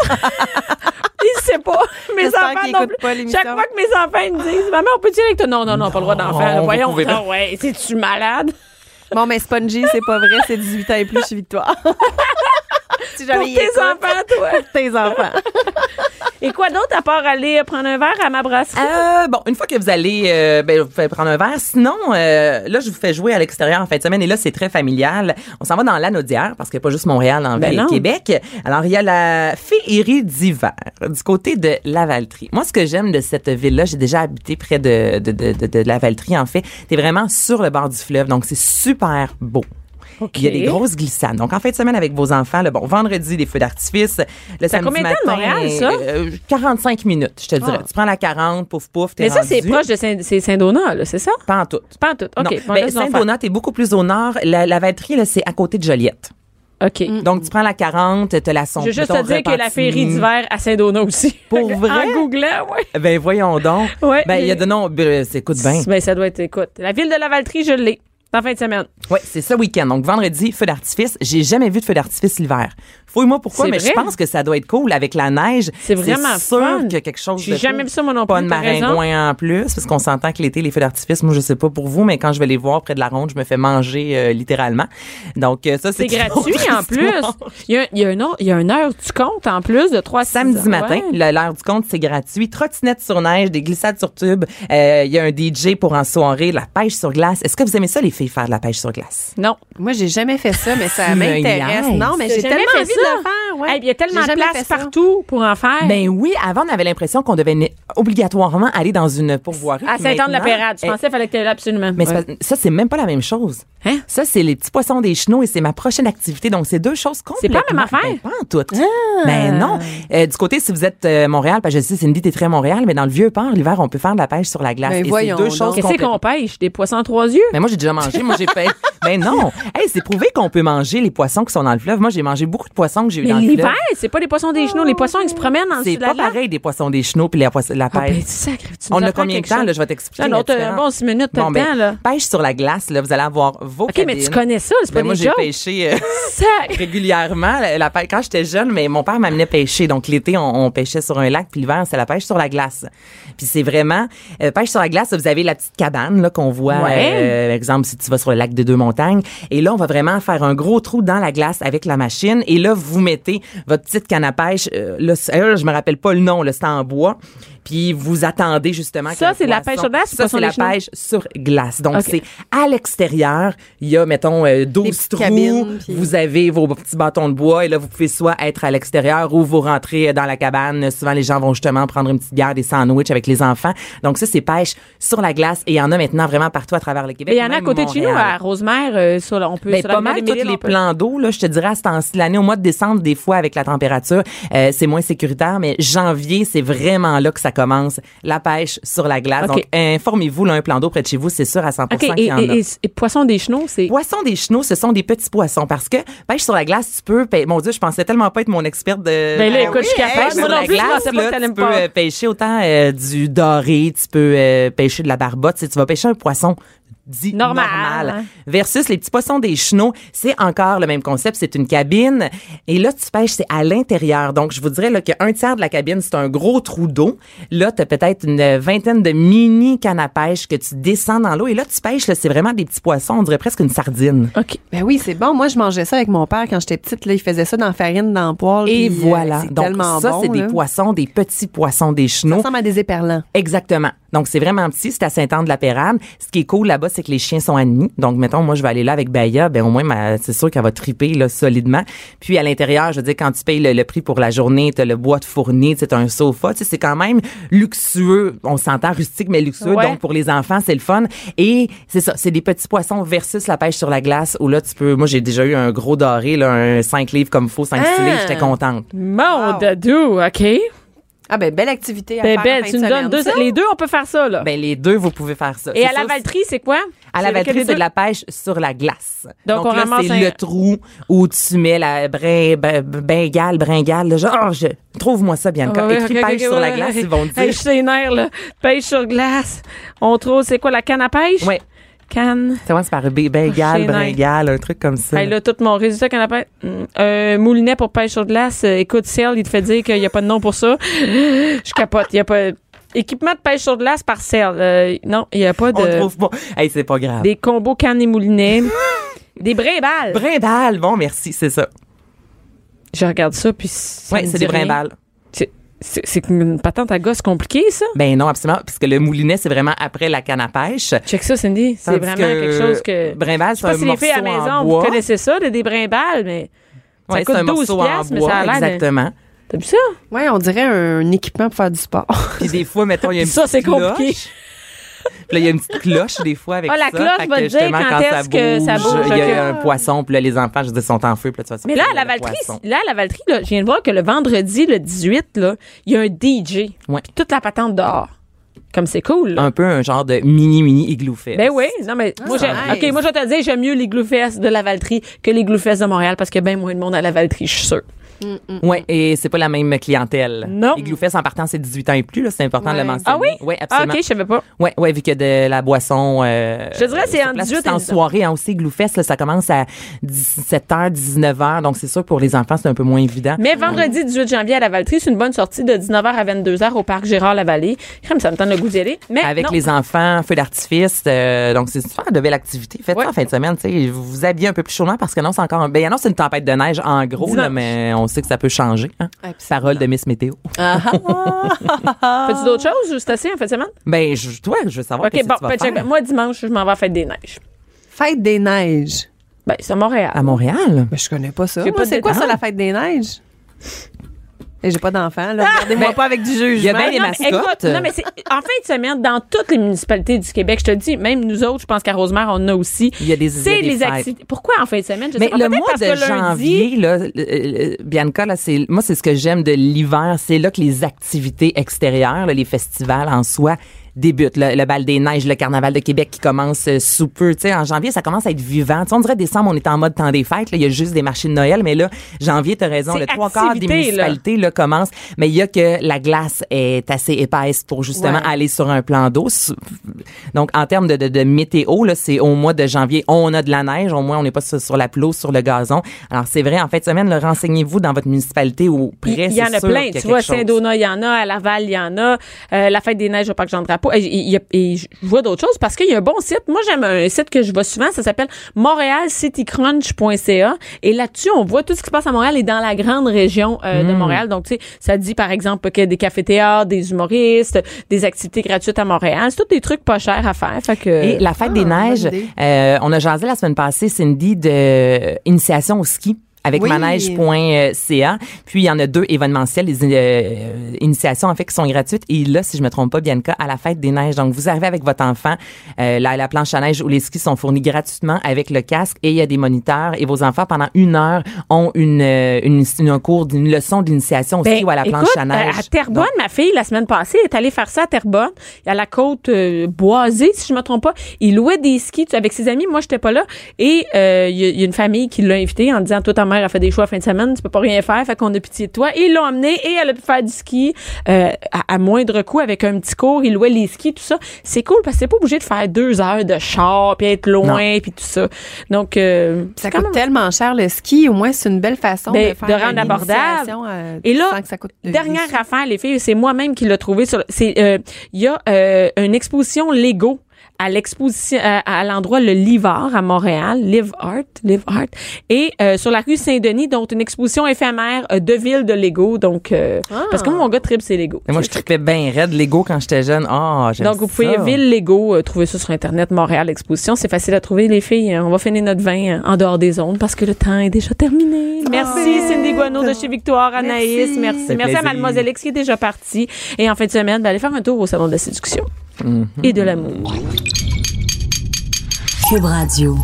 [SPEAKER 3] Il sait pas. Mes
[SPEAKER 5] J'espère
[SPEAKER 3] enfants
[SPEAKER 5] qu'il
[SPEAKER 3] non
[SPEAKER 5] écoute
[SPEAKER 3] plus.
[SPEAKER 5] pas l'émission.
[SPEAKER 3] Chaque fois que mes enfants ils me disent Maman, on peut dire avec toi? Non, non, non, pas le droit d'enfants.
[SPEAKER 4] vous
[SPEAKER 3] Voyons,
[SPEAKER 4] pouvez
[SPEAKER 3] non, ouais, c'est-tu malade?
[SPEAKER 5] Bon, mais Spongy, c'est pas vrai, c'est 18 ans et plus, je suis Victoire. si
[SPEAKER 3] Pour
[SPEAKER 5] jamais il
[SPEAKER 3] tes
[SPEAKER 5] écoute,
[SPEAKER 3] enfants, toi.
[SPEAKER 5] tes enfants.
[SPEAKER 3] Et quoi d'autre à part aller prendre un verre à ma brasserie?
[SPEAKER 4] Euh, bon, une fois que vous allez euh, ben, vous pouvez prendre un verre, sinon, euh, là, je vous fais jouer à l'extérieur en fin de semaine et là, c'est très familial. On s'en va dans l'Anaudière parce qu'il n'y a pas juste Montréal en
[SPEAKER 3] Ben
[SPEAKER 4] ville
[SPEAKER 3] non.
[SPEAKER 4] et Québec. Alors, il y a la féerie d'hiver du côté de Lavaltrie. Moi, ce que j'aime de cette ville-là, j'ai déjà habité près de, de, de, de, de Lavaltrie, en fait. T'es vraiment sur le bord du fleuve, donc c'est super beau. Il y a des grosses glissades. Donc, en fin de semaine avec vos enfants, le bon, vendredi, les feux d'artifice. Le samedi
[SPEAKER 3] combien de temps
[SPEAKER 4] matin,
[SPEAKER 3] de Montréal, ça?
[SPEAKER 4] euh, 45 minutes, je te dirais. Tu prends la 40, pouf, pouf, t'es
[SPEAKER 3] Ah. Mais ça, c'est
[SPEAKER 4] rendu.
[SPEAKER 3] proche de Saint- c'est Saint-Donat, là, c'est ça?
[SPEAKER 4] Pas en tout.
[SPEAKER 3] Pas en tout.
[SPEAKER 4] Non.
[SPEAKER 3] OK. bon,
[SPEAKER 4] Ben,
[SPEAKER 3] laisse donc
[SPEAKER 4] Saint-Donat, t'es beaucoup plus au nord. La, la Valtrie, là, c'est à côté de Joliette.
[SPEAKER 3] faire. OK.
[SPEAKER 4] Donc, tu prends la 40, t'as la sonde.
[SPEAKER 3] Je veux juste te dire que la féerie d'hiver à Saint-Donat aussi.
[SPEAKER 4] Pour
[SPEAKER 3] En
[SPEAKER 4] vrai?
[SPEAKER 3] googlant, oui.
[SPEAKER 4] Ben, voyons donc.
[SPEAKER 3] Ouais,
[SPEAKER 4] ben, il y a
[SPEAKER 3] j'ai-
[SPEAKER 4] de non, ben, c'est- écoute bien.
[SPEAKER 3] Ben, ça doit être, écoute. La ville de Lavaltrie, je l'ai. En fin de semaine.
[SPEAKER 4] Oui, c'est ce week-end. Donc, vendredi, feu d'artifice. J'ai jamais vu de feu d'artifice l'hiver. Fouille-moi pourquoi,
[SPEAKER 3] C'est
[SPEAKER 4] mais
[SPEAKER 3] vrai?
[SPEAKER 4] je pense que ça doit être cool avec la neige.
[SPEAKER 3] C'est vraiment
[SPEAKER 4] sûr
[SPEAKER 3] fun.
[SPEAKER 4] qu'il y a quelque chose
[SPEAKER 3] J'ai
[SPEAKER 4] de
[SPEAKER 3] jamais
[SPEAKER 4] cool.
[SPEAKER 3] vu ça, moi non
[SPEAKER 4] Pas
[SPEAKER 3] plus,
[SPEAKER 4] de
[SPEAKER 3] t'as raison.
[SPEAKER 4] maringouin en plus, parce qu'on s'entend que l'été, les feux d'artifice, moi, je sais pas pour vous, mais quand je vais les voir près de la ronde, je me fais manger euh, littéralement. Donc, euh, ça, c'est
[SPEAKER 3] C'est gratuit
[SPEAKER 4] une autre
[SPEAKER 3] en plus.
[SPEAKER 4] histoire.
[SPEAKER 3] Il y, a, il, y a une heure, il y a une heure du compte en plus de 3
[SPEAKER 4] Samedi matin, le- l'heure du compte, c'est gratuit. Trottinette sur neige, des glissades sur tube. Euh, Il y a un DJ pour en soirée, la pêche sur glace. Est-ce que vous aimez ça, les filles, faire de la pêche sur glace?
[SPEAKER 3] Non.
[SPEAKER 5] Moi, j'ai jamais fait ça, mais ça
[SPEAKER 4] Tu me
[SPEAKER 5] m'intéresse.
[SPEAKER 4] niaises.
[SPEAKER 5] Non, mais
[SPEAKER 3] T'as
[SPEAKER 5] j'ai
[SPEAKER 3] jamais
[SPEAKER 5] tellement
[SPEAKER 3] fait
[SPEAKER 5] envie
[SPEAKER 3] ça?
[SPEAKER 5] de le faire. Ouais.
[SPEAKER 3] Eh bien, il y a tellement
[SPEAKER 5] J'ai
[SPEAKER 3] de
[SPEAKER 5] jamais fait
[SPEAKER 3] place
[SPEAKER 5] ça.
[SPEAKER 3] partout pour en faire.
[SPEAKER 4] Ben oui, avant on avait l'impression qu'on devait obligatoirement aller dans une pourvoirie.
[SPEAKER 3] À
[SPEAKER 4] qui
[SPEAKER 3] Saint-Anne-de-la-Pérade. Je
[SPEAKER 4] maintenant eh,
[SPEAKER 3] pensais qu'il fallait que t'ailles là absolument.
[SPEAKER 4] mais c'est
[SPEAKER 3] Ouais.
[SPEAKER 4] parce- ça, c'est même pas la même chose.
[SPEAKER 3] Hein?
[SPEAKER 4] Ça, c'est les petits poissons des chenaux et c'est ma prochaine activité. Donc, c'est deux choses
[SPEAKER 3] la
[SPEAKER 4] complètement...
[SPEAKER 3] même affaire? Ah!
[SPEAKER 4] Ben, pas en tout. Ben non. Euh, du côté, si vous êtes euh, Montréal, parce que je sais, Cindy, t'es très Montréal, mais dans le vieux port, l'hiver, on peut faire de la pêche sur la glace.
[SPEAKER 5] Ben,
[SPEAKER 4] et c'est
[SPEAKER 5] voyons
[SPEAKER 4] deux
[SPEAKER 5] donc.
[SPEAKER 4] choses
[SPEAKER 3] Qu'est-ce
[SPEAKER 4] complètement-
[SPEAKER 3] qu'on pêche? Des poissons à trois yeux?
[SPEAKER 4] mais moi, j'ai déjà mangé. Moi, j'ai fait. Mais non! Hey, c'est prouvé qu'on peut manger les poissons qui sont dans le fleuve. Moi, j'ai mangé beaucoup de poissons que j'ai eu
[SPEAKER 3] Mais
[SPEAKER 4] dans le fleuve.
[SPEAKER 3] l'hiver, c'est pas les poissons des chenaux. Les poissons, ils se promènent dans le
[SPEAKER 4] C'est
[SPEAKER 3] sud de la
[SPEAKER 4] pas
[SPEAKER 3] glace.
[SPEAKER 4] pareil des poissons des chenaux puis la, poisse- la
[SPEAKER 3] Ah, ben,
[SPEAKER 4] pêche.
[SPEAKER 3] tu sacres, tu nous
[SPEAKER 4] On a
[SPEAKER 3] apprends
[SPEAKER 4] combien de
[SPEAKER 3] quelque
[SPEAKER 4] temps,
[SPEAKER 3] chose.
[SPEAKER 4] là? Je vais t'expliquer.
[SPEAKER 3] Alors,
[SPEAKER 4] la
[SPEAKER 3] t'as un
[SPEAKER 4] différence.
[SPEAKER 3] bon six minutes, t'as
[SPEAKER 4] Bon,
[SPEAKER 3] le
[SPEAKER 4] ben,
[SPEAKER 3] temps, là.
[SPEAKER 4] Pêche sur la glace, là, vous allez avoir vos
[SPEAKER 3] OK, mais tu connais ça, c'est pas
[SPEAKER 4] Ben, moi,
[SPEAKER 3] des
[SPEAKER 4] j'ai
[SPEAKER 3] jokes.
[SPEAKER 4] pêché euh,
[SPEAKER 3] Sac-
[SPEAKER 4] régulièrement. La, la pêche, quand j'étais jeune, mais mon père m'amenait pêcher. Donc, l'été, on, on pêchait sur un lac, puis l'hiver, c'est la pêche sur la glace. Puis c'est vraiment... euh, pêche sur la glace, vous avez la petite cabane là qu'on voit,
[SPEAKER 3] Ouais.
[SPEAKER 4] euh, par exemple, si tu vas sur le lac de Deux-Montagnes. Et là, on va vraiment faire un gros trou dans la glace avec la machine. Et là, vous mettez votre petite canne à pêche. Euh, là, c'est- euh, je me rappelle pas le nom, là, c'est en bois. Puis vous attendez justement... que
[SPEAKER 3] Ça,
[SPEAKER 4] le
[SPEAKER 3] c'est la pêche
[SPEAKER 4] poisson-
[SPEAKER 3] sur glace ou
[SPEAKER 4] Ça,
[SPEAKER 3] poisson
[SPEAKER 4] c'est la
[SPEAKER 3] des chenaux?
[SPEAKER 4] pêche pêche sur glace. Donc,
[SPEAKER 3] OK.
[SPEAKER 4] c'est à l'extérieur. Il y a, mettons, euh, 12
[SPEAKER 5] petites
[SPEAKER 4] trous.
[SPEAKER 5] cabines, puis-
[SPEAKER 4] Vous avez vos petits bâtons de bois et là, vous pouvez soit être à l'extérieur ou vous rentrez dans la cabane. Souvent, les gens vont justement prendre une petite bière, des sandwichs avec les enfants. Donc, ça, c'est pêche sur la glace et il y en a maintenant vraiment partout à travers le Québec.
[SPEAKER 3] Mais il y en a à
[SPEAKER 4] même
[SPEAKER 3] côté de chez nous,
[SPEAKER 4] Montréal.
[SPEAKER 3] à Rosemère, euh, sur la- on peut...
[SPEAKER 4] Ben,
[SPEAKER 3] sur la
[SPEAKER 4] pas
[SPEAKER 3] rivière
[SPEAKER 4] mal
[SPEAKER 3] des
[SPEAKER 4] tous
[SPEAKER 3] Mille-Îles,
[SPEAKER 4] les
[SPEAKER 3] on peut-
[SPEAKER 4] plans d'eau. Là, je te dirais, à ce temps-ci de l'année, au mois de décembre, des fois, avec la température, euh, c'est moins sécuritaire, mais janvier, c'est vraiment là que ça commence, la pêche sur la glace.
[SPEAKER 3] OK.
[SPEAKER 4] Donc, informez-vous, là, un plan d'eau près de chez vous, c'est sûr à 100
[SPEAKER 3] OK,
[SPEAKER 4] qu'il
[SPEAKER 3] et,
[SPEAKER 4] y en a.
[SPEAKER 3] et- et- et poissons des chenaux, c'est...
[SPEAKER 4] Poissons des chenaux, ce sont des petits poissons parce que pêche sur la glace, tu peux. pê- Mon Dieu, je pensais tellement pas être mon experte de.
[SPEAKER 3] Ben là,
[SPEAKER 4] Ah
[SPEAKER 3] écoute, je suis
[SPEAKER 4] hey,
[SPEAKER 3] capable.
[SPEAKER 4] pêche
[SPEAKER 3] Moi
[SPEAKER 4] sur
[SPEAKER 3] non
[SPEAKER 4] la
[SPEAKER 3] plus, je
[SPEAKER 4] glace,
[SPEAKER 3] pensais pas
[SPEAKER 4] là,
[SPEAKER 3] que t'allais me
[SPEAKER 4] tu peux
[SPEAKER 3] parler.
[SPEAKER 4] euh, pêcher autant euh, du doré, tu peux euh, pêcher de la barbotte. Tu, sais, tu vas pêcher un poisson dit
[SPEAKER 3] Normal,
[SPEAKER 4] normal,
[SPEAKER 3] hein.
[SPEAKER 4] versus les petits poissons des chenaux, c'est encore le même concept, c'est une cabine et là tu pêches c'est à l'intérieur. Donc je vous dirais là qu'un tiers de la cabine, c'est un gros trou d'eau. Là tu as peut-être une vingtaine de mini cannes à pêche que tu descends dans l'eau et là tu pêches là, c'est vraiment des petits poissons, on dirait presque une sardine.
[SPEAKER 3] OK.
[SPEAKER 5] Ben oui, c'est bon. Moi, je mangeais ça avec mon père quand j'étais petite. Là, il faisait ça dans la farine, dans le poêle.
[SPEAKER 4] Et
[SPEAKER 5] puis, euh,
[SPEAKER 4] voilà.
[SPEAKER 5] C'est
[SPEAKER 4] Donc
[SPEAKER 5] tellement
[SPEAKER 4] ça,
[SPEAKER 5] bon.
[SPEAKER 4] c'est des
[SPEAKER 5] là.
[SPEAKER 4] poissons, des petits poissons, des
[SPEAKER 5] Ça
[SPEAKER 4] chenaux.
[SPEAKER 5] ressemble à des éperlants.
[SPEAKER 4] Exactement. Donc c'est vraiment petit, c'est à Saint-Anne-de-la-Pérade. Ce qui est cool là-bas, c'est que les chiens sont admis. Donc mettons, moi je vais aller là avec Baya, ben au moins ma- c'est sûr qu'elle va triper là solidement. Puis à l'intérieur, je veux dire quand tu payes le, le prix pour la journée, t'as le bois de fourni, c'est un sofa, tu sais, c'est quand même luxueux. On s'entend rustique mais luxueux.
[SPEAKER 3] Ouais.
[SPEAKER 4] Donc pour les enfants, c'est le fun. Et c'est ça, c'est des petits poissons versus la pêche sur la glace où là tu peux. Moi j'ai déjà eu un gros doré là, un 5 livres comme faux, 5
[SPEAKER 5] Ah!
[SPEAKER 4] livres, j'étais contente.
[SPEAKER 3] Mon dadou, OK.
[SPEAKER 5] Ah ben, belle activité à
[SPEAKER 3] Ben,
[SPEAKER 5] faire
[SPEAKER 3] ben,
[SPEAKER 5] en fin
[SPEAKER 3] tu
[SPEAKER 5] de
[SPEAKER 3] nous
[SPEAKER 5] semaine.
[SPEAKER 3] donnes deux...
[SPEAKER 5] Ça,
[SPEAKER 3] Les deux, on peut faire ça, là.
[SPEAKER 4] Ben les deux, vous pouvez faire ça.
[SPEAKER 3] Et
[SPEAKER 4] C'est
[SPEAKER 3] à la
[SPEAKER 4] sûr,
[SPEAKER 3] valtrie, c'est quoi?
[SPEAKER 4] À la
[SPEAKER 3] C'est lequel
[SPEAKER 4] batterie,
[SPEAKER 3] des
[SPEAKER 4] c'est
[SPEAKER 3] deux?
[SPEAKER 4] de la pêche sur la glace.
[SPEAKER 3] Donc,
[SPEAKER 4] Donc,
[SPEAKER 3] on
[SPEAKER 4] là,
[SPEAKER 3] ramasse
[SPEAKER 4] c'est
[SPEAKER 3] un-
[SPEAKER 4] le trou où tu mets la brin, ben- bengale, bringale. là, genre, oh, je... trouve-moi ça, Bianca.
[SPEAKER 3] Ah ouais,
[SPEAKER 4] Écris
[SPEAKER 3] ok,
[SPEAKER 4] pêche
[SPEAKER 3] ok,
[SPEAKER 4] sur
[SPEAKER 3] ouais,
[SPEAKER 4] la
[SPEAKER 3] ouais,
[SPEAKER 4] glace,
[SPEAKER 3] ouais.
[SPEAKER 4] ils vont te
[SPEAKER 3] Hey,
[SPEAKER 4] dire.
[SPEAKER 3] je suis les nerfs, là. Pêche sur glace. On trouve, c'est quoi, la canne à pêche?
[SPEAKER 4] Ouais.
[SPEAKER 3] Canne.
[SPEAKER 4] Ça commence par b- bengale,
[SPEAKER 3] Chez
[SPEAKER 4] bringale, un truc comme ça.
[SPEAKER 3] Hey, là, tout mon résultat canne à pêche. Hum, euh, moulinet pour pêche sur glace. Euh, écoute, Cell, il te fait dire qu'il n'y a pas de nom pour ça. je capote. Il n'y a pas. Équipement de pêche sur glace par Cell. Euh, non, il n'y a pas de.
[SPEAKER 4] On trouve pas. Hey, c'est pas grave.
[SPEAKER 3] Des combos canne et moulinet. des brimbales.
[SPEAKER 4] Bringale, bon, merci, c'est ça.
[SPEAKER 3] Je regarde ça, puis. ça
[SPEAKER 4] Ouais,
[SPEAKER 3] me
[SPEAKER 4] c'est
[SPEAKER 3] dit
[SPEAKER 4] des
[SPEAKER 3] rien.
[SPEAKER 4] brimbales.
[SPEAKER 3] C'est- C'est c'est une patente à gosse compliquée, ça.
[SPEAKER 4] Ben non, absolument, puisque le moulinet, c'est vraiment après la canne à pêche.
[SPEAKER 3] Check ça, Cindy. C'est
[SPEAKER 4] Tandis
[SPEAKER 3] vraiment
[SPEAKER 4] que
[SPEAKER 3] quelque chose que.
[SPEAKER 4] Brimbale,
[SPEAKER 3] Je
[SPEAKER 4] c'est
[SPEAKER 3] sais pas
[SPEAKER 4] un
[SPEAKER 3] si les filles à la
[SPEAKER 4] morceau
[SPEAKER 3] maison,
[SPEAKER 4] en
[SPEAKER 3] vous
[SPEAKER 4] bois.
[SPEAKER 3] connaissez ça, des, des brimbales, mais ça
[SPEAKER 4] Ouais, c'est
[SPEAKER 3] coûte
[SPEAKER 4] un
[SPEAKER 3] 12
[SPEAKER 4] morceau en
[SPEAKER 3] piastres, mais ça
[SPEAKER 4] bois.
[SPEAKER 3] a l'air. de-
[SPEAKER 4] Exactement.
[SPEAKER 3] T'as vu ça?
[SPEAKER 5] Ouais, on dirait un équipement pour faire du sport.
[SPEAKER 4] Puis des fois, mettons, il y a une
[SPEAKER 3] Puis ça, c'est
[SPEAKER 4] petite cloche.
[SPEAKER 3] compliqué.
[SPEAKER 4] Puis là, il y a une petite cloche des fois avec
[SPEAKER 3] Ah, la
[SPEAKER 4] ça.
[SPEAKER 3] cloche
[SPEAKER 4] Fait
[SPEAKER 3] va te
[SPEAKER 4] que
[SPEAKER 3] dire
[SPEAKER 4] justement,
[SPEAKER 3] quand est-ce que ça bouge,
[SPEAKER 4] Il y
[SPEAKER 3] ok.
[SPEAKER 4] a un poisson, puis là, les enfants, je dis, sont en feu, puis là, tu vas
[SPEAKER 3] Mais là, à la Valtrie,
[SPEAKER 4] valtrie
[SPEAKER 3] là, à la Valtrie, là, je viens de voir que le vendredi, le 18, là, il y a un DJ.
[SPEAKER 4] Ouais.
[SPEAKER 3] Puis toute la patente dehors. Comme c'est cool. là.
[SPEAKER 4] Un peu un genre de mini-mini igloo fest.
[SPEAKER 3] Ben oui, non mais moi j'ai
[SPEAKER 4] Ah,
[SPEAKER 5] nice.
[SPEAKER 3] OK, moi je vais te dire j'aime mieux les Gloufesses de la Valtrie que les Gloufesses de Montréal parce que ben moins de monde à la Valtrie, je suis sûre. Mm.
[SPEAKER 4] Ouais, et c'est pas la même clientèle.
[SPEAKER 3] Non.
[SPEAKER 4] Igloo fest, en partant, c'est 18 ans et plus, là, c'est important de
[SPEAKER 5] Ouais.
[SPEAKER 4] le mentionner.
[SPEAKER 3] Ah oui?
[SPEAKER 4] Oui,
[SPEAKER 3] Ah,
[SPEAKER 4] absolument.
[SPEAKER 3] OK, je savais pas.
[SPEAKER 4] Ouais, ouais, vu que de la boisson. euh,
[SPEAKER 3] Je dirais c'est
[SPEAKER 4] sur
[SPEAKER 3] en
[SPEAKER 4] place,
[SPEAKER 3] 18
[SPEAKER 4] c'est en
[SPEAKER 3] et-
[SPEAKER 4] soirée, hein, aussi, igloo fest, là, ça commence à 17h, 19h, donc c'est sûr, pour les enfants, c'est un peu moins évident.
[SPEAKER 3] Mais vendredi 18 janvier à la Valtrie, c'est une bonne sortie de 19h à 22h au parc Gérard Lavallée. Crème, ça me tente le goût d'y aller. Mais
[SPEAKER 4] avec
[SPEAKER 3] non.
[SPEAKER 4] les enfants, feu d'artifice. euh, donc, c'est super de belle activité. Faites
[SPEAKER 3] Ouais.
[SPEAKER 4] ça en fin de semaine. tu sais, Vous vous habillez un peu plus chaudement parce que non, c'est encore... un- Ben, il annonce une tempête de neige, en gros, là,
[SPEAKER 3] Dimanche.
[SPEAKER 4] mais on sait que ça peut changer. Hein?
[SPEAKER 5] Absolument.
[SPEAKER 4] Parole de Miss Météo.
[SPEAKER 3] Fais-tu d'autres choses ou c'est assez en fait de semaine?
[SPEAKER 4] Ben, je, toi, je veux savoir
[SPEAKER 3] OK,
[SPEAKER 4] Ah. qu'est-ce
[SPEAKER 3] bon,
[SPEAKER 4] que tu vas
[SPEAKER 3] ben, check,
[SPEAKER 4] faire.
[SPEAKER 3] ben, moi dimanche, je m'en vais à Fête des Neiges.
[SPEAKER 5] Fête des neiges.
[SPEAKER 3] Ben, c'est à Montréal.
[SPEAKER 4] À Montréal?
[SPEAKER 5] Mais je connais pas ça.
[SPEAKER 3] J'ai
[SPEAKER 5] Moi,
[SPEAKER 3] pas de
[SPEAKER 5] c'est quoi
[SPEAKER 3] détails.
[SPEAKER 5] ça, la fête des neiges? Et Eh, j'ai pas d'enfant,
[SPEAKER 3] Ah!
[SPEAKER 5] là. Regardez-moi pas avec du jugement.
[SPEAKER 4] Ben, il y a bien des
[SPEAKER 3] Ben, non, mais écoute,
[SPEAKER 4] mascottes.
[SPEAKER 3] non, mais c'est en fin de semaine, dans toutes les municipalités du Québec, je te dis, même nous autres, je pense qu'à Rosemère, on en a aussi.
[SPEAKER 4] Il y a des- il y a
[SPEAKER 3] C'est
[SPEAKER 4] des
[SPEAKER 3] les
[SPEAKER 4] fêtes.
[SPEAKER 3] activités. Pourquoi en fin de semaine? Je
[SPEAKER 4] Mais
[SPEAKER 3] sais pas,
[SPEAKER 4] le
[SPEAKER 3] peut-être
[SPEAKER 4] mois
[SPEAKER 3] parce
[SPEAKER 4] de
[SPEAKER 3] que lundi-
[SPEAKER 4] janvier, là, le- le- le- Bianca, là, c'est, moi, c'est ce que j'aime de l'hiver. C'est là que les activités extérieures, là, les festivals en soi, débutent. Le, le bal des neiges, le carnaval de Québec qui commence euh, sous peu. Tu sais, en janvier, ça commence à être vivant. Tu sais, on dirait décembre, on est en mode temps des fêtes. là. Il y a juste des marchés de Noël. Mais là, janvier, t'as raison.
[SPEAKER 3] C'est
[SPEAKER 4] Le trois quarts des
[SPEAKER 3] activité, là.
[SPEAKER 4] municipalités, là, commencent. Mais il y a que la glace est assez épaisse pour justement
[SPEAKER 5] Ouais.
[SPEAKER 4] aller sur un plan d'eau. Sou- Donc, en termes de, de, de météo, là, c'est au mois de janvier, on a de la neige, au moins on n'est pas sur, sur la pelouse, sur le gazon. Alors, c'est vrai, en fin de semaine, là, renseignez-vous dans votre municipalité ou près,
[SPEAKER 3] Il il y
[SPEAKER 4] c'est
[SPEAKER 3] en a
[SPEAKER 4] sûr
[SPEAKER 3] plein.
[SPEAKER 4] qu'il y a
[SPEAKER 3] Tu vois,
[SPEAKER 4] quelque chose.
[SPEAKER 3] Saint-Donat, il y en a. À Laval, il y en a. Euh, la Fête des Neiges au Parc Jean-Drapeau. Et, il y a- et je vois d'autres choses parce qu'il y a un bon site. Moi, j'aime un site que je vois souvent. Ça s'appelle montréalcitycrunch.ca. Et là-dessus, on voit tout ce qui se passe à Montréal et dans la grande région euh,
[SPEAKER 4] Hmm.
[SPEAKER 3] de Montréal. Donc, tu sais, ça dit, par exemple, qu'il y a des cafés-théâtres, des humoristes, des activités gratuites à Montréal. C'est tous des trucs pas chers à faire. Fait que...
[SPEAKER 4] Et la fête des neiges,
[SPEAKER 6] idée.
[SPEAKER 4] euh, on a jasé la semaine passée, Cindy, de euh, initiation au ski avec
[SPEAKER 5] Oui.
[SPEAKER 4] manège.ca. Puis, il y en a deux événementiels, les euh, initiations, en fait, qui sont gratuites. Et là, si je me trompe pas, Bianca, à la fête des neiges. Donc, vous arrivez avec votre enfant, euh, la, la planche à neige ou les skis sont fournis gratuitement avec le casque et il y a des moniteurs. Et vos enfants, pendant une heure, ont une, euh, une, une- un cours, d'une leçon d'initiation au
[SPEAKER 3] Ben,
[SPEAKER 4] ski ou à la planche
[SPEAKER 3] écoute,
[SPEAKER 4] à neige.
[SPEAKER 3] euh, à Terrebonne, ma fille, la semaine passée, est allée faire ça à Terrebonne. Il y a la côte euh, boisée, si je me trompe pas. Il louait des skis tu- avec ses amis. Moi, j'étais pas là. Et euh, il y, a- il y a une famille qui l'a invité en disant, toi, ta mère a fait des choix à la fin de semaine, tu peux pas rien faire, fait qu'on a pitié de toi. Et ils l'ont amené et elle a pu faire du ski euh, à, à moindre coût avec un petit cours. Il louait les skis, tout ça. C'est cool parce que t'es pas obligé de faire deux heures de char, puis être loin, puis tout ça. Donc, euh,
[SPEAKER 5] Ça
[SPEAKER 3] c'est quand
[SPEAKER 5] coûte tellement cher le ski, au moins c'est une belle façon
[SPEAKER 3] Ben,
[SPEAKER 5] de faire
[SPEAKER 3] de rendre
[SPEAKER 5] une
[SPEAKER 3] abordable.
[SPEAKER 5] initiation, euh,
[SPEAKER 3] Et là,
[SPEAKER 5] sans que ça coûte de-
[SPEAKER 3] Dernière
[SPEAKER 5] des sous.
[SPEAKER 3] affaire, les filles, c'est moi-même qui l'ai trouvé. sur- C'est euh, il y a euh, une exposition Lego à l'exposition à, à l'endroit le Live Art à Montréal, Live Art, Live Art, et euh, sur la rue Saint-Denis, donc une exposition éphémère euh, de ville de Lego. Donc euh, parce que moi, mon gars tripe c'est Lego.
[SPEAKER 4] Et moi, je trippais bien raide Lego quand j'étais jeune. Ah, j'aime
[SPEAKER 3] donc vous pouvez
[SPEAKER 4] ça.
[SPEAKER 3] ville Lego euh, trouver ça sur internet Montréal exposition, c'est facile à trouver les filles. On va finir notre vin euh, en dehors des ondes parce que le temps est déjà terminé. Merci Cindy Guano de chez Victoire Anaïs, merci merci,
[SPEAKER 4] Ça fait
[SPEAKER 3] à
[SPEAKER 4] plaisir.
[SPEAKER 3] Mademoiselle X qui est déjà partie et en fin de semaine, ben, allez faire un tour au salon
[SPEAKER 4] Mm-hmm.
[SPEAKER 3] de la séduction et de l'amour.
[SPEAKER 1] Cube Radio.